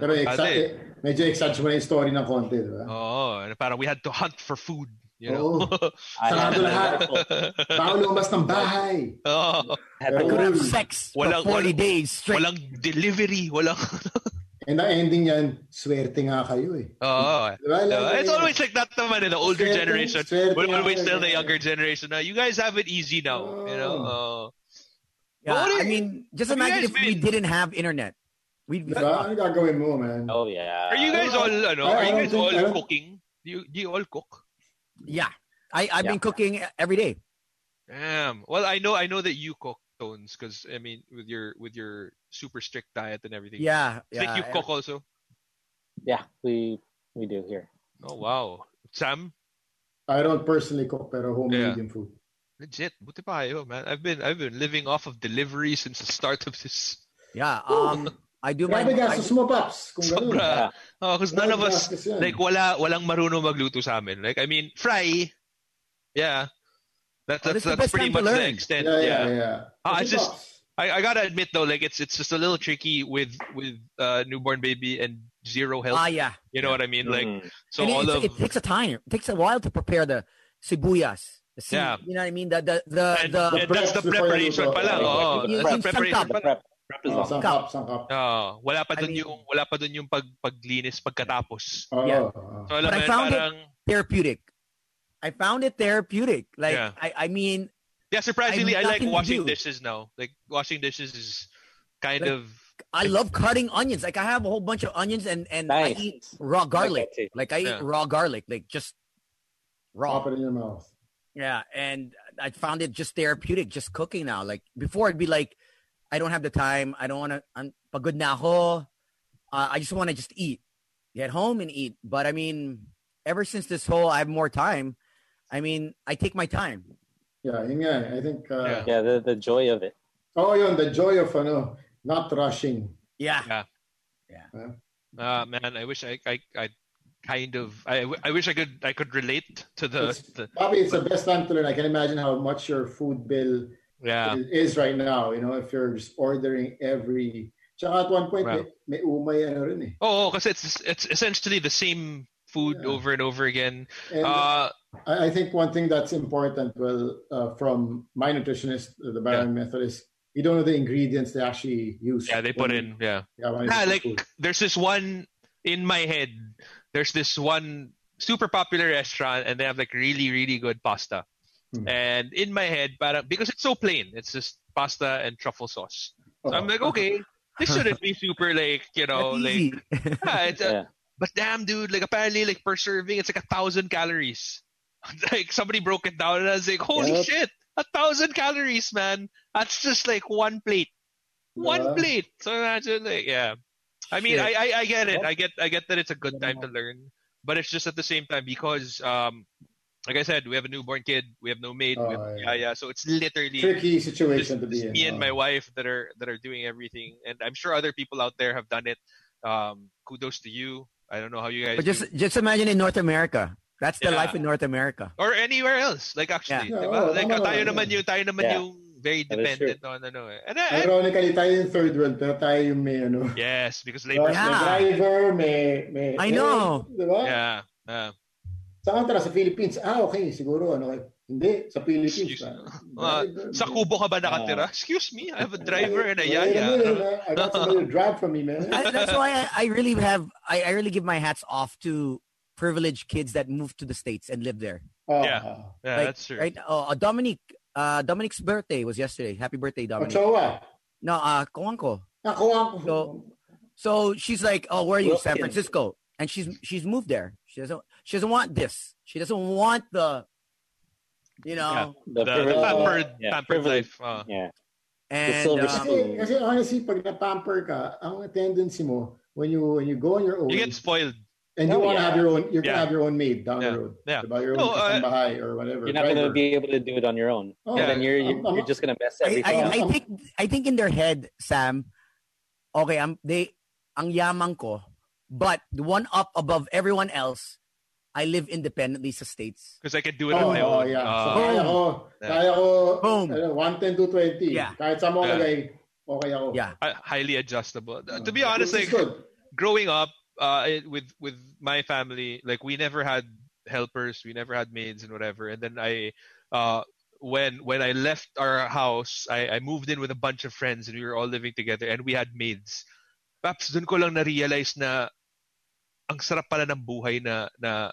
[SPEAKER 6] Pero exa- eh, medyo exaggerate mo na yung story ng konti. di ba?
[SPEAKER 3] Oh, and parang we had to hunt for food. You
[SPEAKER 6] Oo.
[SPEAKER 3] know.
[SPEAKER 6] Sarado lahat.
[SPEAKER 5] I
[SPEAKER 8] Oh.
[SPEAKER 6] Bawal lumabas ng bahay.
[SPEAKER 3] oh,
[SPEAKER 5] had
[SPEAKER 8] I
[SPEAKER 5] the
[SPEAKER 8] could
[SPEAKER 5] word.
[SPEAKER 6] Pero-
[SPEAKER 8] have sex for
[SPEAKER 3] Walang-
[SPEAKER 8] 40
[SPEAKER 3] walang-
[SPEAKER 8] days straight.
[SPEAKER 3] walang delivery, walang.
[SPEAKER 6] And the ending yan, swerte nga kayo eh.
[SPEAKER 3] Oh,
[SPEAKER 6] Di ba? Like,
[SPEAKER 3] it's always like that naman in the older
[SPEAKER 6] Swerte-
[SPEAKER 3] generation.
[SPEAKER 6] swerte
[SPEAKER 3] We'll always
[SPEAKER 6] nga
[SPEAKER 3] tell the
[SPEAKER 6] kayo.
[SPEAKER 3] younger generation, now you guys have it easy now. You know. Oh.
[SPEAKER 8] Yeah,
[SPEAKER 3] What is-
[SPEAKER 8] I mean, just
[SPEAKER 3] have you
[SPEAKER 8] imagine
[SPEAKER 3] guys
[SPEAKER 8] if we
[SPEAKER 3] been-
[SPEAKER 8] didn't have internet. We'd be
[SPEAKER 6] Di ba? Ano gagawin mo, man?
[SPEAKER 5] Oh yeah.
[SPEAKER 3] uh, Are you guys all?
[SPEAKER 6] I-
[SPEAKER 3] Ano,
[SPEAKER 6] I
[SPEAKER 3] are you
[SPEAKER 6] don't
[SPEAKER 3] guys
[SPEAKER 6] think- I
[SPEAKER 3] all
[SPEAKER 6] don't-
[SPEAKER 3] cooking? Do you, do you all cook?
[SPEAKER 8] yeah. I, I've been
[SPEAKER 5] Yeah.
[SPEAKER 8] cooking every day.
[SPEAKER 3] Damn. Well, I know, I know that you cook tones because I mean, with your with your super strict diet and everything.
[SPEAKER 8] Yeah.
[SPEAKER 3] I think
[SPEAKER 8] yeah.
[SPEAKER 3] you cook also.
[SPEAKER 5] Yeah, we we do here.
[SPEAKER 3] Oh wow. Sam,
[SPEAKER 6] I don't personally cook, pero homemade
[SPEAKER 3] Yeah.
[SPEAKER 6] yung food.
[SPEAKER 3] legit. Buti pa kayo, man. I've been I've been living off of delivery since the start of this.
[SPEAKER 8] Yeah. Um, I do my.
[SPEAKER 6] Grabe
[SPEAKER 8] I,
[SPEAKER 6] gastos mo, Paps. Kung ganun.
[SPEAKER 3] Sobra. Oh, because none of
[SPEAKER 6] Grabe
[SPEAKER 3] us
[SPEAKER 6] gastos yan.
[SPEAKER 3] like wala walang marunong magluto sa amin. Like I mean, fry. Yeah. That's
[SPEAKER 8] Oh,
[SPEAKER 3] that's,
[SPEAKER 8] this is Oh, the
[SPEAKER 3] that's
[SPEAKER 8] best
[SPEAKER 3] pretty
[SPEAKER 8] time to
[SPEAKER 3] much the
[SPEAKER 8] learn.
[SPEAKER 3] extent.
[SPEAKER 6] yeah, yeah, yeah. Kasi,
[SPEAKER 3] Ah, it's just-
[SPEAKER 6] Paps,
[SPEAKER 3] I, I gotta admit though, like it's it's just a little tricky with with uh, newborn baby and zero health.
[SPEAKER 8] Ah, yeah.
[SPEAKER 3] you know what I mean? Like
[SPEAKER 6] Mm-hmm.
[SPEAKER 5] Mhm.
[SPEAKER 3] so
[SPEAKER 8] And it,
[SPEAKER 3] all
[SPEAKER 8] it's-
[SPEAKER 3] of
[SPEAKER 8] it takes a time. It takes a while to prepare the sibuyas. The seed,
[SPEAKER 3] Yeah.
[SPEAKER 8] You know what I mean? The the the,
[SPEAKER 3] and,
[SPEAKER 8] the
[SPEAKER 3] and that's the
[SPEAKER 6] prep before you
[SPEAKER 3] preparation
[SPEAKER 6] go.
[SPEAKER 3] pala.
[SPEAKER 5] Yeah,
[SPEAKER 3] Oo,
[SPEAKER 5] exactly.
[SPEAKER 3] that's
[SPEAKER 8] Yung
[SPEAKER 3] the preparation
[SPEAKER 5] The
[SPEAKER 8] sangkap.
[SPEAKER 3] pala.
[SPEAKER 5] prep, prep is
[SPEAKER 6] Oh,
[SPEAKER 5] on.
[SPEAKER 6] sangkap, sangkap.
[SPEAKER 3] Oo, wala pa
[SPEAKER 8] I
[SPEAKER 3] dun
[SPEAKER 8] mean-
[SPEAKER 3] yung wala pa dun yung pag paglinis pagkatapos.
[SPEAKER 6] Oh,
[SPEAKER 8] Yeah.
[SPEAKER 6] oh,
[SPEAKER 3] So alam
[SPEAKER 8] But
[SPEAKER 3] mo
[SPEAKER 8] I
[SPEAKER 3] yun,
[SPEAKER 8] found it-
[SPEAKER 3] parang
[SPEAKER 8] therapeutic. I found it therapeutic. Like
[SPEAKER 3] Yeah.
[SPEAKER 8] I, I mean,
[SPEAKER 3] yeah, surprisingly I
[SPEAKER 8] I've
[SPEAKER 3] like
[SPEAKER 8] nothing to
[SPEAKER 3] washing
[SPEAKER 8] do.
[SPEAKER 3] dishes now. Like washing dishes is kind
[SPEAKER 8] Like-
[SPEAKER 3] of
[SPEAKER 8] I love cutting onions. Like I have a whole bunch of onions and and
[SPEAKER 5] Nice.
[SPEAKER 8] I eat raw garlic.
[SPEAKER 5] Okay.
[SPEAKER 8] Like I
[SPEAKER 3] Yeah.
[SPEAKER 8] eat raw garlic, like just raw.
[SPEAKER 6] Pop it in your mouth.
[SPEAKER 8] Yeah, and I found it just therapeutic, just cooking now. Like before, I'd be like, I don't have the time. I don't want to. I'm pagod na ako. Uh, I just want to just eat, get home and eat. But I mean, ever since this whole, I have more time. I mean, I take my time.
[SPEAKER 6] Yeah, yun nga. eh. I think, uh,
[SPEAKER 5] Yeah, the, the joy of it.
[SPEAKER 6] oh yun, the joy of ano, not rushing.
[SPEAKER 8] Yeah,
[SPEAKER 3] ah
[SPEAKER 6] Mm-hmm.
[SPEAKER 3] man, I wish I I, I kind of I, I wish I could I could relate to the,
[SPEAKER 6] It's-
[SPEAKER 3] the
[SPEAKER 6] Probably it's the best time to learn. I can imagine how much your food bill
[SPEAKER 3] yeah.
[SPEAKER 6] is right now. You know, if you're just ordering every... Tsaka at one point,
[SPEAKER 3] Wow.
[SPEAKER 6] may, may umay ano rin eh.
[SPEAKER 3] Oh, because it's it's essentially the same food
[SPEAKER 6] Yeah.
[SPEAKER 3] over and over again.
[SPEAKER 6] eh. And
[SPEAKER 3] Uh,
[SPEAKER 6] I, I think one thing that's important, well, uh, from my nutritionist, uh, the Baron method is you don't know the ingredients they actually use.
[SPEAKER 3] yeah, they put
[SPEAKER 6] when-
[SPEAKER 3] in yeah.
[SPEAKER 6] Yeah, when you
[SPEAKER 3] yeah
[SPEAKER 6] cook
[SPEAKER 3] like
[SPEAKER 6] food.
[SPEAKER 3] there's this one in my head. There's this one super popular restaurant, and they have like really really good pasta.
[SPEAKER 6] Hmm.
[SPEAKER 3] And in my head, parang, because it's so plain, it's just pasta and truffle sauce. So
[SPEAKER 6] Uh-huh.
[SPEAKER 3] I'm like, okay, this shouldn't be super like you know
[SPEAKER 8] That's
[SPEAKER 3] like
[SPEAKER 8] easy.
[SPEAKER 3] yeah, it's a-
[SPEAKER 5] Yeah.
[SPEAKER 3] but damn dude, like apparently like per serving it's like a thousand calories. like somebody broke it down and I was like, holy
[SPEAKER 5] Yep.
[SPEAKER 3] shit, a thousand calories, man. That's just like one plate. One
[SPEAKER 6] Yeah.
[SPEAKER 3] plate. So imagine like yeah. I mean
[SPEAKER 8] Shit.
[SPEAKER 3] I, I I get it.
[SPEAKER 5] Yep.
[SPEAKER 3] I get I get that it's a good time to learn. But it's just at the same time because um like I said, we have a newborn kid, we have no maid, we have,
[SPEAKER 6] Oh,
[SPEAKER 3] yeah. yeah,
[SPEAKER 6] yeah.
[SPEAKER 3] So it's literally
[SPEAKER 6] tricky
[SPEAKER 3] just,
[SPEAKER 6] situation to be
[SPEAKER 3] just
[SPEAKER 6] in.
[SPEAKER 3] me and
[SPEAKER 6] uh,
[SPEAKER 3] my wife that are that are doing everything and i'm sure other people out there have done it um kudos to you i don't know how you guys
[SPEAKER 8] but just
[SPEAKER 3] do-
[SPEAKER 8] just imagine in North America. That's the
[SPEAKER 3] Yeah.
[SPEAKER 8] life in North America.
[SPEAKER 3] or anywhere else like actually
[SPEAKER 6] Yeah.
[SPEAKER 3] diba?
[SPEAKER 6] Yeah, oo,
[SPEAKER 3] like
[SPEAKER 6] tama
[SPEAKER 3] tayo
[SPEAKER 6] naman.
[SPEAKER 3] naman yung tayo naman
[SPEAKER 5] Yeah.
[SPEAKER 3] yung very
[SPEAKER 5] That is
[SPEAKER 3] dependent on ano eh. and I, I-
[SPEAKER 6] Ironically, tayo yung third world, pero tayo yung may ano.
[SPEAKER 3] yes because labor
[SPEAKER 6] May
[SPEAKER 8] Yeah.
[SPEAKER 6] driver, may, may...
[SPEAKER 8] I know.
[SPEAKER 6] Eh, diba?
[SPEAKER 3] yeah, yeah.
[SPEAKER 6] Saan ka tara? Sa Philippines? Ah, okay. Siguro, ano eh. Hindi, sa Philippines.
[SPEAKER 3] Excuse
[SPEAKER 6] ah,
[SPEAKER 3] Ah,
[SPEAKER 6] driver,
[SPEAKER 3] sa
[SPEAKER 6] may-
[SPEAKER 3] kubo ka ba nakatira excuse me i have a driver and a
[SPEAKER 6] Wait
[SPEAKER 3] yaya
[SPEAKER 6] minute, ah. I got somebody to drive from me, man.
[SPEAKER 8] I, that's why I, I really have I, I really give my hats off to privileged kids that move to the states and live there.
[SPEAKER 6] Oh,
[SPEAKER 3] Yeah.
[SPEAKER 6] ah.
[SPEAKER 3] yeah
[SPEAKER 8] Like,
[SPEAKER 3] that's true
[SPEAKER 8] Right? Oh, uh, Dominic. Uh, Dominic's birthday was yesterday. Happy birthday, Dominic.
[SPEAKER 6] Ochoa.
[SPEAKER 8] No, uh, kawan ko.
[SPEAKER 6] Nakuha ko.
[SPEAKER 8] So- So she's like, "Oh, where are you? San
[SPEAKER 5] Wilkins.
[SPEAKER 8] Francisco." And she's she's moved there. She doesn't she doesn't want this. She doesn't want the, you know.
[SPEAKER 5] The,
[SPEAKER 3] the, the
[SPEAKER 5] privilege-
[SPEAKER 3] pampered,
[SPEAKER 5] yeah,
[SPEAKER 3] pampered
[SPEAKER 5] privilege.
[SPEAKER 3] life uh,
[SPEAKER 5] Yeah.
[SPEAKER 8] And
[SPEAKER 5] silver
[SPEAKER 8] um,
[SPEAKER 6] kasi, kasi honestly, pag na-pamper ka, ang tendency mo, when you when you go on your own,
[SPEAKER 3] you get spoiled
[SPEAKER 6] and you
[SPEAKER 5] Oh,
[SPEAKER 6] want to
[SPEAKER 5] yeah.
[SPEAKER 6] have your own, you're
[SPEAKER 3] Yeah.
[SPEAKER 6] gonna have your own maid down
[SPEAKER 3] Yeah.
[SPEAKER 6] the road,
[SPEAKER 3] Yeah.
[SPEAKER 6] about your own
[SPEAKER 3] No, uh,
[SPEAKER 6] kasambahay or whatever.
[SPEAKER 5] You're not going to
[SPEAKER 6] driver.
[SPEAKER 5] be able to do it on your own.
[SPEAKER 6] Oh,
[SPEAKER 3] Yeah.
[SPEAKER 5] And then you're,
[SPEAKER 6] I'm-
[SPEAKER 5] you're,
[SPEAKER 6] I'm-
[SPEAKER 5] you're just going to mess
[SPEAKER 8] I,
[SPEAKER 5] everything
[SPEAKER 8] I,
[SPEAKER 5] up.
[SPEAKER 8] I think I think in their head, Sam, okay, I'm they ang yaman ko, but the one up above everyone else, I live independently sa states.
[SPEAKER 3] because i can do it
[SPEAKER 6] Oh,
[SPEAKER 3] on my
[SPEAKER 6] oh,
[SPEAKER 3] own
[SPEAKER 6] yeah. so,
[SPEAKER 3] Uh,
[SPEAKER 6] kaya ko,
[SPEAKER 3] Yeah.
[SPEAKER 6] kaya ko,
[SPEAKER 8] Boom.
[SPEAKER 6] ano, 110 to 20.
[SPEAKER 8] Yeah.
[SPEAKER 6] Kahit sa mga
[SPEAKER 3] Yeah.
[SPEAKER 6] lagay, okay ako.
[SPEAKER 8] Yeah.
[SPEAKER 3] hi- highly adjustable
[SPEAKER 6] Uh,
[SPEAKER 3] to be honest
[SPEAKER 6] which is
[SPEAKER 3] like
[SPEAKER 6] good.
[SPEAKER 3] growing up uh, it- with with my family, like we never had helpers, we never had maids and whatever. And then I, uh, when when I left our house, I, I moved in with a bunch of friends and we were all living together and we had maids. Perhaps dun ko lang na-realize na ang sarap pala ng buhay na na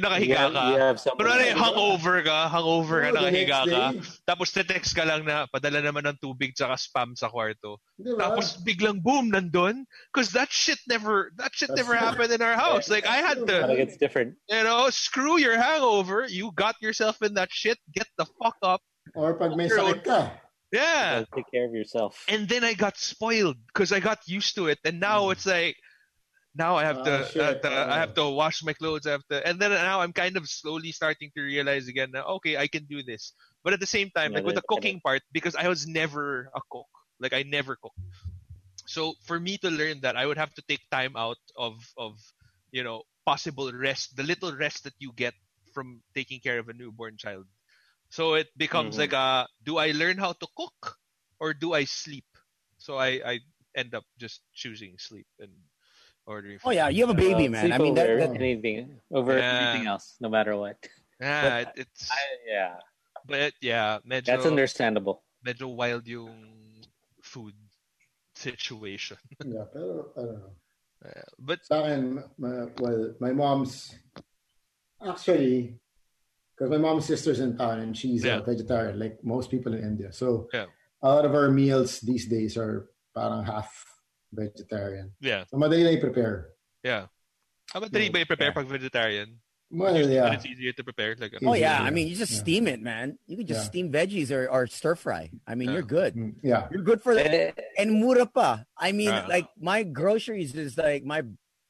[SPEAKER 5] you
[SPEAKER 3] nakahiga
[SPEAKER 5] have,
[SPEAKER 3] ka.
[SPEAKER 5] you have something.
[SPEAKER 3] Kunwari, hangover ka, hangover
[SPEAKER 6] Oh,
[SPEAKER 3] ka,
[SPEAKER 6] the
[SPEAKER 3] nakahiga
[SPEAKER 6] next
[SPEAKER 3] ka.
[SPEAKER 6] day.
[SPEAKER 3] Tapos te-text ka lang na padala naman ng tubig tsaka spam sa kwarto.
[SPEAKER 6] Di ba?
[SPEAKER 3] Tapos biglang boom nandun because that shit never that shit
[SPEAKER 6] That's
[SPEAKER 3] never
[SPEAKER 6] true.
[SPEAKER 3] happened in our house. Like I had to
[SPEAKER 5] Like it's different.
[SPEAKER 3] you know screw your hangover. You got yourself in that shit. Get the fuck up.
[SPEAKER 6] Or pag may
[SPEAKER 3] Your own-
[SPEAKER 6] sakit ka.
[SPEAKER 3] Yeah.
[SPEAKER 5] Like, take care of yourself.
[SPEAKER 3] And then I got spoiled because I got used to it. And now
[SPEAKER 5] Mm.
[SPEAKER 3] it's like now I have
[SPEAKER 5] Oh,
[SPEAKER 6] Ah,
[SPEAKER 3] to,
[SPEAKER 6] shit.
[SPEAKER 3] I, have to I have to wash my clothes. I have to and then now I'm kind of slowly starting to realize again. That, okay, I can do this. But at the same time,
[SPEAKER 5] Yeah,
[SPEAKER 3] like with the
[SPEAKER 5] that-
[SPEAKER 3] cooking part, because I was never a cook. Like I never cooked. So for me to learn that, I would have to take time out of of you know possible rest, the little rest that you get from
[SPEAKER 6] Mm-hmm.
[SPEAKER 3] taking care of a newborn child. So it becomes
[SPEAKER 5] Mhm.
[SPEAKER 3] like a do I learn how to cook or do I sleep? So I, I end up just choosing sleep and ordering.
[SPEAKER 8] Oh yeah, you have a
[SPEAKER 3] big.
[SPEAKER 8] baby,
[SPEAKER 5] Uh,
[SPEAKER 8] man.
[SPEAKER 5] sleep
[SPEAKER 8] I mean, that,
[SPEAKER 5] over
[SPEAKER 8] that,
[SPEAKER 5] anything over
[SPEAKER 3] Yeah.
[SPEAKER 5] anything else, no matter what.
[SPEAKER 3] Yeah, it- it's
[SPEAKER 5] I, yeah,
[SPEAKER 3] but yeah, medyo
[SPEAKER 5] that's understandable.
[SPEAKER 3] medyo wild yung food situation.
[SPEAKER 6] Yeah, pero I don't know.
[SPEAKER 3] Uh, but
[SPEAKER 6] Sa akin, my, well, my mom's actually because my mom's sister's in town and she's
[SPEAKER 3] Yeah.
[SPEAKER 6] a vegetarian, like most people in India. So
[SPEAKER 3] Yeah.
[SPEAKER 6] a lot of our meals these days are parang half vegetarian.
[SPEAKER 3] yeah,
[SPEAKER 6] So madali na i-prepare.
[SPEAKER 3] yeah. How about dali ba you prepare pag vegetarian?
[SPEAKER 6] Well,
[SPEAKER 3] Usually
[SPEAKER 6] yeah.
[SPEAKER 3] when it's easier to prepare. Like,
[SPEAKER 6] Yeah.
[SPEAKER 8] oh
[SPEAKER 6] Yeah.
[SPEAKER 8] yeah, I mean, you just
[SPEAKER 6] Yeah.
[SPEAKER 8] steam it, man. You can just
[SPEAKER 6] Yeah.
[SPEAKER 8] steam veggies or, or stir fry. I mean,
[SPEAKER 3] Yeah.
[SPEAKER 8] you're good.
[SPEAKER 6] Mm, Yeah.
[SPEAKER 8] You're good for that.
[SPEAKER 5] Eh,
[SPEAKER 8] And mura pa. I mean,
[SPEAKER 3] Yeah.
[SPEAKER 8] like my groceries is like my.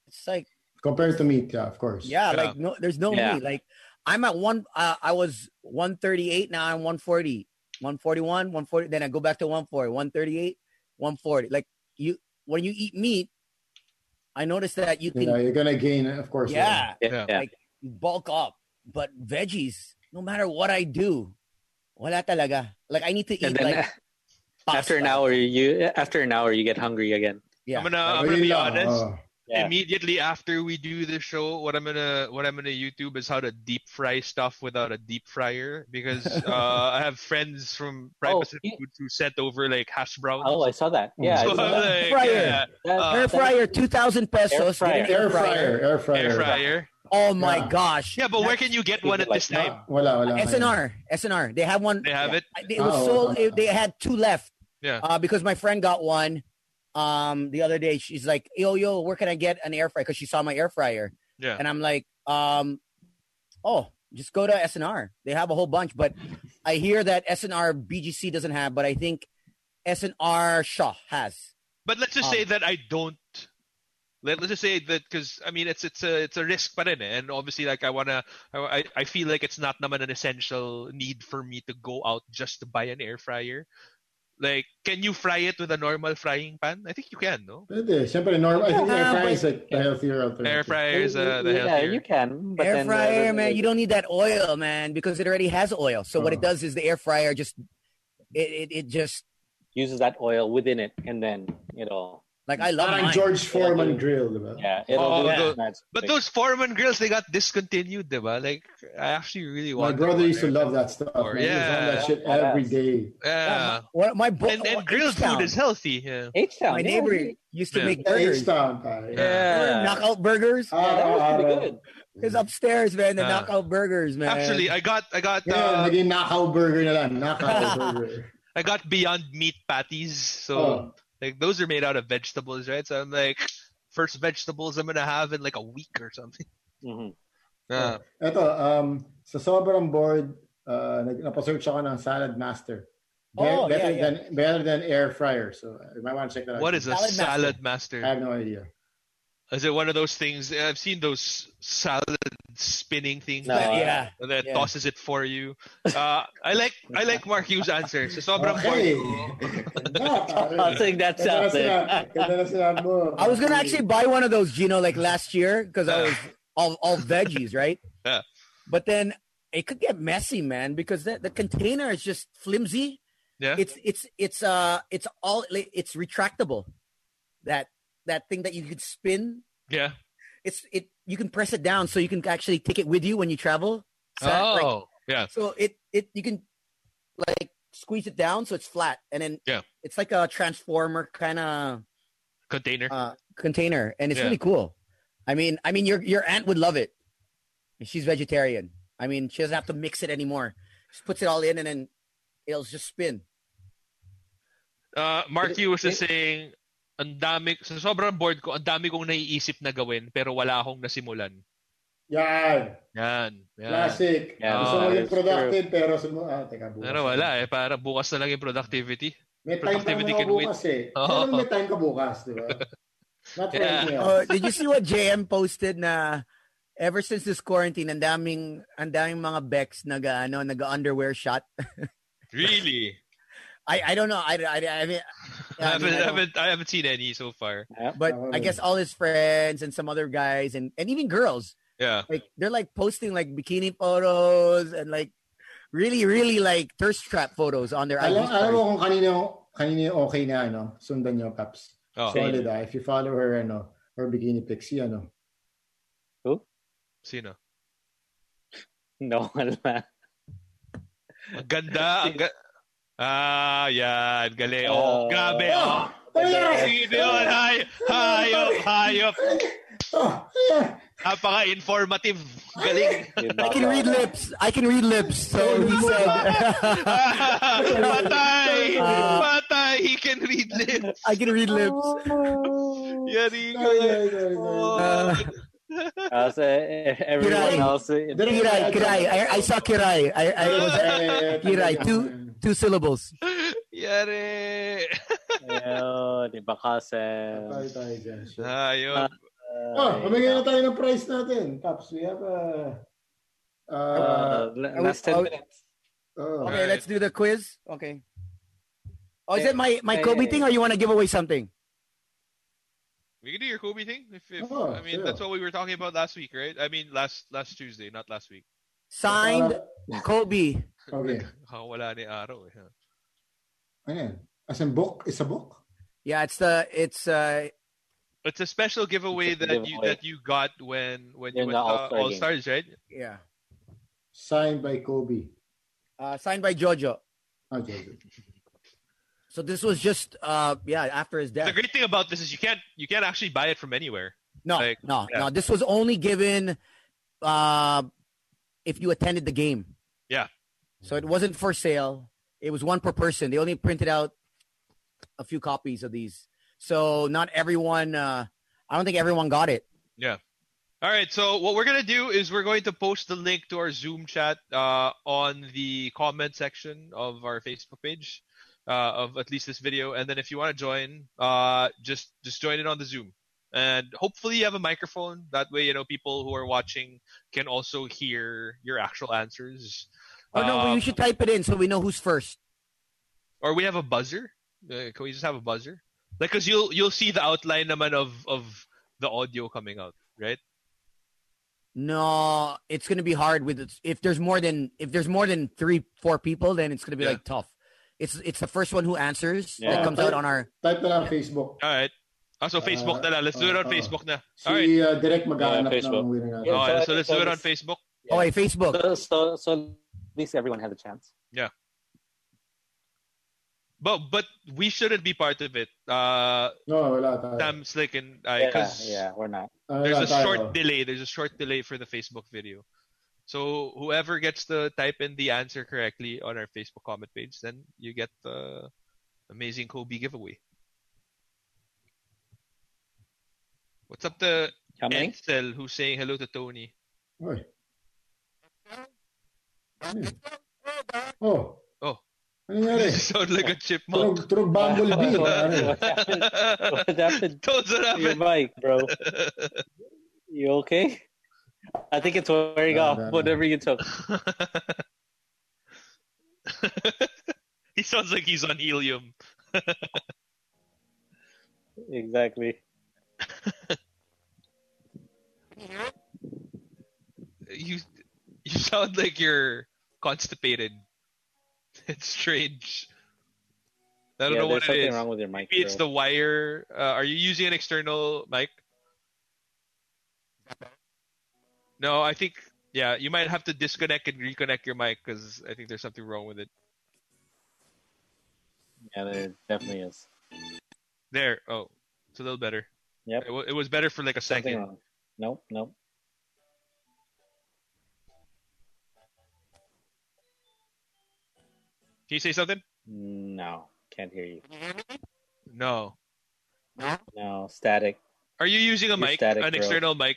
[SPEAKER 8] It's like
[SPEAKER 6] Compared to meat, yeah, of course.
[SPEAKER 3] Yeah.
[SPEAKER 8] yeah, like no, there's no
[SPEAKER 5] Yeah.
[SPEAKER 8] way. Like I'm at one. Uh, I was 138. Now I'm 140, 141, 140. Then I go back to 140, 138, 140. Like you, when you eat meat, I noticed that you
[SPEAKER 6] You know,
[SPEAKER 8] can
[SPEAKER 6] you're gonna gain, of course.
[SPEAKER 8] yeah,
[SPEAKER 3] Yeah.
[SPEAKER 5] yeah,
[SPEAKER 8] Like- you bulk up. But veggies, no matter what I do, wala talaga. Like I need to eat
[SPEAKER 5] and then
[SPEAKER 8] like pasta.
[SPEAKER 5] after an hour, you after an hour, you get hungry again.
[SPEAKER 8] Yeah.
[SPEAKER 3] I'm gonna
[SPEAKER 6] Oh,
[SPEAKER 3] Uh, I'm gonna
[SPEAKER 6] yun
[SPEAKER 3] be
[SPEAKER 6] lang,
[SPEAKER 3] honest.
[SPEAKER 6] oh.
[SPEAKER 5] Yeah.
[SPEAKER 3] Immediately after we do the show, what I'm gonna what I'm gonna YouTube is how to deep fry stuff without a deep fryer because uh, I have friends from Pride
[SPEAKER 5] Oh,
[SPEAKER 3] Pacific
[SPEAKER 5] yeah.
[SPEAKER 3] Foods who sent over like hash browns.
[SPEAKER 5] Oh, I saw that. Yeah, I
[SPEAKER 3] so
[SPEAKER 5] saw
[SPEAKER 3] I'm
[SPEAKER 5] that.
[SPEAKER 3] like,
[SPEAKER 8] Fryer.
[SPEAKER 3] yeah,
[SPEAKER 5] That-
[SPEAKER 3] Uh,
[SPEAKER 8] air
[SPEAKER 5] that-
[SPEAKER 8] fryer, two thousand pesos.
[SPEAKER 5] Air
[SPEAKER 8] get an
[SPEAKER 6] Air fryer, air fryer.
[SPEAKER 3] air fryer.
[SPEAKER 8] Oh my
[SPEAKER 6] Yeah.
[SPEAKER 8] gosh.
[SPEAKER 3] Yeah, but where can you get one at this time?
[SPEAKER 6] Ah, wala, wala.
[SPEAKER 8] SNR, SNR. They have one.
[SPEAKER 3] They have it.
[SPEAKER 8] I- It was
[SPEAKER 6] Oh,
[SPEAKER 8] sold.
[SPEAKER 6] okay.
[SPEAKER 8] it- they had two left.
[SPEAKER 3] Yeah.
[SPEAKER 8] Uh, because my friend got one. Um, the other day she's like, "Yo, yo, where can I get an air fryer?" Because she saw my air fryer,
[SPEAKER 3] Yeah.
[SPEAKER 8] and I'm like, "Um, oh, just go to SNR. They have a whole bunch." But I hear that SNR BGC doesn't have, but I think SNR Shaw has.
[SPEAKER 3] But let's just
[SPEAKER 8] Um,
[SPEAKER 3] say that I don't. Let, let's just say that because I mean it's it's a it's a risk, but and obviously like I wanna I I- I feel like it's not naman an essential need for me to go out just to buy an air fryer. Like, can you fry it with a normal frying pan? I think you can, no?
[SPEAKER 6] Pwede. Siyempre, normal. I think air
[SPEAKER 8] Yeah,
[SPEAKER 6] fryer
[SPEAKER 8] but-
[SPEAKER 6] is like the healthier alternative.
[SPEAKER 3] Air fryer is uh, the
[SPEAKER 5] yeah,
[SPEAKER 3] healthier.
[SPEAKER 5] you can. But
[SPEAKER 8] air
[SPEAKER 5] then, uh,
[SPEAKER 8] fryer,
[SPEAKER 5] then-
[SPEAKER 8] man, you don't need that oil, man, because it already has oil. So what
[SPEAKER 6] Oh.
[SPEAKER 8] it does is the air fryer just it it, it just
[SPEAKER 5] uses that oil within it, and then you know,
[SPEAKER 8] like I love
[SPEAKER 6] Parang
[SPEAKER 8] mine.
[SPEAKER 6] George Foreman grill, di ba?
[SPEAKER 5] yeah, it'll
[SPEAKER 3] Oh,
[SPEAKER 5] do that
[SPEAKER 3] those-
[SPEAKER 5] magic
[SPEAKER 3] But
[SPEAKER 5] thing.
[SPEAKER 3] those Foreman grills they got discontinued, diba? Like I actually really
[SPEAKER 6] My
[SPEAKER 3] want.
[SPEAKER 6] brother
[SPEAKER 3] one.
[SPEAKER 6] used to love that stuff.
[SPEAKER 3] Or-
[SPEAKER 6] man. He was on
[SPEAKER 3] yeah.
[SPEAKER 6] that shit every day.
[SPEAKER 3] Yeah.
[SPEAKER 8] What my bo- oh,
[SPEAKER 3] And, and grilled food is healthy. Yeah.
[SPEAKER 5] H-Town,
[SPEAKER 8] my
[SPEAKER 5] yeah,
[SPEAKER 8] neighbor
[SPEAKER 5] we-
[SPEAKER 8] used to
[SPEAKER 3] Yeah.
[SPEAKER 8] make burgers,
[SPEAKER 6] H town, pare.
[SPEAKER 5] Yeah,
[SPEAKER 8] Remember knockout burgers.
[SPEAKER 6] Ah,
[SPEAKER 5] Yeah, that was
[SPEAKER 6] ah,
[SPEAKER 5] pretty
[SPEAKER 6] ah.
[SPEAKER 5] good.
[SPEAKER 8] It's upstairs, man. The
[SPEAKER 3] Uh,
[SPEAKER 8] knockout burgers, man.
[SPEAKER 3] Actually, I got I got
[SPEAKER 6] Yeah,
[SPEAKER 3] uh,
[SPEAKER 6] naging knockout burger na lang. Knockout burger.
[SPEAKER 3] I got Beyond Meat patties, so
[SPEAKER 6] Oh,
[SPEAKER 3] like those are made out of vegetables, right? So I'm like, first vegetables I'm gonna have in like a week or something.
[SPEAKER 5] Mhm.
[SPEAKER 3] Yeah.
[SPEAKER 6] eto, um, sa sobrang bored, uh, nag- napasearch ako ng Salad Master. Be-
[SPEAKER 8] Oh, yeah,
[SPEAKER 6] better,
[SPEAKER 8] yeah.
[SPEAKER 6] Than, better than air fryer. So uh, you might want to check that out.
[SPEAKER 3] what is a
[SPEAKER 8] Salad master.
[SPEAKER 3] salad master?
[SPEAKER 6] I have no idea.
[SPEAKER 3] Is it one of those things? I've seen those salad spinning things
[SPEAKER 5] No,
[SPEAKER 3] that,
[SPEAKER 8] yeah.
[SPEAKER 3] that
[SPEAKER 8] yeah.
[SPEAKER 3] tosses it for you. Uh, I like I like Mark Hughes' answer. So sobrang
[SPEAKER 8] Oh,
[SPEAKER 6] Okay.
[SPEAKER 3] bored.
[SPEAKER 6] Yeah, pare.
[SPEAKER 5] I'll take that
[SPEAKER 6] Ganda na
[SPEAKER 5] out
[SPEAKER 6] sila.
[SPEAKER 5] there.
[SPEAKER 6] Ganda na sila mo.
[SPEAKER 8] I was gonna actually buy one of those, Gino, like last year because I was all all veggies, right?
[SPEAKER 3] Yeah.
[SPEAKER 8] But then it could get messy, man, because the, the container is just flimsy.
[SPEAKER 3] Yeah.
[SPEAKER 8] It's it's it's uh it's all like, it's retractable. That that thing that you could spin.
[SPEAKER 3] Yeah.
[SPEAKER 8] It's it you can press it down so you can actually take it with you when you travel. So, like,
[SPEAKER 3] Oh. Yeah.
[SPEAKER 8] so it it you can like squeeze it down so it's flat and then
[SPEAKER 3] Yeah.
[SPEAKER 8] it's like a transformer kind of
[SPEAKER 3] Container.
[SPEAKER 8] uh, container, and it's
[SPEAKER 3] Yeah.
[SPEAKER 8] really cool. I mean, I mean, your your aunt would love it. She's vegetarian. I mean, she doesn't have to mix it anymore. Just puts it all in, and then it'll just spin.
[SPEAKER 3] Uh, Mark
[SPEAKER 5] It-
[SPEAKER 3] Hughes was
[SPEAKER 5] it-
[SPEAKER 3] saying, ang dami, sa sobrang bored ko, ang dami kong naiisip na gawin, pero wala akong nasimulan.
[SPEAKER 6] Yan.
[SPEAKER 3] Yan. yan.
[SPEAKER 6] Classic.
[SPEAKER 5] Yeah.
[SPEAKER 6] Gusto mo
[SPEAKER 5] Ah,
[SPEAKER 6] maging
[SPEAKER 5] that's
[SPEAKER 6] productive pero sumu... Ah, teka, bukas.
[SPEAKER 3] Pero wala eh, para bukas na lang yung productivity.
[SPEAKER 6] May time pa
[SPEAKER 3] Productivity
[SPEAKER 6] naman ako
[SPEAKER 3] can wait.
[SPEAKER 6] bukas eh.
[SPEAKER 3] Oo.
[SPEAKER 6] Pero may time ka bukas, di ba? Not for
[SPEAKER 3] Yeah.
[SPEAKER 6] anything
[SPEAKER 8] Oh,
[SPEAKER 6] else.
[SPEAKER 8] did you see what JM posted na ever since this quarantine, ang daming, ang daming mga Becks naga, ano, naga underwear shot.
[SPEAKER 3] Really?
[SPEAKER 8] I, I don't know. I, I, I mean,
[SPEAKER 3] I,
[SPEAKER 8] I
[SPEAKER 3] haven't, I,
[SPEAKER 8] mean, I don't-
[SPEAKER 3] haven't, I haven't seen any so far.
[SPEAKER 8] but
[SPEAKER 6] Ako
[SPEAKER 8] I
[SPEAKER 6] rin.
[SPEAKER 8] guess all his friends and some other guys and, and even girls
[SPEAKER 3] Yeah.
[SPEAKER 8] like they're like posting like bikini photos and like really really like thirst trap photos on their
[SPEAKER 6] Alam, alam mo
[SPEAKER 8] IG stories.
[SPEAKER 6] kung kanino kanina yung okay na ano, sundan nyo, Paps.
[SPEAKER 3] Oh,
[SPEAKER 6] Solid ah. If you follow her, ano, her bikini pixie, ano.
[SPEAKER 3] sino?
[SPEAKER 5] No, wala.
[SPEAKER 3] Ang ganda. Ang ga- ah, yan. Galing.
[SPEAKER 5] Oh.
[SPEAKER 3] Oh, grabe. Oh.
[SPEAKER 6] Oh, yeah!
[SPEAKER 3] Sino yun? Hay, hayop, hayop.
[SPEAKER 6] Oh, yeah!
[SPEAKER 3] Napaka-informative. Galing.
[SPEAKER 8] I can read lips. I can read lips. So he said,
[SPEAKER 3] Ah, Patay! Patay! He can read lips.
[SPEAKER 8] I
[SPEAKER 5] Oh.
[SPEAKER 8] can read lips.
[SPEAKER 3] Yan,
[SPEAKER 6] Sorry,
[SPEAKER 3] he-
[SPEAKER 6] sorry, sorry, sorry.
[SPEAKER 8] Uh,
[SPEAKER 3] Oh.
[SPEAKER 5] Also, eh, everyone
[SPEAKER 8] Kirai.
[SPEAKER 5] else. eh, in-
[SPEAKER 6] Did
[SPEAKER 8] Kirai, Kirai. I, I saw Kirai. I, I was Kirai. Two two syllables.
[SPEAKER 3] Yari.
[SPEAKER 5] Ayun, di ba kasi?
[SPEAKER 6] Tayo tayo dyan. Sure.
[SPEAKER 3] Hayop.
[SPEAKER 5] Eh,
[SPEAKER 6] Oh, pamigay na tayo ng price natin. Paps, we have a... Uh,
[SPEAKER 5] Uh, last 10
[SPEAKER 8] Oh,
[SPEAKER 5] minutes.
[SPEAKER 6] oh.
[SPEAKER 8] Okay,
[SPEAKER 3] Alright.
[SPEAKER 8] let's do the quiz. Okay. Oh, is
[SPEAKER 5] Hey,
[SPEAKER 8] it my my
[SPEAKER 5] hey,
[SPEAKER 8] Kobe
[SPEAKER 5] hey.
[SPEAKER 8] thing, or you want to give away something?
[SPEAKER 3] We can do your Kobe thing. If, if
[SPEAKER 6] Oh,
[SPEAKER 3] I mean,
[SPEAKER 6] sure.
[SPEAKER 3] that's what we were talking about last week, right? I mean, last last Tuesday, not last week.
[SPEAKER 8] Signed
[SPEAKER 5] Uh,
[SPEAKER 8] Kobe.
[SPEAKER 6] Uh, Okay.
[SPEAKER 3] Oh, wala ni araw. Eh. huh?
[SPEAKER 6] Ano yan? As in book? It's a book?
[SPEAKER 8] Yeah, it's the it's uh
[SPEAKER 3] It's a special giveaway
[SPEAKER 5] It's a
[SPEAKER 3] that you
[SPEAKER 5] giveaway.
[SPEAKER 3] that you got when when you
[SPEAKER 5] During
[SPEAKER 3] went
[SPEAKER 5] the
[SPEAKER 3] uh,
[SPEAKER 5] All-Star
[SPEAKER 3] All Stars, right?
[SPEAKER 8] yeah
[SPEAKER 6] Signed by Kobe.
[SPEAKER 8] uh, signed by Jojo.
[SPEAKER 6] Oh, Jojo.
[SPEAKER 8] So this was just uh yeah after his
[SPEAKER 3] The
[SPEAKER 8] death.
[SPEAKER 3] great thing about this is you can't you can't actually buy it from anywhere.
[SPEAKER 8] No,
[SPEAKER 3] like,
[SPEAKER 8] no,
[SPEAKER 3] yeah.
[SPEAKER 8] no. This was only given uh if you attended the game.
[SPEAKER 3] Yeah.
[SPEAKER 8] So it wasn't for sale. It was one per person. They only printed out a few copies of these. So not everyone. uh I don't think everyone got it.
[SPEAKER 3] All right, so what we're gonna do is we're going to post the link to our Zoom chat uh, on the comment section of our Facebook page uh, of at least this video, and then if you want to join, uh, just just join it on the Zoom, and hopefully you have a microphone. That way, you know people who are watching can also hear your actual answers.
[SPEAKER 8] Oh no,
[SPEAKER 3] Um,
[SPEAKER 8] well, you should type it in so we know who's first.
[SPEAKER 3] or we have a buzzer. Uh, can we just have a buzzer? Like, cause you'll you'll see the outline naman of of the audio coming out, right?
[SPEAKER 8] No, it's gonna be hard with if there's more than if there's more than three four people, then it's gonna be
[SPEAKER 3] Yeah.
[SPEAKER 8] like tough. It's it's the first one who answers
[SPEAKER 5] Yeah.
[SPEAKER 8] that comes out on our
[SPEAKER 6] Type na lang Facebook.
[SPEAKER 3] All right. Also, Ah, Facebook na lang. Let's do it
[SPEAKER 6] uh,
[SPEAKER 3] on
[SPEAKER 6] uh.
[SPEAKER 3] Facebook na.
[SPEAKER 6] Si
[SPEAKER 3] All right.
[SPEAKER 6] uh, Direk maghanap
[SPEAKER 5] Yeah, Facebook.
[SPEAKER 6] ng winner natin.
[SPEAKER 5] Yeah.
[SPEAKER 3] All right.
[SPEAKER 5] so-
[SPEAKER 3] So let's
[SPEAKER 5] so
[SPEAKER 3] do it on
[SPEAKER 5] let's-
[SPEAKER 3] Facebook.
[SPEAKER 8] oh wait Facebook.
[SPEAKER 5] So, so, so at least everyone had a chance.
[SPEAKER 3] But but we shouldn't be part of it. Uh,
[SPEAKER 6] No, wala tayo.
[SPEAKER 3] Sam Slick and
[SPEAKER 5] Yeah,
[SPEAKER 3] I, because
[SPEAKER 5] yeah, we're not.
[SPEAKER 6] Ah, wala
[SPEAKER 3] there's a
[SPEAKER 6] tayo.
[SPEAKER 3] short delay. There's a short delay for the Facebook video. So whoever gets to type in the answer correctly on our Facebook comment page, then you get the amazing Kobe giveaway. What's up to
[SPEAKER 5] How many?
[SPEAKER 3] Ansel who's saying hello to Tony?
[SPEAKER 6] Uy. Ano yun? Oh.
[SPEAKER 3] Oh.
[SPEAKER 6] Ano nangyari?
[SPEAKER 3] Sound like a
[SPEAKER 6] Trog,
[SPEAKER 3] chipmunk.
[SPEAKER 6] trog bumblebee. Ano yun?
[SPEAKER 5] what happened what happened
[SPEAKER 3] Toads, what
[SPEAKER 5] to your
[SPEAKER 3] happened?
[SPEAKER 5] mic, bro? You okay? I think it's wearing
[SPEAKER 6] No,
[SPEAKER 5] off,
[SPEAKER 6] no, no.
[SPEAKER 5] whatever you took.
[SPEAKER 3] he sounds like he's on helium.
[SPEAKER 5] Exactly.
[SPEAKER 3] You you sound like you're constipated. It's strange. I don't
[SPEAKER 5] yeah,
[SPEAKER 3] know
[SPEAKER 5] there's
[SPEAKER 3] what
[SPEAKER 5] something
[SPEAKER 3] it is.
[SPEAKER 5] wrong with your mic.
[SPEAKER 3] Maybe it's
[SPEAKER 5] bro.
[SPEAKER 3] the wire. Uh, are you using an external mic? No, I think yeah. You might have to disconnect and reconnect your mic because I think there's something wrong with it.
[SPEAKER 5] Yeah, there definitely is.
[SPEAKER 3] There. Oh, it's a little better.
[SPEAKER 5] Yep.
[SPEAKER 3] It, w- it was better for like a
[SPEAKER 5] Something
[SPEAKER 3] second.
[SPEAKER 5] wrong. Nope, nope.
[SPEAKER 3] Can you say something?
[SPEAKER 5] No, can't hear you.
[SPEAKER 3] No.
[SPEAKER 5] No, static.
[SPEAKER 3] Are you using a
[SPEAKER 5] You're
[SPEAKER 3] mic,
[SPEAKER 5] static,
[SPEAKER 3] an
[SPEAKER 5] bro.
[SPEAKER 3] external mic?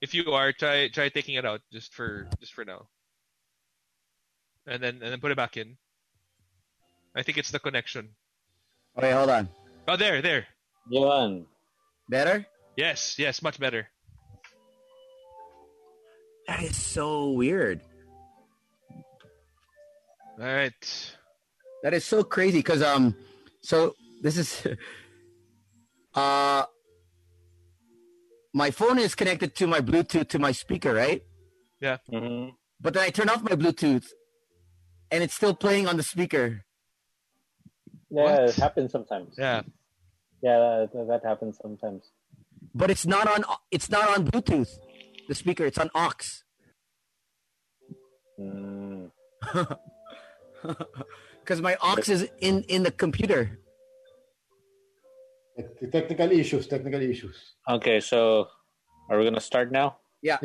[SPEAKER 3] If you are, try try taking it out just for just for now, and then and then put it back in. I think it's the connection.
[SPEAKER 8] Okay, hold on.
[SPEAKER 3] Oh, there, there.
[SPEAKER 5] Yun.
[SPEAKER 8] Better?
[SPEAKER 3] Yes, yes, much better.
[SPEAKER 8] That is so weird.
[SPEAKER 3] All right.
[SPEAKER 8] That is so crazy because um, so this is uh, my phone is connected to my Bluetooth to my speaker, right?
[SPEAKER 5] hmm
[SPEAKER 8] But then I turn off my Bluetooth, and it's still playing on the speaker.
[SPEAKER 5] Yeah,
[SPEAKER 3] What?
[SPEAKER 5] it happens sometimes. Yeah,
[SPEAKER 3] Yeah.
[SPEAKER 5] that, that happens sometimes.
[SPEAKER 8] But it's not on. It's not on Bluetooth. The speaker. It's on aux.
[SPEAKER 5] Mm.
[SPEAKER 8] Because my aux is in in the computer.
[SPEAKER 6] Tec- Technical issues, technical issues.
[SPEAKER 5] Okay, so are we gonna start now?
[SPEAKER 6] Yeah.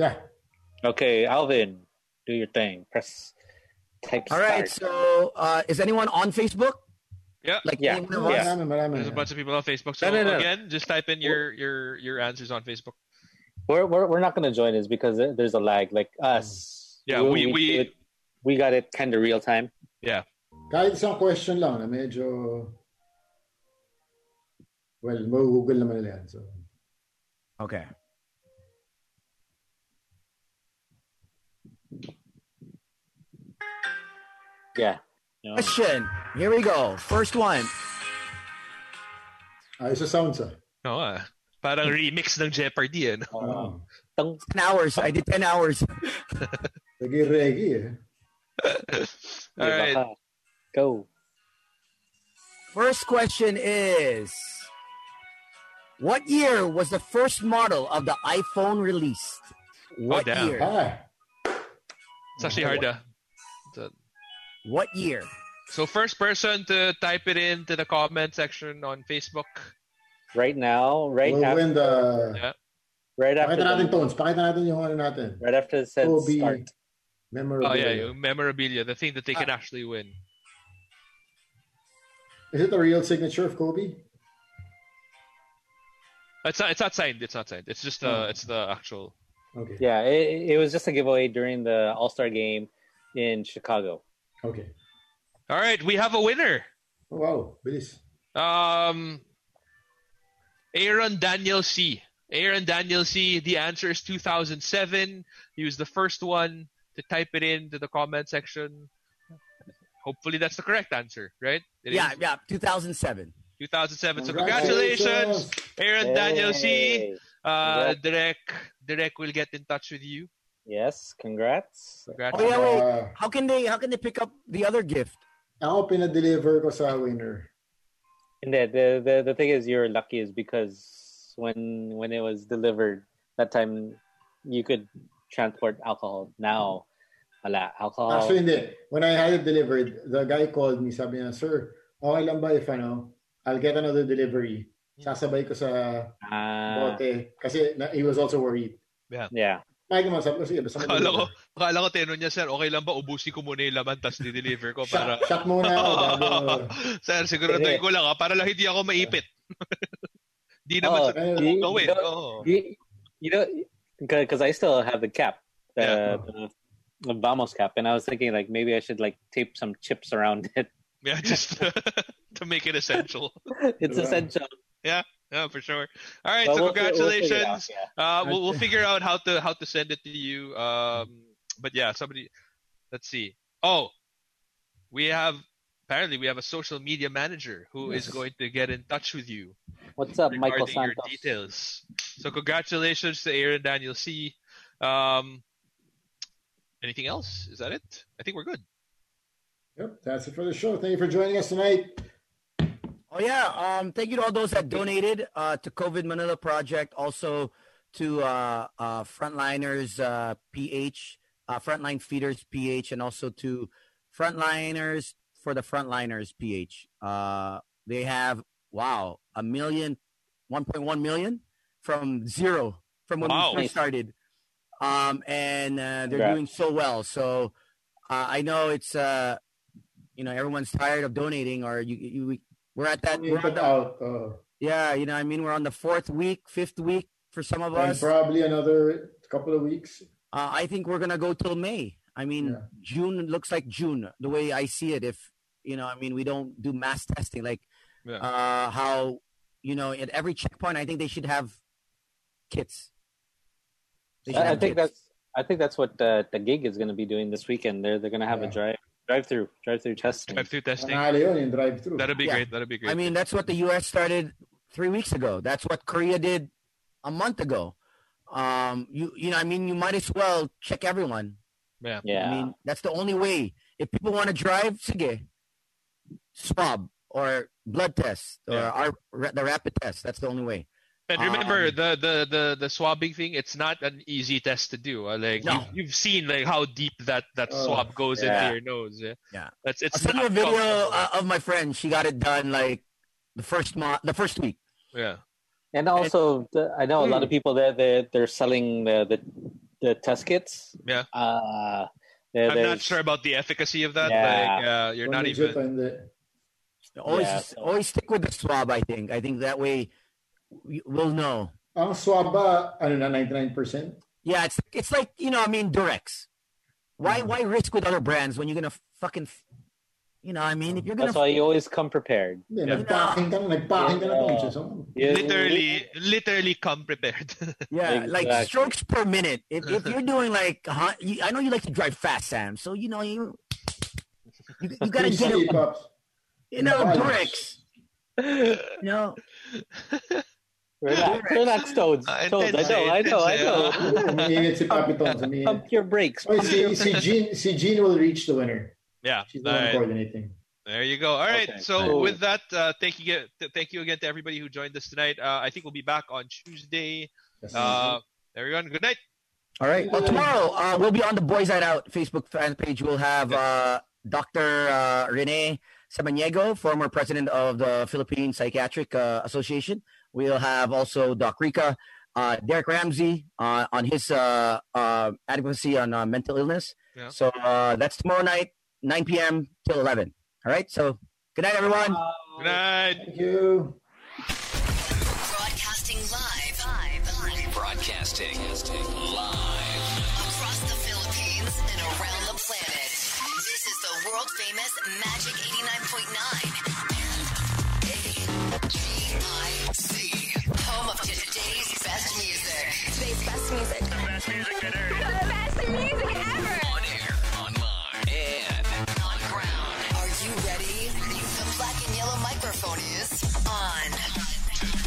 [SPEAKER 5] Okay, Alvin, do your thing. Press type.
[SPEAKER 8] All right.
[SPEAKER 5] start.
[SPEAKER 8] So uh, is anyone on Facebook?
[SPEAKER 3] Yeah.
[SPEAKER 8] Like
[SPEAKER 5] Yeah.
[SPEAKER 8] anyone of
[SPEAKER 5] Yeah.
[SPEAKER 8] us?
[SPEAKER 6] Marami, marami.
[SPEAKER 3] There's a bunch of people on Facebook. So
[SPEAKER 5] No, no, no.
[SPEAKER 3] again, just type in your your your answers on Facebook.
[SPEAKER 5] We're, we're we're not gonna join this because there- there's a lag. Like us.
[SPEAKER 3] Yeah,
[SPEAKER 5] when
[SPEAKER 3] we- we-
[SPEAKER 5] do it, we got it kind of real time.
[SPEAKER 6] Kahit isang question lang na medyo... Well, mag-google naman nila yan. So.
[SPEAKER 8] Okay.
[SPEAKER 5] Yeah. You know?
[SPEAKER 8] Question. Here we go. First one.
[SPEAKER 6] Ah, isa sounds ah.
[SPEAKER 3] No, ah. Parang remix ng Jeopardy, eh. no?
[SPEAKER 5] Uh,
[SPEAKER 6] Oh.
[SPEAKER 5] tung-
[SPEAKER 8] Ten hours. I did ten hours.
[SPEAKER 6] Lagi reggae eh.
[SPEAKER 3] All right.
[SPEAKER 5] baka- Go.
[SPEAKER 8] First question is What year was the first model of the iPhone released?
[SPEAKER 3] Oh,
[SPEAKER 8] What
[SPEAKER 3] damn.
[SPEAKER 8] year?
[SPEAKER 6] Ah,
[SPEAKER 3] It's actually hard, ah.
[SPEAKER 8] What year?
[SPEAKER 3] So first person to type it in to the comment section on Facebook.
[SPEAKER 5] Right now, right
[SPEAKER 6] we'll
[SPEAKER 5] after,
[SPEAKER 6] win the...
[SPEAKER 5] right after,
[SPEAKER 6] Pakita natin
[SPEAKER 5] the,
[SPEAKER 6] tones. Pakita natin yung ano natin.
[SPEAKER 5] right after it said
[SPEAKER 6] Kobe.
[SPEAKER 5] start.
[SPEAKER 6] Memorable.
[SPEAKER 3] Oh yeah, yung memorabilia, the thing that they can actually win.
[SPEAKER 6] Is it the real signature of Kobe?
[SPEAKER 3] It's not. It's not signed. It's not signed. It's just the. It's the actual.
[SPEAKER 6] Okay.
[SPEAKER 5] Yeah, it, it was just a giveaway during the All Star game in Chicago.
[SPEAKER 6] Okay.
[SPEAKER 3] All right, we have a winner.
[SPEAKER 6] Oh, wow. Bilis.
[SPEAKER 3] Um, Aaron Daniel C. Aaron Daniel C. The answer is 2007. He was the first one to type it in to the comment section. Hopefully, that's the correct answer, right? It is
[SPEAKER 8] yeah, yeah, 2007.
[SPEAKER 3] 2007. So congratulations, Aaron Daniel C.
[SPEAKER 5] Hey.
[SPEAKER 3] Uh, Derek, Derek will get in touch with you.
[SPEAKER 5] Yes, congrats.
[SPEAKER 3] Congrats.
[SPEAKER 8] Oh, yeah, wait.
[SPEAKER 6] Uh,
[SPEAKER 8] How can they how can they pick up the other gift?
[SPEAKER 6] Ah, ako pinadeliver ko sa winner.
[SPEAKER 5] And the, the the the thing is, you're lucky is because when when it was delivered that time, you could transport alcohol. Now, wala alcohol.
[SPEAKER 6] Actually, hindi. When I had it delivered, the guy called me. Sabi niya, Sir, okay lang ba if ano, I'll get another delivery. Sasabay ko sa
[SPEAKER 5] Ah,
[SPEAKER 6] bote. Kasi na, he was also worried.
[SPEAKER 5] yeah.
[SPEAKER 6] Mike naman, sabi ko, sige, basta
[SPEAKER 3] Akala ko,
[SPEAKER 6] madeliver."
[SPEAKER 3] akala ko tinanong niya, sir, okay lang ba ubusin ko muna yung laman tapos dideliver ko para...
[SPEAKER 6] Shot, shot muna ako bago.
[SPEAKER 3] sir, siguraduhin ko lang ha, para lang hindi ako maipit. Di
[SPEAKER 5] Oh,
[SPEAKER 3] naman sa
[SPEAKER 6] eh,
[SPEAKER 5] you-
[SPEAKER 3] gawin.
[SPEAKER 5] you know-
[SPEAKER 3] oo.
[SPEAKER 5] You, you know, because I still have the cap, the,
[SPEAKER 3] Yeah.
[SPEAKER 5] the, the Vamos cap, and I was thinking like maybe I should like tape some chips around it.
[SPEAKER 3] Yeah, just to make it essential.
[SPEAKER 5] It's
[SPEAKER 6] Yeah.
[SPEAKER 5] essential.
[SPEAKER 3] Yeah, for sure. All right,
[SPEAKER 5] But
[SPEAKER 3] so
[SPEAKER 5] we'll fi- we'll figure it out,
[SPEAKER 3] congratulations.
[SPEAKER 5] yeah.
[SPEAKER 3] Uh, we'll, we'll figure out how to how to send it to you. Um, but yeah, somebody. Let's see. Oh, we have apparently we have a social media manager who is
[SPEAKER 6] Yes.
[SPEAKER 3] going to get in touch with you
[SPEAKER 5] What's up, Michael
[SPEAKER 3] regarding your
[SPEAKER 5] Santos?
[SPEAKER 3] details. So congratulations to Aaron Daniel C. Um, anything else? Is that it? I think we're good.
[SPEAKER 6] Yep, that's it for the show. Thank you for joining us tonight.
[SPEAKER 8] Oh yeah. Um, thank you to all those that donated uh, to COVID Manila Project, also to uh, uh, Frontliners uh, PH, uh, Frontline Feeders PH, and also to Frontliners for the Frontliners PH. Uh, they have wow a million, 1.1 million from zero from when
[SPEAKER 3] Wow.
[SPEAKER 8] we first started, um, and uh, they're
[SPEAKER 5] Congrats.
[SPEAKER 8] doing so well. So uh, I know it's uh, you know everyone's tired of donating, or you, you we- we're at that we're at
[SPEAKER 6] Put
[SPEAKER 8] the-
[SPEAKER 6] out. uh,
[SPEAKER 8] yeah, you know, what I mean, we're on the fourth week, fifth week for some of
[SPEAKER 6] and
[SPEAKER 8] us. Uh,
[SPEAKER 6] probably another couple of weeks.
[SPEAKER 8] I think we're gonna go till May. I mean,
[SPEAKER 6] Yeah.
[SPEAKER 8] June looks like June the way I see it. If you know, I mean, we don't do mass testing like
[SPEAKER 3] Yeah.
[SPEAKER 8] uh, how you know at every checkpoint. I think they should have kits. They should
[SPEAKER 5] I, I
[SPEAKER 8] have
[SPEAKER 5] think
[SPEAKER 8] kits.
[SPEAKER 5] that's I think that's what uh, the gig is going to be doing this weekend. They're they're going to have a
[SPEAKER 6] Yeah.
[SPEAKER 5] drive drive through drive through testing.
[SPEAKER 3] Drive-through testing.
[SPEAKER 6] Panalo yun, yung drive-through.
[SPEAKER 3] That'll be
[SPEAKER 8] Yeah.
[SPEAKER 3] great. That'll be great.
[SPEAKER 8] I mean, that's what the U.S. started three weeks ago. That's what Korea did a month ago. Um, you you know, I mean, you might as well check everyone.
[SPEAKER 3] yeah.
[SPEAKER 5] Yeah,
[SPEAKER 8] I mean, that's the only way. If people want to drive, sige, swab or blood test or
[SPEAKER 3] Yeah.
[SPEAKER 8] our, ra- the rapid test. That's the only way.
[SPEAKER 3] And remember
[SPEAKER 8] Um,
[SPEAKER 3] the, the the the swabbing thing. It's not an easy test to do. Uh, Like
[SPEAKER 8] No.
[SPEAKER 3] you've, you've seen like how deep that that
[SPEAKER 6] Oh,
[SPEAKER 3] swab goes
[SPEAKER 5] yeah.
[SPEAKER 3] into your nose. Yeah,
[SPEAKER 8] Yeah.
[SPEAKER 3] That's
[SPEAKER 8] I
[SPEAKER 3] it's
[SPEAKER 8] sent you
[SPEAKER 3] not
[SPEAKER 8] a video
[SPEAKER 3] comfortable.
[SPEAKER 8] uh, of my friend. She got it done like the first month, the first week.
[SPEAKER 3] yeah,
[SPEAKER 5] And also, the, I know a lot of
[SPEAKER 8] Hmm.
[SPEAKER 5] people there. They're, they're selling the, the the test kits.
[SPEAKER 3] Yeah.
[SPEAKER 5] Uh, there-
[SPEAKER 3] I'm not
[SPEAKER 5] there's-
[SPEAKER 3] sure about the efficacy of that.
[SPEAKER 5] Yeah.
[SPEAKER 3] Like uh, you're not
[SPEAKER 6] Legit
[SPEAKER 3] even.
[SPEAKER 6] on the-
[SPEAKER 8] Always,
[SPEAKER 5] Yeah, so-
[SPEAKER 8] always stick with the swab. I think. I think that way we- we'll know.
[SPEAKER 6] Ang Ah, swab ba, ano na, 99%?
[SPEAKER 8] Yeah, it's it's like you know. I mean, Durex. Why why risk with other brands when you're gonna fucking, you know? I mean, if you're gonna
[SPEAKER 5] That's why you always come prepared.
[SPEAKER 6] Hindi,
[SPEAKER 3] Yeah.
[SPEAKER 6] nagpacking ka na, nagpacking ka na.
[SPEAKER 5] Yeah.
[SPEAKER 6] conscious, oh.
[SPEAKER 5] You-
[SPEAKER 3] Literally, literally, come prepared.
[SPEAKER 8] Yeah, like
[SPEAKER 5] Exactly.
[SPEAKER 8] strokes per minute. If, if you're doing like, huh, you, I know you like to drive fast, Sam. So you know you you, you gotta
[SPEAKER 6] Please
[SPEAKER 8] get
[SPEAKER 6] stay,
[SPEAKER 8] a,
[SPEAKER 6] Pops.
[SPEAKER 8] you know
[SPEAKER 6] Nice.
[SPEAKER 8] Durex. You know,
[SPEAKER 5] Relax, relax, Toads.
[SPEAKER 3] Ah,
[SPEAKER 5] Toads, I
[SPEAKER 3] intense,
[SPEAKER 5] know, I know, I
[SPEAKER 3] intense,
[SPEAKER 5] know.
[SPEAKER 6] Umiinit si Papi Tom. umiinit.
[SPEAKER 5] Pump your
[SPEAKER 8] Um,
[SPEAKER 5] brakes.
[SPEAKER 6] Oy,
[SPEAKER 5] pump
[SPEAKER 6] si,
[SPEAKER 5] your
[SPEAKER 6] si, Jean, si Jean will reach the winner.
[SPEAKER 3] yeah.
[SPEAKER 6] She's the
[SPEAKER 3] all
[SPEAKER 6] one
[SPEAKER 3] right.
[SPEAKER 6] coordinating.
[SPEAKER 3] There you go. All right.
[SPEAKER 5] Okay,
[SPEAKER 3] so
[SPEAKER 5] cool.
[SPEAKER 3] with that, uh, thank you. ge- th- Thank you again to everybody who joined us tonight. Uh, I think we'll be back on Tuesday.
[SPEAKER 5] Mm-hmm.
[SPEAKER 6] Yes.
[SPEAKER 3] Uh, everyone, good night.
[SPEAKER 8] all right. Well,
[SPEAKER 6] Yeah.
[SPEAKER 8] tomorrow uh, we'll be on the Boys Night Out Facebook fan page. We'll have uh, Doctor uh, Rene Samaniego, former president of the Philippine Psychiatric uh, Association. We'll have also Doc Rica, uh, Derek Ramsey uh, on his uh, uh, adequacy on uh, mental illness.
[SPEAKER 3] Yeah.
[SPEAKER 8] So uh, that's tomorrow night, 9 p.m. till 11. All right. So good night, everyone.
[SPEAKER 3] Good night.
[SPEAKER 6] Thank you.
[SPEAKER 2] Broadcasting live, live, live
[SPEAKER 1] Broadcasting live.
[SPEAKER 2] across the Philippines and around the planet. This is the world famous Magic 89.9 and AIC, home of today's best music.
[SPEAKER 4] Today's best music. The best music ever. The best music ever.
[SPEAKER 1] On air, online, and
[SPEAKER 2] On ground, are you ready? The black and yellow microphone is on.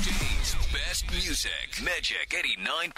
[SPEAKER 1] today's best music. Magic 89.9.